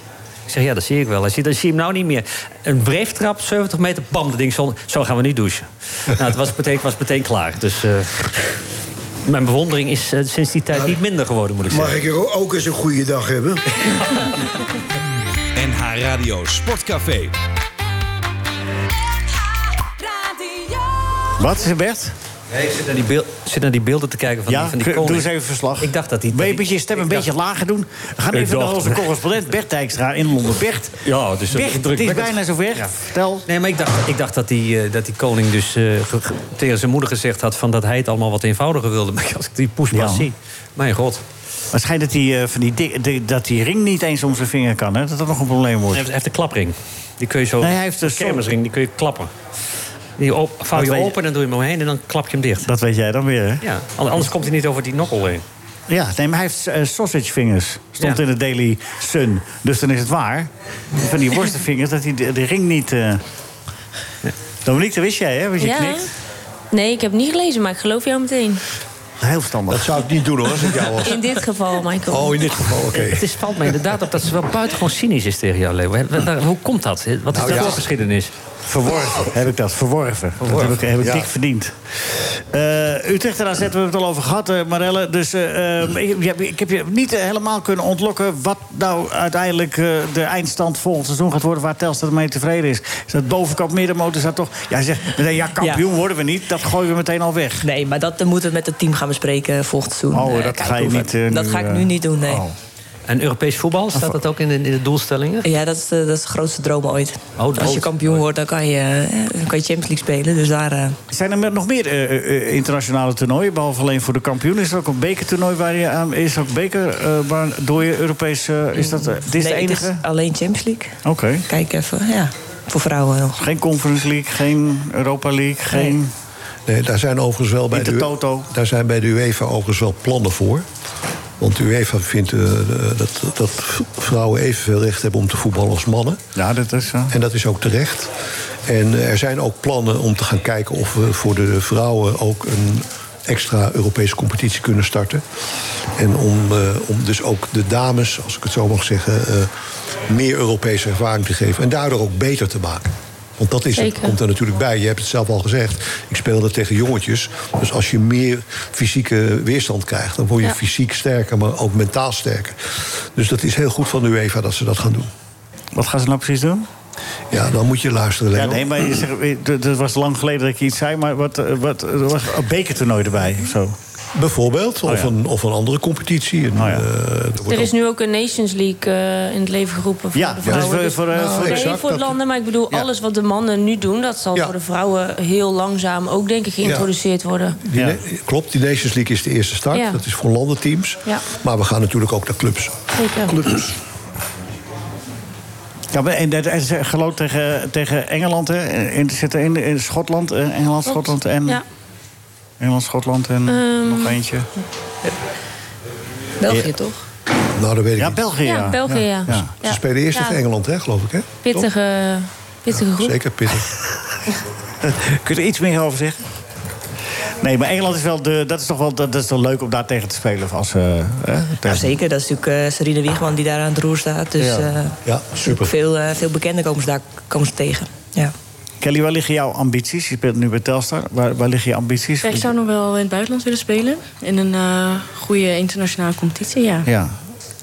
S8: Ik zeg, ja, dat zie ik wel. Hij ziet, dat zie je hem nou niet meer. Een breeftrap, 70 meter, bam, dat ding. Zo, zo gaan we nu douchen. nou, het was meteen, was meteen klaar. Dus eh, mijn bewondering is eh, sinds die
S3: Nou,
S8: tijd niet minder geworden, moet ik zeggen.
S4: Mag ik er ook eens een goede dag hebben?
S3: Oh,
S2: NH Radio Sportcafé.
S3: Wat is er, Bert?
S8: Nee, ik zit naar die, beel- zit naar die beelden te kijken van
S3: Ja,
S8: die, van die
S3: kun- doe
S8: koning.
S3: eens even verslag.
S8: Ik dacht dat die...
S3: Wil je een beetje je stem een beetje lager doen? We gaan
S8: Ik
S3: even naar
S8: dacht-
S3: onze correspondent Bert Dijkstra in Londen. Bert,
S8: Ja, het is,
S3: Bert, het is bijna zover. Vertel.
S8: Nee, maar ik dacht, ik dacht dat, die, eh, dat die koning dus eh, ge- ge- tegen zijn moeder gezegd had... Van dat hij het allemaal wat eenvoudiger wilde. Maar als ik die pushpas
S3: Ja.
S8: zie, mijn god.
S3: Maar schijnt dat die, eh, van die, dik- de- dat die ring niet eens om zijn vinger kan, hè? Dat dat nog een probleem
S8: Hij
S3: wordt.
S8: heeft, hij heeft een klapring. Die kun je zo...
S3: Nee, hij heeft een
S8: een kermisring, die kun je klappen. Die op, vouw
S3: Dat
S8: je
S3: weet je-
S8: open en dan doe je hem omheen en dan klap je hem dicht.
S3: Dat weet jij dan weer, hè?
S8: Ja, anders komt hij niet over die nokkel heen.
S3: Ja, nee, maar hij heeft eh, sausage fingers. Stond
S8: Ja.
S3: in de Daily Sun. Dus dan is het waar. Van die worstenvingers, dat hij de, de ring niet... eh Dominique, dat wist jij, hè? Want je knikt.
S12: Nee, ik heb het niet gelezen, maar ik geloof jou meteen.
S3: Heel verstandig.
S7: Dat zou ik niet doen hoor, als ik jou was.
S12: In dit geval, Michael.
S7: Oh, in dit geval, oké.
S8: Het is, valt mij inderdaad op dat ze wel buitengewoon cynisch is tegen jou, Leo. Hè, wa- wa- Hoe komt dat? Wat is
S3: Nou
S8: dat
S3: ja.
S8: voor geschiedenis?
S3: Verworven heb ik dat, verworven.
S8: Verworven,
S3: Dat heb ik, heb ik
S8: ja.
S3: dik verdiend. Eh Utrecht, daar zetten we het al over gehad, eh, Marelle. Dus eh, eh, ik, ja, ik heb je niet eh, helemaal kunnen ontlokken... wat nou uiteindelijk eh, de eindstand volgend seizoen gaat worden... waar Telstra mee tevreden is. Is dat bovenkant middenmotor staat toch... Ja, zegt, nee, ja kampioen worden we niet, dat gooien we meteen al weg.
S13: Nee, maar dat eh, moeten we met het team gaan bespreken volgend seizoen.
S3: Oh, dat
S13: Eh, kijken
S3: ga je
S13: hoe we-
S3: niet, eh,
S13: dat
S3: nu,
S13: ga ik
S3: eh,
S13: nu niet doen, nee.
S8: En Europees voetbal, staat dat ook in de, in de doelstellingen? Oh,
S13: Ja, dat is, de, dat is de grootste droom ooit.
S8: dat
S13: Als je
S8: ooit.
S13: kampioen wordt, dan kan je, eh, dan kan je Champions League spelen. Dus daar... eh,
S3: Zijn er met- nog meer eh, eh, eh, internationale toernooien, behalve alleen voor de kampioen? Is er ook een bekertoernooi waar je aan... Is er ook beker eh, waardoor je Europees... eh, is dat, eh, dit is
S13: nee,
S3: de
S13: het
S3: enige?
S13: alleen Champions League.
S3: Oké.
S13: Kijk even, ja. Voor vrouwen nog.
S3: Geen Conference League, geen Europa League, geen...
S7: Nee, daar zijn overigens wel bij de, U- daar zijn bij de UEFA overigens wel plannen voor. Want de UEFA vindt eh, dat, dat vrouwen evenveel recht hebben om te voetballen als mannen.
S3: Ja, dat is zo.
S7: En dat is ook terecht. En eh, er zijn ook plannen om te gaan kijken of we voor de vrouwen ook een extra Europese competitie kunnen starten. En om, eh, om dus ook de dames, als ik het zo mag zeggen, eh, meer Europese ervaring te geven. En daardoor ook beter te maken. Want dat is het,
S15: Zeker.
S7: komt er natuurlijk bij. Je hebt het zelf al gezegd. Ik speelde tegen jongetjes. Dus als je meer fysieke weerstand krijgt, dan word je
S15: Ja.
S7: fysiek sterker, maar ook mentaal sterker. Dus dat is heel goed van de UEFA dat ze dat gaan doen.
S3: Wat gaan ze nou precies doen?
S7: Ja, dan moet je luisteren.
S3: Ja,
S7: Leo.
S3: nee, maar je zegt, eh, d- dat was lang geleden dat je iets zei, maar wat, eh, wat, er was een bekertoernooi erbij of zo.
S7: Bijvoorbeeld, of, een, of een andere competitie.
S3: Oh
S7: En, eh, er wordt
S12: Er is nu ook een Nations League eh, in het leven geroepen voor
S7: Ja,
S12: de
S7: dat is
S12: vrouwen.
S7: voor-
S12: Dus-
S7: voor, eh,
S12: Nou,
S7: voor-
S12: nee,
S7: exact,
S12: voor de
S7: dat-
S12: landen, maar ik bedoel,
S7: Ja.
S12: alles wat de mannen nu doen... dat zal
S7: Ja.
S12: voor de vrouwen heel langzaam ook, denk ik, geïntroduceerd worden.
S7: Die ne- Klopt, die Nations League is de eerste start.
S12: Ja.
S7: Dat is voor landenteams.
S12: Ja.
S7: Maar we gaan natuurlijk ook naar clubs.
S12: Zeker.
S3: Ja, maar en dat is eh, geloof tegen, tegen Engeland, hè? En er zitten in, in Schotland, eh, Engeland,
S12: Klopt.
S3: Schotland en...
S12: Ja.
S3: Engeland, Schotland en
S12: Ehm.
S3: nog eentje.
S13: België,
S3: Ja.
S13: toch?
S7: Nou, dat weet ik
S3: Ja,
S7: niet.
S3: België,
S12: Ja, ja. België, ja. Ja.
S7: Ze spelen eerst
S12: Ja.
S7: tegen Engeland, hè, geloof ik. Hè?
S12: Pittige, pittige groep.
S7: Zeker pittig.
S3: Kun je er iets meer over zeggen? Nee, maar Engeland is wel de, dat is toch wel dat is toch leuk om daar tegen te spelen als eh, hè,
S13: Nou,
S3: tegen-
S13: zeker, dat is natuurlijk eh, Sarine Wiegman die daar aan het roer staat. Dus
S3: Ja.
S13: eh,
S7: Ja, super.
S13: Veel, eh, veel bekenden komen ze daar komen ze tegen. Ja.
S3: Kelly, waar liggen jouw ambities? Je speelt nu bij Telstar. Waar, waar liggen je ambities?
S14: Ja, ik zou nog wel in het buitenland willen spelen. In een eh, goede internationale competitie, ja.
S3: Ja.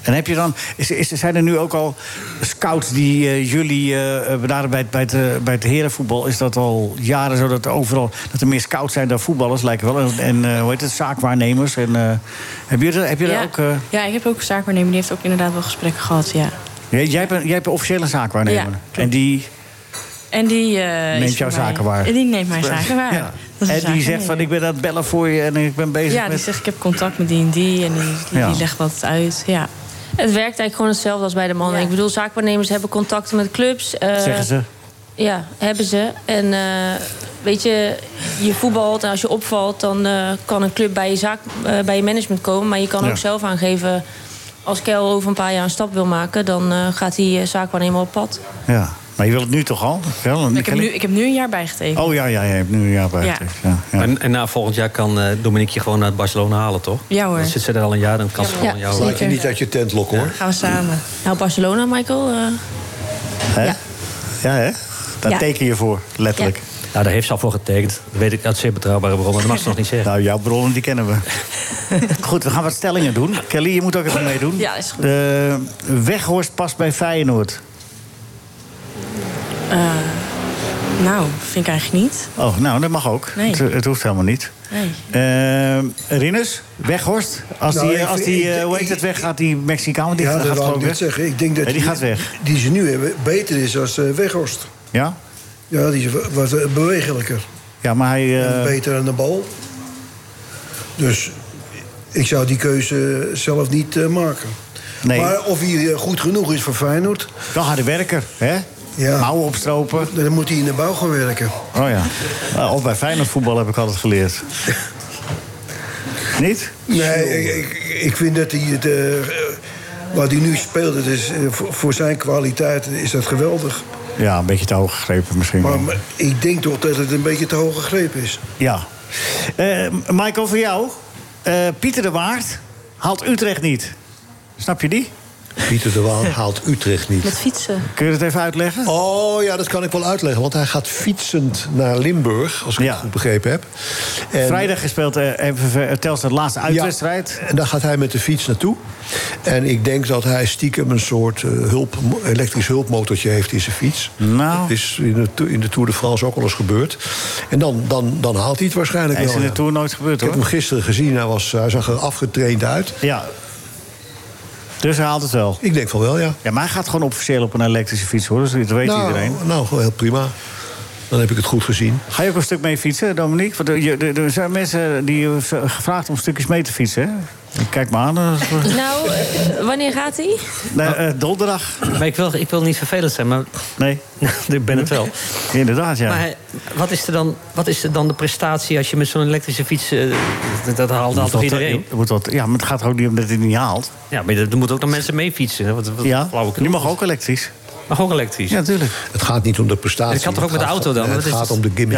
S3: En heb je dan, is, is, zijn er nu ook al scouts die eh, jullie eh, benaderen bij, het- bij, het, eh, bij het herenvoetbal? Is dat al jaren zo dat er overal dat er meer scouts zijn dan voetballers lijkt wel? En, en eh, hoe heet het, zaakwaarnemers? En, eh, heb je er, heb je er
S14: ja.
S3: ook? eh,
S14: Ja, ik heb ook een zaakwaarnemer. Die heeft ook inderdaad wel gesprekken gehad, ja.
S3: jij, jij, bent, jij bent officiële zaakwaarnemer.
S14: Ja,
S3: en die
S14: En die... eh, is
S3: neemt
S14: voor
S3: jouw
S14: mij-
S3: zaken waar.
S14: En die neemt mijn zaken waar.
S3: Ja.
S14: Dat is een
S3: En die zegt
S14: zaakwaarnemer.
S3: van ik ben aan het bellen voor je en ik ben bezig
S14: Ja, die
S3: met...
S14: zegt ik heb contact met die en die. En die, die,
S3: Ja.
S14: die legt wat uit, ja.
S12: Het werkt eigenlijk gewoon hetzelfde als bij de mannen. Ik bedoel, zaakwaarnemers hebben contacten met clubs. eh,
S3: Zeggen ze.
S12: Ja, hebben ze. En eh, weet je, je voetbalt en als je opvalt... dan eh, kan een club bij je, zaak, eh, bij je management komen. Maar je kan
S16: Ja.
S12: ook zelf aangeven... als Kel over een paar jaar een stap wil maken... dan eh, gaat die eh, zaakwaarnemer op pad.
S3: Ja, maar je wil het nu toch al? Wel,
S14: Ik heb, nu, ik heb nu een jaar bijgetekend.
S3: Oh ja, ja, ja, je hebt nu een jaar bij.
S14: Ja.
S5: En, en na volgend jaar kan eh, Dominique je gewoon naar Barcelona halen, toch?
S14: Ja, hoor.
S5: Dan zit ze er al een jaar, dan kan ze
S12: Ja,
S5: gewoon
S12: ja,
S5: jou...
S12: Laat je zeker. niet
S7: uit je tent lokken, hoor.
S14: Gaan we samen.
S12: Nou, Barcelona, Michael. eh,
S3: Hè? Ja. hè? Daar
S12: Ja.
S3: teken je voor, letterlijk.
S5: Nou, daar heeft ze al voor getekend. Dat weet ik uit zeer betrouwbare bronnen. Dat mag ze nog niet zeggen.
S3: Nou, jouw bronnen die kennen we. Goed, we gaan wat stellingen doen. Kelly, je moet ook even meedoen.
S14: Ja, is goed.
S3: Eh, Weghorst past bij Feyenoord.
S14: Eh, nou, vind ik eigenlijk niet.
S3: Oh, nou, dat mag ook.
S14: Nee.
S3: Het, het hoeft helemaal niet.
S14: Nee.
S3: Eh, Rinus, Weghorst. Als
S4: Nou,
S3: die,
S4: ik
S3: als
S4: vind-
S3: die
S4: ik-
S3: eh, hoe heet het, weg gaat, die Mexicaan. want Die
S4: ja,
S3: gaat
S4: dat wou
S3: gewoon
S4: ik
S3: weg.
S4: net zeggen. Ik denk dat
S3: Nee, die gaat weg.
S4: Die ze nu hebben beter is als eh, Weghorst.
S3: Ja?
S4: Ja, die is wat eh, bewegelijker.
S3: Ja, maar hij... eh,
S4: En beter aan de bal. Dus ik zou die keuze zelf niet eh, maken.
S3: Nee.
S4: Maar of hij eh, goed genoeg is voor Feyenoord...
S3: Wel harde werker, hè?
S4: Ja.
S3: Mouwen opstropen.
S4: Dan moet hij in de bouw gaan werken.
S3: Oh ja. Nou, Of bij Feyenoord voetbal heb ik altijd geleerd. Niet?
S4: Nee, ik, ik, ik vind dat hij het... eh, wat hij nu speelt, dat is, eh, voor, voor zijn kwaliteit is dat geweldig.
S3: Ja, een beetje te hoog gegrepen misschien.
S4: Maar, maar ik denk toch dat het een beetje te hoog gegrepen is.
S3: Ja. Eh Michael, voor jou. Eh, Pieter de Waard haalt Utrecht niet. Snap je die?
S7: Pieter de Waal haalt Utrecht niet.
S14: Met fietsen.
S3: Kun je dat even uitleggen?
S7: Oh ja, dat kan ik wel uitleggen. Want hij gaat fietsend naar Limburg, als ik het goed begrepen heb. En-
S3: Vrijdag gespeeld eh MVV, eh, Telstar de laatste uitwedstrijd.
S7: En daar gaat hij met de fiets naartoe. En ik denk dat hij stiekem een soort eh, hulp, elektrisch hulpmotortje heeft in zijn fiets.
S3: Nou.
S7: Dat is in de, to- in de Tour de France ook al eens gebeurd. En dan, dan, dan haalt hij het waarschijnlijk
S3: Dat is
S7: wel.
S3: in de
S7: ja.
S3: Tour nooit gebeurd,
S7: Ik heb
S3: hoor.
S7: hem gisteren gezien, hij, was, hij zag er afgetraind uit.
S3: Ja. Dus hij haalt het wel.
S7: Ik denk van wel, ja.
S3: Ja, maar hij gaat gewoon officieel op een elektrische fiets, hoor. Dus dat weet
S7: nou,
S3: iedereen.
S7: Nou, heel prima. Dan heb ik het goed gezien.
S3: Ga je ook een stuk mee fietsen, Dominique? Want er- je- er er zijn mensen die je v- gevraagd om stukjes mee te fietsen. hè? Kijk maar aan. eh,
S12: Nou, eh, wanneer gaat hij?
S3: Nee, eh, donderdag.
S5: Maar ik wil, ik wil niet vervelend zijn, maar...
S3: Nee.
S5: ik ben het wel.
S3: Inderdaad, ja.
S5: Maar wat is, er dan, wat is er dan de prestatie als je met zo'n elektrische fiets... eh, dat, dat haalt
S3: Moet
S5: altijd
S3: dat- eh,
S5: iedereen?
S7: eh,
S3: moet dat, ja, maar het gaat er ook niet om dat hij het niet haalt.
S5: Ja, maar er er moeten ook nog mensen mee fietsen. hè, Wat, wat
S3: Ja,
S5: flauwekul.
S3: die mag ook elektrisch.
S5: Mag ook elektrisch.
S3: Ja, natuurlijk.
S7: Het gaat niet om de prestatie.
S5: Het kan toch ook met de
S7: gaat-
S5: auto dan?
S7: Het
S5: Wat is
S7: gaat
S5: het?
S7: om de gimmick.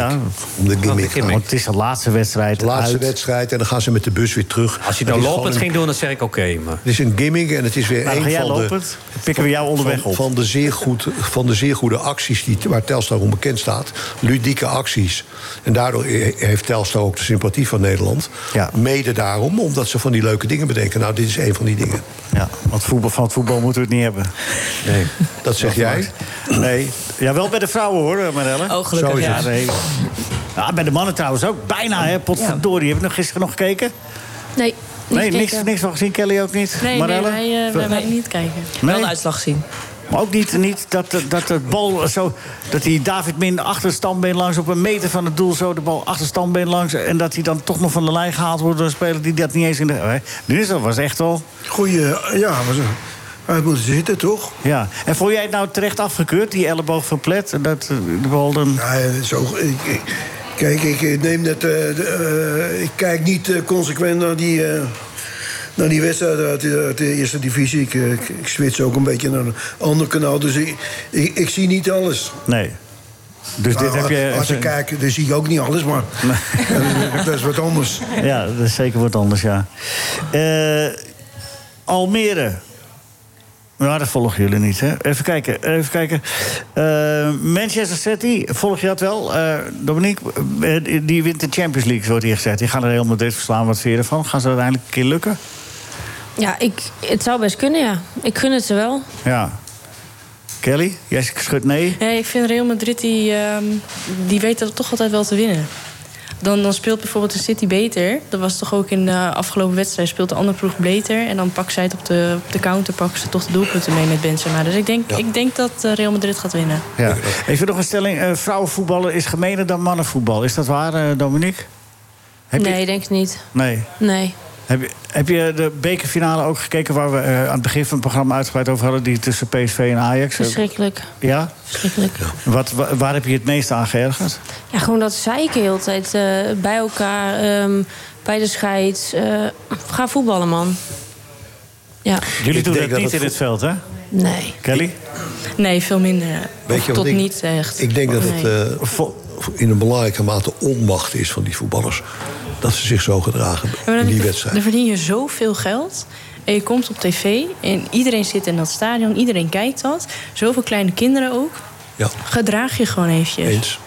S7: Om de gimmick.
S3: Want het is de laatste wedstrijd.
S7: De laatste
S3: uit.
S7: wedstrijd en dan gaan ze met de bus weer terug.
S5: Als je nou
S7: Het is
S5: lopend
S7: gewoon
S5: ging doen, dan zeg ik oké. maar...
S7: een- Het is een gimmick en het is weer
S3: Nou,
S7: een
S3: ga jij
S7: van
S3: lopend? Dan pikken we jou onderweg
S7: van,
S3: op.
S7: Van de, zeer goed, van de zeer goede acties die, waar Telstar om bekend staat. Ludieke acties. En daardoor he- heeft Telstar ook de sympathie van Nederland. Mede daarom, omdat ze van die leuke dingen bedenken. Nou, dit is een van die dingen.
S3: Ja, want voetbal, van het voetbal moeten we het niet hebben.
S7: Nee. Dat zeg jij?
S3: Nee. Ja, wel bij de vrouwen hoor, eh, Marelle.
S7: Oh, gelukkig, Zo is
S3: ja.
S7: het.
S3: nee. Ja, bij de mannen trouwens ook. Bijna, hè. Potverdorie. Heb je nog gisteren nog gekeken?
S14: Nee, niet
S3: Nee, niks,
S14: gekeken.
S3: niks van gezien. Kelly ook niet.
S14: Nee, nee,
S3: Marelle?
S14: wij, eh, wij, wij niet kijken.
S3: Wel de uitslag zien. Maar ook niet, niet dat, de- dat de bal zo. dat die David Min achterstandbeen langs op een meter van het doel zo de bal achterstandbeen langs. en dat hij dan toch nog van de lijn gehaald wordt door een speler die dat niet eens in de. Hè? Nu is dat was echt wel.
S4: Goeie. Ja, was een. Hij moet zitten, toch?
S3: Ja. En vond jij het nou terecht afgekeurd, die elleboog van Plet? En Dat eh, de bal dan.
S4: Nee, zo, ik, ik- kijk, ik neem net. eh, de, eh, ik kijk niet eh, consequent naar die. eh, naar die wedstrijd uit de, uit de eerste divisie. Ik, eh, ik, ik switch ook een beetje naar een ander kanaal. Dus ik, ik, ik zie niet alles.
S3: Nee. Dus
S4: Nou,
S3: dit heb je.
S4: Als ik kijk, dan zie ik ook niet alles, maar. dat is wat anders.
S3: Ja, dat is zeker wat anders, ja. Eh, Almere. Nou, dat volgen jullie niet, hè? Even kijken, even kijken. Eh, Manchester City, volg je dat wel? Eh, Dominique, eh, die wint de Champions League, wordt hier gezegd. Die gaan er helemaal dit verslaan. Wat vind je ervan? Gaan ze uiteindelijk een keer lukken?
S12: Ja, ik, het zou best kunnen, ja. Ik gun het ze wel.
S3: Ja. Kelly, jij schudt nee?
S14: Nee, ik vind Real Madrid, die, ehm, die weet dat toch altijd wel te winnen. Dan, dan speelt bijvoorbeeld de City beter. Dat was toch ook in de afgelopen wedstrijd. Speelt de andere ploeg beter. En dan pakt zij het op de, op de counter. Pakken ze toch de doelpunten mee met Benzema. Dus ik denk, ik denk dat eh, Real Madrid gaat winnen.
S3: Ja. Even nog een stelling. eh, vrouwenvoetballen is gemener dan mannenvoetbal. Is dat waar, eh, Dominique? Heb je-
S12: nee, denk ik niet.
S3: Nee.
S12: Nee.
S3: Heb je, heb je de bekerfinale ook gekeken waar we eh, aan het begin van het programma uitgebreid over hadden, die tussen PSV en Ajax?
S12: Verschrikkelijk.
S3: Ja?
S12: Verschrikkelijk.
S3: Wat, wa- waar heb je het meest aan geërgerd?
S12: Ja, gewoon dat zeiken de hele tijd eh, bij elkaar, ehm, bij de scheids. eh, ga voetballen, man. Ja.
S3: Jullie
S7: Ik
S3: doen
S7: denk
S3: dat
S7: dat
S3: niet
S7: het
S3: in het veld, hè?
S12: Nee.
S3: Kelly?
S14: Nee, veel minder. ja.
S7: Weet
S14: Of
S7: je wat
S14: tot
S7: ik-
S14: niet echt.
S7: Ik denk dat
S14: Nee.
S7: het eh, vo- in een belangrijke mate onmacht is van die voetballers. Dat ze zich zo gedragen
S14: Ja, maar
S7: in
S14: dan-
S7: die wedstrijd.
S14: Dan verdien je zoveel geld. En je komt op tv en iedereen zit in dat stadion. Iedereen kijkt dat. Zoveel kleine kinderen ook.
S7: Ja.
S14: Gedraag je gewoon eventjes.
S7: Eens.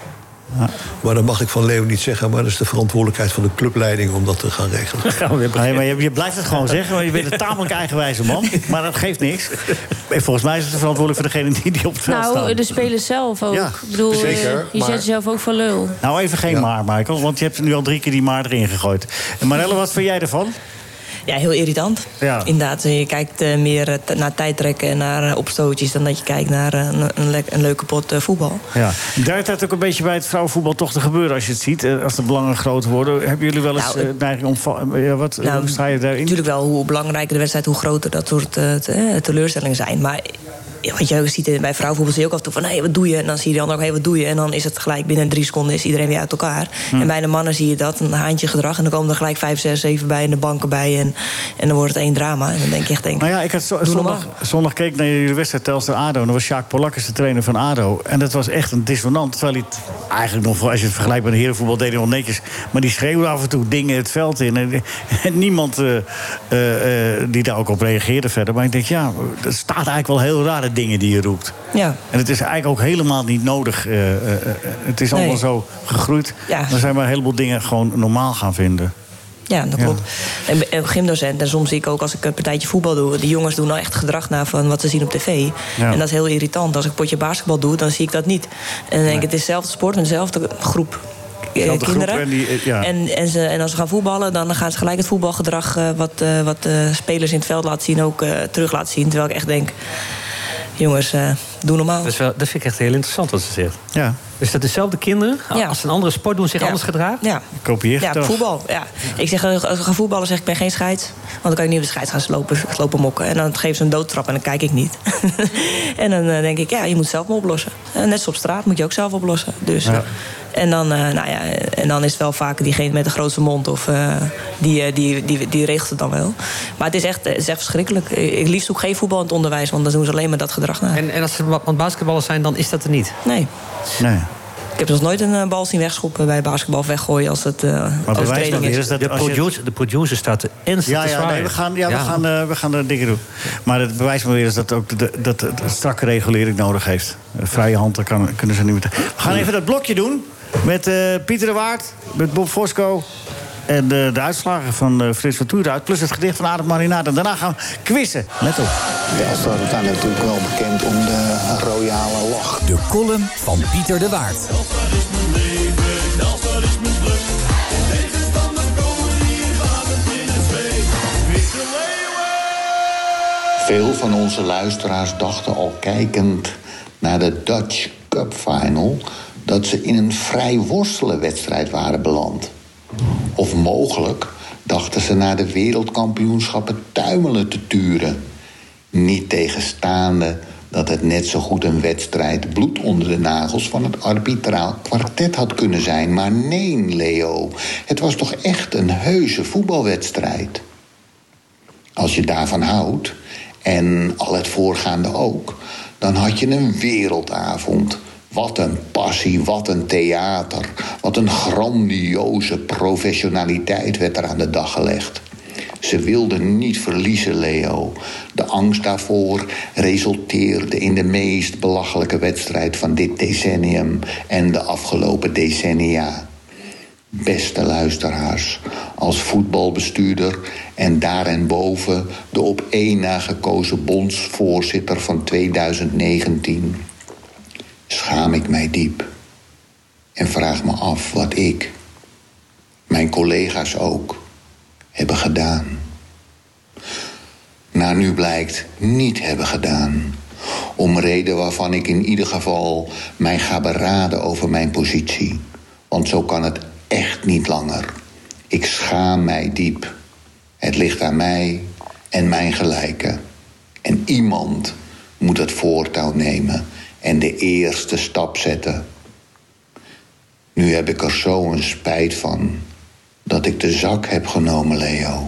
S7: Maar dat mag ik van Leo niet zeggen, maar dat is de verantwoordelijkheid van de clubleiding om dat te gaan regelen.
S3: Nee, maar je, je blijft het gewoon zeggen, want je bent een tamelijk eigenwijze man. Maar dat geeft niks. En Volgens mij is het verantwoordelijk voor degene die, die op het veld staat.
S12: Nou, de spelers zelf ook.
S3: Ja,
S12: ik bedoel, eh,
S3: zeker,
S12: je
S3: maar-
S12: zet jezelf ook voor lul.
S3: Nou, even geen maar, Michael, want je hebt nu al drie keer die maar erin gegooid. En Marelle, wat vind jij ervan?
S13: Ja, heel irritant.
S3: Ja.
S13: Inderdaad, je kijkt eh, meer eh, t- naar tijdrekken en naar eh, opstootjes... dan dat je kijkt naar eh, een, een, le- een leuke pot eh, voetbal.
S3: Ja. Daar heeft het ook een beetje bij het vrouwenvoetbal toch te gebeuren als je het ziet. Eh, Als de belangen groter worden. Hebben jullie wel eens
S13: Nou,
S3: eh, neiging om... va- eh, ja, wat,
S13: Nou,
S3: hoe sta je daarin?
S13: Natuurlijk wel, hoe belangrijker de wedstrijd, hoe groter dat soort eh, te- eh, teleurstellingen zijn. Maar eh, wat je ook ziet eh, bij vrouwenvoetbal, zie je ook af en toe van... hé, wat doe je? En dan zie je de ander ook, hé, wat doe je? En dan is het gelijk binnen drie seconden is iedereen weer uit elkaar.
S16: Hm.
S13: En bij de mannen zie je dat, een haantje gedrag. En dan komen er gelijk vijf, zes, zeven bij en de banken bij. En, en dan wordt het één drama. En dan denk je echt, denk,
S3: Nou ja, ik had zo-
S13: doe
S3: zondag,
S13: normaal.
S3: zondag keek naar jullie wedstrijd Telstar ADO. En dan was Sjaak Polak is de trainer van ADO. En dat was echt een dissonant. Terwijl hij het eigenlijk nog, als je het vergelijkt met de herenvoetbal, deed hij wel netjes. Maar die schreeuwde af en toe dingen het veld in. En, en niemand eh, eh, eh, die daar ook op reageerde verder. Maar ik denk, ja, dat staat eigenlijk wel heel rare dingen die je roept.
S13: Ja.
S3: En het is eigenlijk ook helemaal niet nodig. eh, eh, eh, het is allemaal
S13: Nee.
S3: zo gegroeid.
S13: Ja.
S3: Dan zijn we een heleboel dingen gewoon normaal gaan vinden.
S13: Ja, dat klopt. En Ik ben ook gymdocent en soms zie ik ook als ik een partijtje voetbal doe... de jongens doen nou echt gedrag na van wat ze zien op tv.
S3: Ja.
S13: En dat is heel irritant. Als ik een potje basketbal doe, dan zie ik dat niet. En dan denk ik, het is dezelfde sport met dezelfde groep. eh,
S3: Dezelfde groep
S13: kinderen.
S3: en die, eh, ja.
S13: en, en, ze, en als ze gaan voetballen, dan gaan ze gelijk het voetbalgedrag... eh, wat, eh, wat eh, spelers in het veld laten zien, ook eh, terug laten zien. Terwijl ik echt denk, jongens, eh, doe normaal.
S5: Dat, is wel- dat vind ik echt heel interessant wat ze zegt.
S3: Ja.
S5: Dus dat dezelfde kinderen, als ze een andere sport doen, zich
S13: Ja.
S5: anders gedragen?
S13: Ja.
S3: Kopieer
S13: Ja, voetbal. Ja. Ik zeg, eh, als ik ga voetballen zeg ik, ik ben geen scheids. Want dan kan ik niet op de scheids gaan lopen, lopen mokken. En dan geven ze een doodtrap en dan kijk ik niet. en dan eh, denk ik, ja, je moet het zelf maar oplossen. En net zoals op straat moet je ook zelf oplossen. Dus,
S3: Ja.
S13: en, dan, eh, nou ja, en dan is het wel vaak diegene met de grootste mond. Of, eh, die, eh, die, die, die regelt het dan wel. Maar het is echt, eh, het is echt verschrikkelijk. Ik ik liefst ook geen voetbal in het onderwijs. Want dan doen ze alleen maar dat gedrag na.
S5: En, en als ze ba- want basketballers zijn, dan is dat er niet?
S13: Nee.
S3: Nee.
S13: Ik heb nog nooit een eh, bal zien wegschoppen bij basketbal of weggooien als het eh overtreding is.
S5: de, producer, de producer staat er ernstig
S3: Ja,
S5: te
S3: ja,
S5: zwaaien.
S3: nee, we gaan, ja, We, gaan, eh, we gaan er dingen doen. Maar het bewijst me weer eens dat ook de, dat het strakke regulering nodig heeft. Eh, Vrije hand, daar kan, kunnen ze niet meer. te- We gaan even dat blokje doen met eh, Pieter de Waard, met Bob Fosco. En eh, de uitslagen van eh Frits van Toerhout. Plus het gedicht van Adam Marinaat. En daarna gaan we quizzen. Let op.
S17: Ja, staat uiteindelijk natuurlijk wel bekend om de royale lach. De column van Pieter de Waard.
S3: Eh,
S2: Dat is mijn pluk. En tegenstanders komen hier water binnen zweven.
S17: Veel van onze luisteraars dachten al kijkend naar de Dutch Cup Final dat ze in een vrij worstelen wedstrijd waren beland. Of mogelijk dachten ze naar de wereldkampioenschappen tuimelen te turen. Niet tegenstaande dat het net zo goed een wedstrijd bloed onder de nagels van het arbitraal kwartet had kunnen zijn. Maar nee, Leo, het was toch echt een heuse voetbalwedstrijd. Als je daarvan houdt, en al het voorgaande ook, dan had je een wereldavond. Wat een passie, wat een theater. Wat een grandioze professionaliteit werd er aan de dag gelegd. Ze wilden niet verliezen, Leo. De angst daarvoor resulteerde in de meest belachelijke wedstrijd van dit decennium en de afgelopen decennia. Beste luisteraars, als voetbalbestuurder en daarenboven de op één na gekozen bondsvoorzitter van 2019 schaam ik mij diep. En vraag me af wat ik, mijn collega's ook, hebben gedaan. Naar nu blijkt niet hebben gedaan. Om reden waarvan ik in ieder geval mij ga beraden over mijn positie. Want zo kan het echt niet langer. Ik schaam mij diep. Het ligt aan mij en mijn gelijken. En iemand moet het voortouw nemen en de eerste stap zetten. Nu heb ik er zo een spijt van dat ik de zak heb genomen, Leo.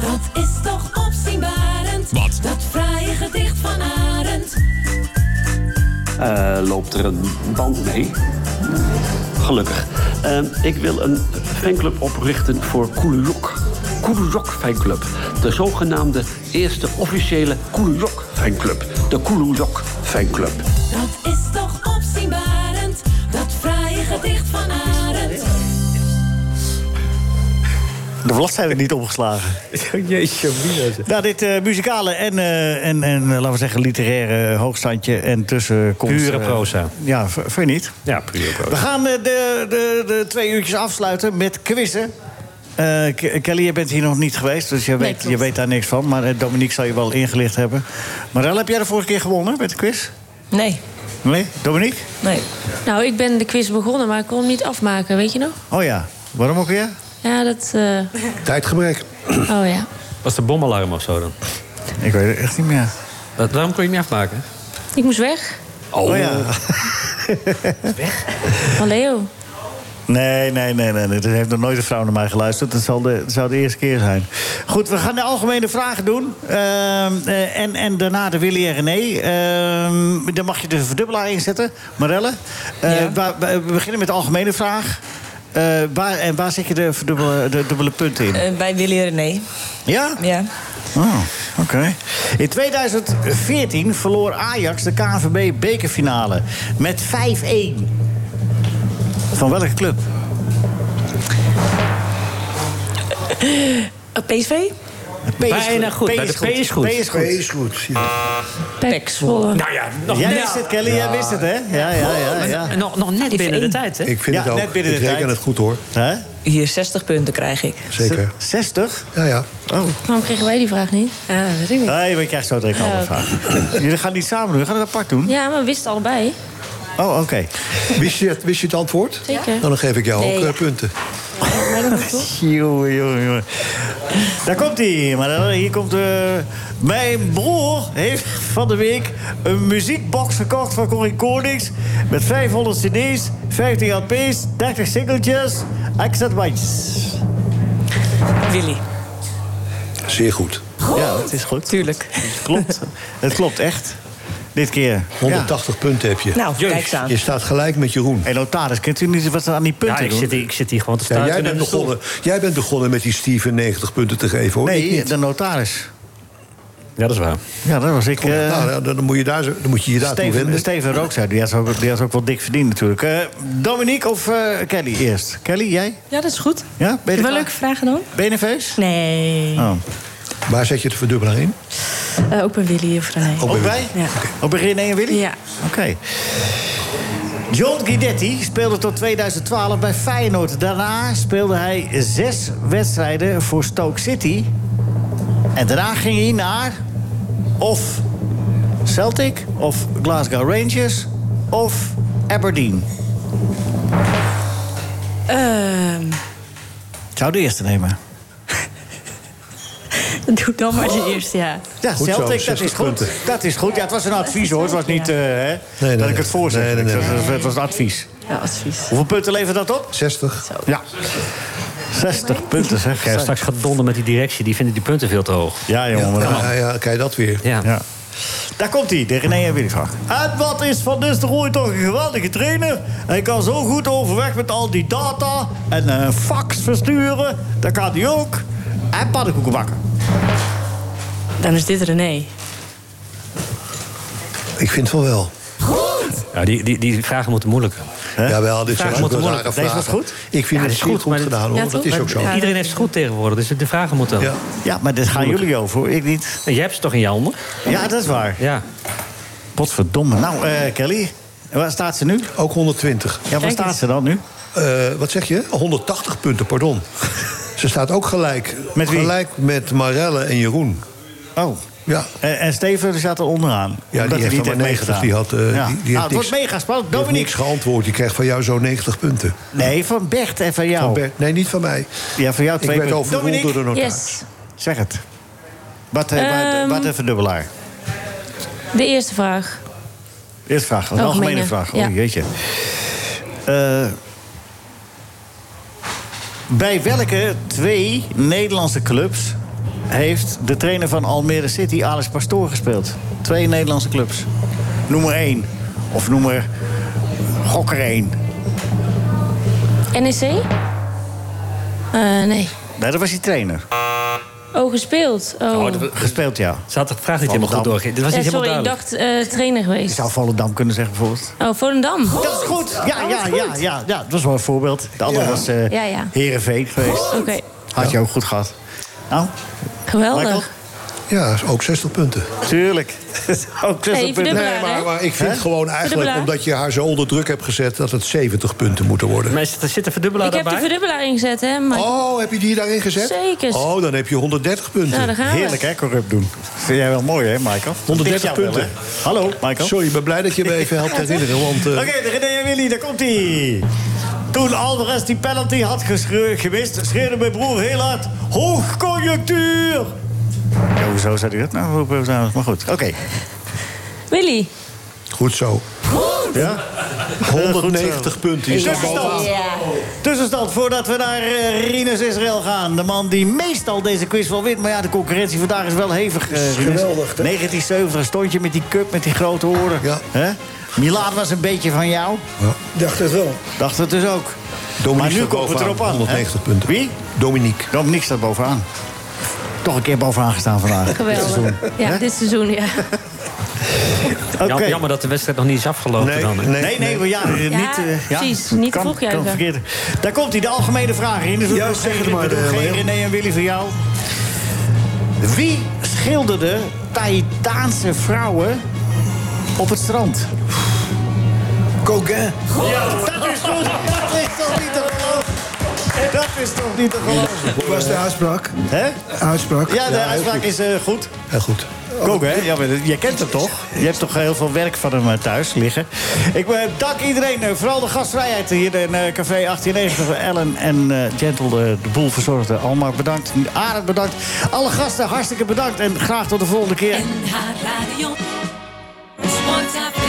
S1: Dat is toch opzienbarend.
S2: Wat?
S1: Dat fraaie gedicht van Arend.
S16: Eh, loopt er een band mee. Gelukkig. Eh, ik wil een fanclub oprichten voor Koelujok. Koelujok fanclub. De zogenaamde eerste officiële Koelujok fanclub. De Koelujok fanclub.
S1: Dat is toch opzienbarend. Dat fraaie gedicht van Arend.
S3: De blad zijn we niet opgeslagen.
S5: Jeetje,
S3: Nou, dit eh, muzikale en, eh, en, en eh, laten we zeggen, literaire hoogstandje en tussenkomst.
S5: Pure
S3: eh,
S5: proza.
S3: ja, v- vind je niet?
S5: Ja, puur
S3: We gaan eh, de, de, de twee uurtjes afsluiten met quizzen. Eh, Ke- Kelly, je bent hier nog niet geweest, dus je weet, je weet daar niks van. Maar eh, Dominique zal je wel ingelicht hebben. Marel, heb jij de vorige keer gewonnen met de quiz?
S12: Nee.
S3: Nee? Dominique?
S12: Nee. Nou, ik ben de quiz begonnen, maar ik kon hem niet afmaken, weet je nog?
S3: Oh ja, waarom ook weer?
S12: Ja, dat... eh,
S7: Tijdgebrek.
S12: Oh ja.
S5: Was de bomalarm of zo dan?
S3: Ik weet het echt niet meer.
S5: waarom kon je het niet afmaken?
S12: Ik moest weg.
S5: Oh, ja.
S12: Van Leo.
S3: Nee, nee, nee, nee. nee. Er heeft nog nooit een vrouw naar mij geluisterd. Dat zal de, dat zou de eerste keer zijn. Goed, we gaan de algemene vragen doen. Ehm, eh, en, en daarna de Willy en René. Ehm dan mag je de verdubbelaar inzetten. Marelle. Eh, waar- waar- we beginnen met de algemene vraag. Eh, waar, en waar zet je de, verdubbele, de dubbele punten in?
S13: Eh, bij Willy René.
S3: Ja?
S13: Ja.
S3: Oh, oké. In 2014 verloor Ajax de KNVB-bekerfinale. Met 5-1. Van welke club?
S13: Eh, PSV?
S3: P is
S13: Bijna goed. Bij de P is goed.
S3: P is goed.
S13: P is Pek Zwolle. Nou ja,
S3: Jij wist het, Kelly. Jij wist het, hè? Ja, ja, ja. ja.
S5: Oh, Nog, nog net binnen de tijd, hè?
S7: Ik vind het ook. ik reken het goed hoor.
S13: Hier, 60 punten krijg ik.
S7: Zeker.
S3: 60?
S7: Ja, ja.
S3: Oh.
S12: Waarom kregen wij die vraag niet? Ja, dat Ah, weet ik niet.
S3: Nee, we krijgen zo direct een andere
S12: Ja,
S3: vraag. Jullie gaan het niet samen doen, we gaan het apart doen.
S12: Ja, maar we wisten allebei.
S3: Oh, oké.
S7: Wist, je het, wist je het antwoord?
S12: Zeker.
S7: Nou, dan geef ik jou
S12: Nee,
S7: ook
S12: ja.
S7: eh, punten.
S3: Jongen, jongen, jongen. Daar komt hij. Maar dan- hier komt de... Mijn broer heeft van de week een muziekbox gekocht van Corrie Konings. Met 500 cd's, 15 LP's, 30 singeltjes, extra bandjes.
S13: Willy.
S7: Zeer goed.
S3: Ja, het is goed.
S13: Tuurlijk.
S3: Het klopt. het klopt echt. Dit keer.
S7: 180 punten heb je.
S13: Nou, kijk eens aan.
S7: Je staat gelijk met Jeroen.
S3: En notaris, kent u niet wat er aan die punten
S5: Ja, ik
S3: doen?
S5: zit, hier- ik zit hier gewoon te
S7: Ja,
S5: staan.
S7: jij, bent begonnen, jij bent begonnen met die Steven 90 punten te geven, hoor. Ik
S3: Nee,
S7: niet.
S3: de notaris.
S5: Ja, dat is waar.
S3: Ja, dat was ik. eh,
S7: Nou, ja, dan, moet je daar, zo- dan moet je je daar toe
S3: Steven,
S7: wenden.
S3: Steven Rooks, die had, ook, die had ook wel dik verdiend natuurlijk. Eh, Dominique of eh, Kelly eerst? Kelly, jij?
S14: Ja, dat is goed.
S3: Ja, ben
S14: Heb
S3: je
S14: je wel
S3: er klaar?
S14: leuke vragen dan?
S3: Ben je nerveus?
S14: Nee.
S3: Oh.
S7: Waar zet je de verdubbelaar in?
S14: Eh, ook bij Willy of René.
S3: Ook, bij?
S14: Ja.
S3: Ook bij René en Willy?
S14: Ja.
S3: Oké. John Guidetti speelde tot 2012 bij Feyenoord. Daarna speelde hij zes wedstrijden voor Stoke City. En daarna ging hij naar of Celtic, of Glasgow Rangers, of Aberdeen.
S14: Ehm,
S3: Ik zou de eerste nemen.
S14: doe dan maar de eerste, ja.
S3: Ja, Celtic, dat is goed. Dat is goed. Ja, het was een advies hoor. Het was niet eh, hè, dat ik het voorzet. Het was- Het was een advies.
S14: Ja, advies.
S3: Hoeveel punten levert dat op?
S7: 60.
S3: Ja. 60 punten zeg.
S5: Krijg je straks gedonder met die directie. Die vinden die punten veel te hoog.
S3: Ja, jongen. maar dan-
S7: kijk dat weer.
S5: Ja.
S3: Daar komt hij, de René en Wilfried. En wat is Van Nistelrooy toch een geweldige trainer. Hij kan zo goed overweg met al die data. En eh, een fax versturen, dat kan hij ook. En paddenkoeken bakken.
S14: Dan is dit René.
S7: Ik vind van wel.
S5: Ja, die, die, die vragen moeten moeilijker.
S7: Jawel, dit
S5: Die vragen
S7: zijn ook
S5: moeten
S7: wel
S5: moeilijker.
S7: rare vragen. Ik vind het zeer goed
S5: maar dit-
S7: gedaan, hoor. Dat is ook zo.
S5: Maar Iedereen heeft het goed tegenwoordig, dus de vragen moeten wel.
S3: Ja, maar dit gaan jullie over, hoor. ik niet.
S5: En jij hebt ze toch in je handen?
S3: Ja, dat is waar.
S5: Ja.
S3: Potverdomme. Nou, eh, Kelly, waar staat ze nu?
S7: Ook 120.
S3: Ja, waar
S7: Kijk
S3: staat
S7: eens.
S3: ze dan nu?
S7: Eh, wat zeg je? 180 punten, pardon. Ze staat ook gelijk. Met wie? Gelijk met Marelle en Jeroen.
S3: Oh.
S7: Ja.
S3: En, en Steven zat er onderaan.
S7: Ja, die heeft
S3: niet
S7: dan maar 90.
S3: meegedaan.
S7: Die had, eh, die-
S3: Ja.
S7: die,
S3: Nou,
S7: heeft
S3: het wordt
S7: niks-
S3: mega spannend.
S7: die heeft
S3: Dominique.
S7: niks geantwoord. Die krijgt van jou zo 90 punten.
S3: Nee, van Bert en van jou.
S7: Van Bert. Nee, niet van mij.
S3: Ja, van jou twee
S7: Ik werd
S3: punten.
S7: overroeld door de
S3: Dominique?
S7: notaris.
S12: Yes.
S3: Zeg het. Wat, eh, wat-
S12: Ehm.
S3: wat een verdubbelaar.
S7: eh.
S12: De eerste vraag.
S3: Eerste vraag, een
S12: Algemene,
S3: algemene vraag. Oh,
S12: ja.
S3: jeetje. Eh, bij welke twee Nederlandse clubs heeft de trainer van Almere City, Alex Pastoor, gespeeld? Twee Nederlandse clubs. Noemer één. Of noemer gokker één.
S12: NEC? E Eh, nee.
S3: Nee, dat was die trainer.
S12: Oh, gespeeld. Oh.
S3: gespeeld, ja.
S5: Ze had de vraag niet helemaal goed doorgegeven. Dit was
S12: Ja,
S5: niet
S12: sorry,
S5: helemaal
S12: ik
S5: duidelijk.
S12: dacht eh, trainer
S3: Je
S12: geweest.
S3: zou Volendam kunnen zeggen, bijvoorbeeld.
S12: Oh, Volendam. Oh,
S3: Dat is goed. Ja,
S7: Oh,
S3: ja, ja, ja, ja, dat was wel een voorbeeld. De andere was eh
S12: Ja, ja.
S3: Heerenveen geweest.
S12: Oké,
S3: Had je ook goed gehad. Nou, Michael?
S12: geweldig.
S7: Ja, is ook 60 punten.
S3: Tuurlijk. ook
S12: Hey, verdubbelaar,
S7: nee, maar,
S12: hè?
S7: maar ik vind
S12: Hè?
S7: gewoon eigenlijk,
S12: Verdubbelaar.
S7: omdat je haar zo onder druk hebt gezet... dat het 70 punten moeten worden.
S5: Maar zit, zit de verdubbelaar
S12: Ik heb de verdubbelaar ingezet, hè? Maar...
S7: Oh, heb je die daarin gezet?
S12: Zeker.
S7: Oh, dan heb je 130 punten.
S12: Nou, daar gaan we. Heerlijk,
S3: hè, corrupt doen. Vind jij wel mooi, hè, Michael?
S7: 130 punten.
S3: Hallo, Michael.
S7: Sorry, ik ben blij dat je me even helpt herinneren. Want, eh,
S3: Oké, de René en Willy, daar komt hij. Toen Alvarez die penalty had geschre- gemist, schreeuwde mijn broer heel hard... Hoogconjunctuur! Ja, hoezo zou hij dat nou roepen? Maar goed, oké.
S12: Willy.
S7: Goed zo. Ja? 190 punten. Je staat
S3: Tussenstand.
S7: bovenaan.
S3: Tussenstand voordat we naar eh, Rinus Israël gaan. De man die meestal deze quiz wel wint. Maar ja, de concurrentie vandaag is wel hevig. eh, Rinus.
S4: geweldig, hè?
S3: 1970 stond je met die cup, met die grote oren.
S7: Ja.
S3: Hè? Milaan was een beetje van jou.
S4: Dacht het wel.
S3: Dacht het dus ook.
S7: Dominique
S3: maar nu
S7: staat
S3: komt het
S7: bovenaan,
S3: erop aan. hè?
S7: 190 punten.
S3: Wie?
S7: Dominique.
S3: Dominique staat bovenaan. Toch een keer bovenaan gestaan vandaag. Dit seizoen.
S12: Geweldig. Ja, dit seizoen, ja.
S3: Oké.
S5: Jam- Jammer dat de wedstrijd nog niet is afgelopen dan. hè.
S3: Nee, nee, maar ja, eh,
S12: Ja,
S3: niet... eh, ja,
S12: precies. Niet te
S3: kan,
S12: vroeg
S3: kan
S12: juichen.
S3: verkeerd. Daar komt hij, de algemene vraag. In de
S4: Ja,
S3: we
S4: zeg het
S3: doen
S4: maar,
S3: geen- we doen
S4: eh,
S3: geen
S4: Leo.
S3: René en Willy voor jou. Wie schilderde Titaanse vrouwen op het strand?
S4: Koken.
S3: Ja, dat is goed. Dat is toch niet te geloven. Dat is toch niet te geloven.
S4: Hoe was de uitspraak?
S3: Hè?
S4: Uitspraak.
S3: Ja, de
S4: heel
S3: uitspraak
S4: goed.
S3: is eh, goed.
S7: Heel goed.
S3: Ook, hè? Ja, maar je kent hem toch? Je hebt toch heel veel werk van hem eh, thuis liggen. Ik eh, dank iedereen, eh, vooral de gastvrijheid hier in eh, Café 1890. Ellen en eh Gentle, eh, de boel verzorgde. Alma bedankt, Arend bedankt. Alle gasten hartstikke bedankt en graag tot de volgende keer.
S1: NH Radio Sportcafé.